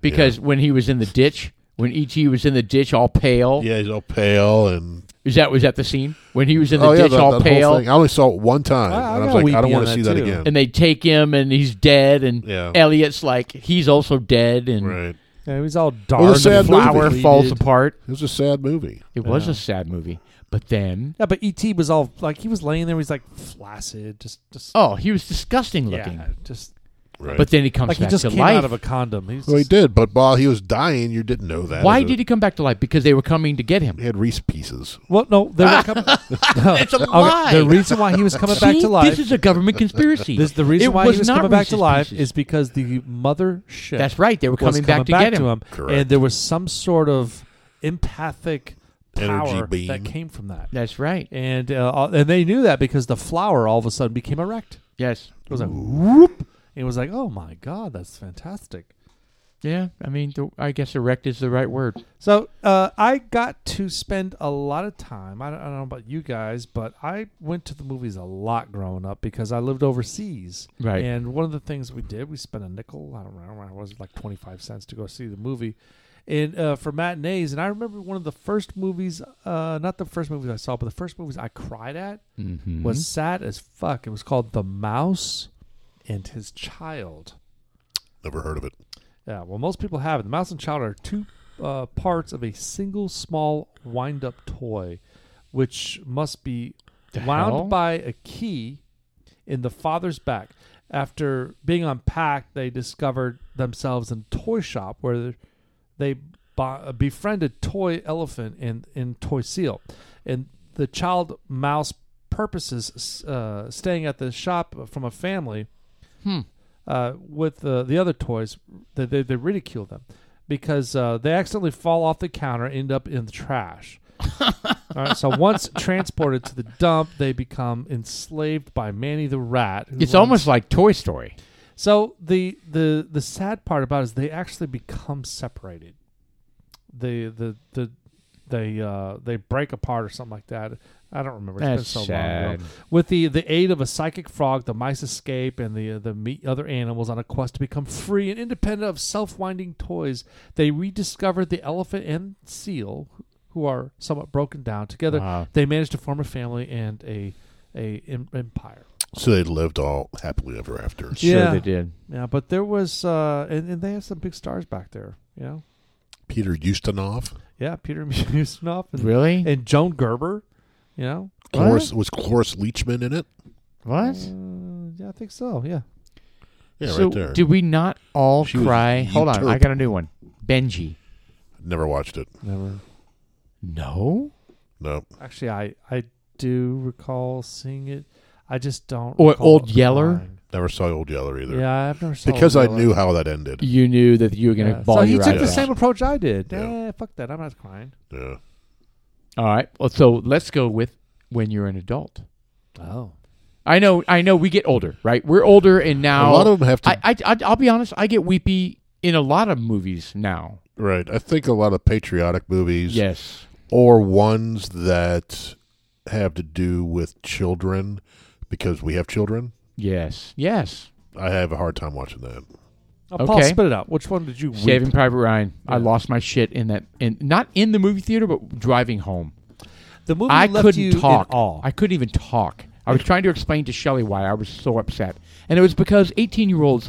Speaker 2: Because when he was in the ditch, when E.T. was in the ditch all pale,
Speaker 1: Yeah, he's all pale and
Speaker 2: is that was that the scene? When he was in the
Speaker 1: oh yeah,
Speaker 2: ditch
Speaker 1: that,
Speaker 2: all
Speaker 1: that
Speaker 2: pale,
Speaker 1: whole thing. I only saw it one time,
Speaker 3: Ah, I
Speaker 1: and I was
Speaker 3: got
Speaker 1: like,
Speaker 3: weepy
Speaker 1: I don't want
Speaker 3: on
Speaker 1: to
Speaker 3: that
Speaker 1: see that
Speaker 3: too.
Speaker 1: again.
Speaker 2: and they take him and he's dead, and
Speaker 1: yeah,
Speaker 2: Elliot's like, he's also dead, and
Speaker 1: right.
Speaker 3: Yeah, he was all dark.
Speaker 1: was a
Speaker 3: and
Speaker 1: sad movie.
Speaker 2: flower
Speaker 3: depleted.
Speaker 2: falls apart.
Speaker 1: It was a sad movie.
Speaker 2: It was
Speaker 3: Yeah.
Speaker 2: a sad movie, but then
Speaker 3: Yeah, but ET was all like he was laying there. He's like flaccid, just just
Speaker 2: oh, he was disgusting looking.
Speaker 3: yeah, just
Speaker 1: Right.
Speaker 2: But then he comes
Speaker 3: like he
Speaker 2: back
Speaker 3: just
Speaker 2: to
Speaker 3: came
Speaker 2: life.
Speaker 3: out of a condom. He's
Speaker 1: well, he
Speaker 3: just-
Speaker 1: did. But while he was dying, you didn't know that.
Speaker 2: Why
Speaker 1: It was-
Speaker 2: did he come back to life? Because they were coming to get him.
Speaker 1: He had Reese pieces.
Speaker 3: well, no, there were a couple.
Speaker 2: It's a lie.
Speaker 3: Okay, the reason why he was coming back
Speaker 2: See?
Speaker 3: to life.
Speaker 2: This is a government conspiracy.
Speaker 3: This, the reason
Speaker 2: It
Speaker 3: why he was
Speaker 2: not
Speaker 3: coming back to
Speaker 2: Reese's
Speaker 3: life
Speaker 2: Pieces.
Speaker 3: is because the mother ship
Speaker 2: that's right. They were
Speaker 3: was
Speaker 2: coming back to get him.
Speaker 1: Correct.
Speaker 3: and there was some sort of empathic
Speaker 1: Energy
Speaker 3: power
Speaker 1: beam.
Speaker 3: that came from that.
Speaker 2: That's right.
Speaker 3: And uh, all- and they knew that because the flower all of a sudden became erect.
Speaker 2: Yes.
Speaker 3: It was like whoop. And it was like, oh my god, that's fantastic.
Speaker 2: Yeah. I mean, the, I guess erect is the right word.
Speaker 3: So uh, I got to spend a lot of time. I don't, I don't know about you guys, but I went to the movies a lot growing up because I lived overseas.
Speaker 2: Right.
Speaker 3: And one of the things we did, we spent a nickel. I don't remember. It was like twenty five cents to go see the movie, and uh, for matinees. And I remember one of the first movies, uh, not the first movies I saw, but the first movies I cried at
Speaker 2: Mm-hmm.
Speaker 3: was sad as fuck. It was called The Mouse and His Child.
Speaker 1: Never heard of it.
Speaker 3: Yeah, well, most people have it. The mouse and child are two uh, parts of a single small wind up toy, which must be
Speaker 2: The
Speaker 3: wound
Speaker 2: hell?
Speaker 3: by a key in the father's back. After being unpacked, they discovered themselves in a toy shop where they bo- uh, befriended toy elephant and, and toy seal. And the child mouse purposes uh, staying at the shop from a family
Speaker 2: Hmm.
Speaker 3: uh, with uh, the other toys, they, they, they ridicule them because uh, they accidentally fall off the counter, and end up in the trash. All right, so once transported to the dump, they become enslaved by Manny the rat. who
Speaker 2: It's
Speaker 3: runs-
Speaker 2: almost like Toy Story.
Speaker 3: so the the the sad part about it is they actually become separated. The the the they uh, they break apart or something like that. I don't remember. It's
Speaker 2: That's
Speaker 3: been so long
Speaker 2: sad.
Speaker 3: ago. With the, the aid of a psychic frog, the mice escape and the the meet other animals on a quest to become free and independent of self winding toys. They rediscover the elephant and seal, who are somewhat broken down. Together,
Speaker 2: Wow.
Speaker 3: they manage to form a family and a a em- empire.
Speaker 1: So they lived all happily ever after.
Speaker 2: Sure
Speaker 3: Yeah.
Speaker 2: they did.
Speaker 3: Yeah, but there was, uh, and, and they have some big stars back there. You know,
Speaker 1: Peter Ustinov.
Speaker 3: yeah, Peter Ustinov and,
Speaker 2: Really?
Speaker 3: and Joan Gerber. You know,
Speaker 2: What?
Speaker 1: Cloris, was Cloris Leachman in it?
Speaker 2: what?
Speaker 3: Uh, yeah, I think so. Yeah,
Speaker 1: Yeah,
Speaker 2: so
Speaker 1: right there.
Speaker 2: did we not all
Speaker 1: She was
Speaker 2: cry? Hold on,
Speaker 1: uturp-
Speaker 2: I got a new one. Benji.
Speaker 1: Never watched it.
Speaker 3: never.
Speaker 2: No.
Speaker 1: No.
Speaker 3: Actually, I I do recall seeing it. I just don't.
Speaker 2: Or
Speaker 3: recall
Speaker 2: Old
Speaker 3: it
Speaker 2: Yeller?
Speaker 3: crying.
Speaker 1: Never saw Old Yeller either.
Speaker 3: Yeah, I've never saw
Speaker 1: because I
Speaker 3: Old Yeller.
Speaker 1: knew how that ended.
Speaker 2: You knew that you were going to
Speaker 3: Yeah.
Speaker 2: ball
Speaker 3: So he
Speaker 2: your
Speaker 3: took
Speaker 2: eyes
Speaker 3: the
Speaker 1: out.
Speaker 3: same approach I did.
Speaker 1: Yeah.
Speaker 3: Eh, fuck that. I'm not crying.
Speaker 1: Yeah.
Speaker 2: All right. Well, so let's go with when you're an adult.
Speaker 3: Oh,
Speaker 2: I know. I know. We get older, right? We're older, and now
Speaker 1: a lot of them have to.
Speaker 2: I, I, I, I'll be honest. I get weepy in a lot of movies now.
Speaker 1: right. I think a lot of patriotic movies
Speaker 2: Yes.
Speaker 1: or ones that have to do with children because we have children.
Speaker 2: Yes. Yes.
Speaker 1: I have a hard time watching that.
Speaker 3: Oh, Paul,
Speaker 2: Okay.
Speaker 3: spit it out. Which one did you?
Speaker 2: Saving
Speaker 3: Weep?
Speaker 2: Private Ryan. I
Speaker 3: Yeah.
Speaker 2: lost my shit in that, in not in the movie theater, but driving home.
Speaker 3: The movie
Speaker 2: I
Speaker 3: left you
Speaker 2: couldn't
Speaker 3: in
Speaker 2: talk.
Speaker 3: awe.
Speaker 2: I couldn't even talk. I was trying to explain to Shelley why I was so upset, and it was because eighteen-year-olds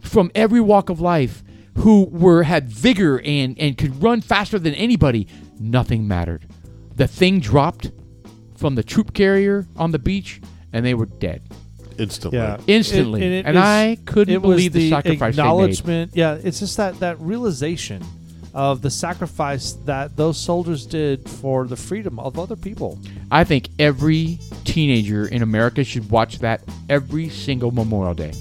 Speaker 2: from every walk of life who were had vigor and and could run faster than anybody, nothing mattered. The thing dropped from the troop carrier on the beach, and they were dead
Speaker 1: Instantly.
Speaker 3: yeah,
Speaker 2: instantly.
Speaker 3: It-
Speaker 2: And,
Speaker 3: it is-
Speaker 2: I couldn't
Speaker 3: it was
Speaker 2: believe the, sacrifice they made.
Speaker 3: acknowledgement. Yeah, it's just that that realization of the sacrifice that those soldiers did for the freedom of other people.
Speaker 2: I think every teenager in America should watch that every single Memorial Day.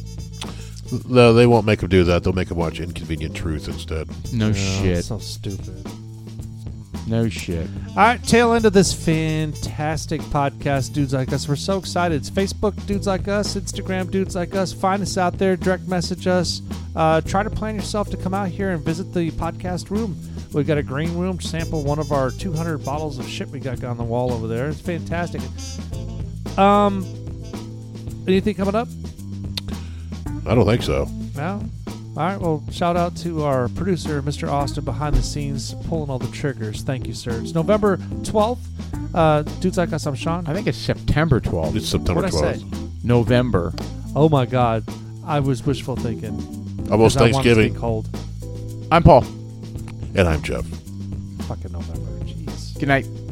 Speaker 1: No, they won't make them do that. They'll make them watch Inconvenient Truth instead.
Speaker 2: No
Speaker 3: Yeah,
Speaker 2: shit.
Speaker 3: So stupid.
Speaker 2: No shit.
Speaker 3: All right, tail end of this fantastic podcast, Dudes Like Us. We're so excited. It's Facebook, Dudes Like Us, Instagram, Dudes Like Us. Find us out there, direct message us. Uh, try to plan yourself to come out here and visit the podcast room. We've got a green room, sample one of our 200 bottles of shit we got on the wall over there. It's fantastic. Um, Anything coming up?
Speaker 1: I don't think so.
Speaker 3: No? All right, well, shout out to our producer, Mr. Austin, behind the scenes, pulling all the triggers. Thank you, sir. It's November 12th. Uh, Dudes Like Us, I'm Sean.
Speaker 2: I think it's September 12th.
Speaker 1: It's September
Speaker 3: What'd I
Speaker 1: 12th.
Speaker 2: November.
Speaker 3: Oh my God, I was wishful thinking. 'cause
Speaker 1: Almost
Speaker 3: I wanted to be
Speaker 1: Thanksgiving.
Speaker 3: cold.
Speaker 2: I'm Paul.
Speaker 1: And I'm Jeff.
Speaker 3: Fucking November. Jeez.
Speaker 2: Good night.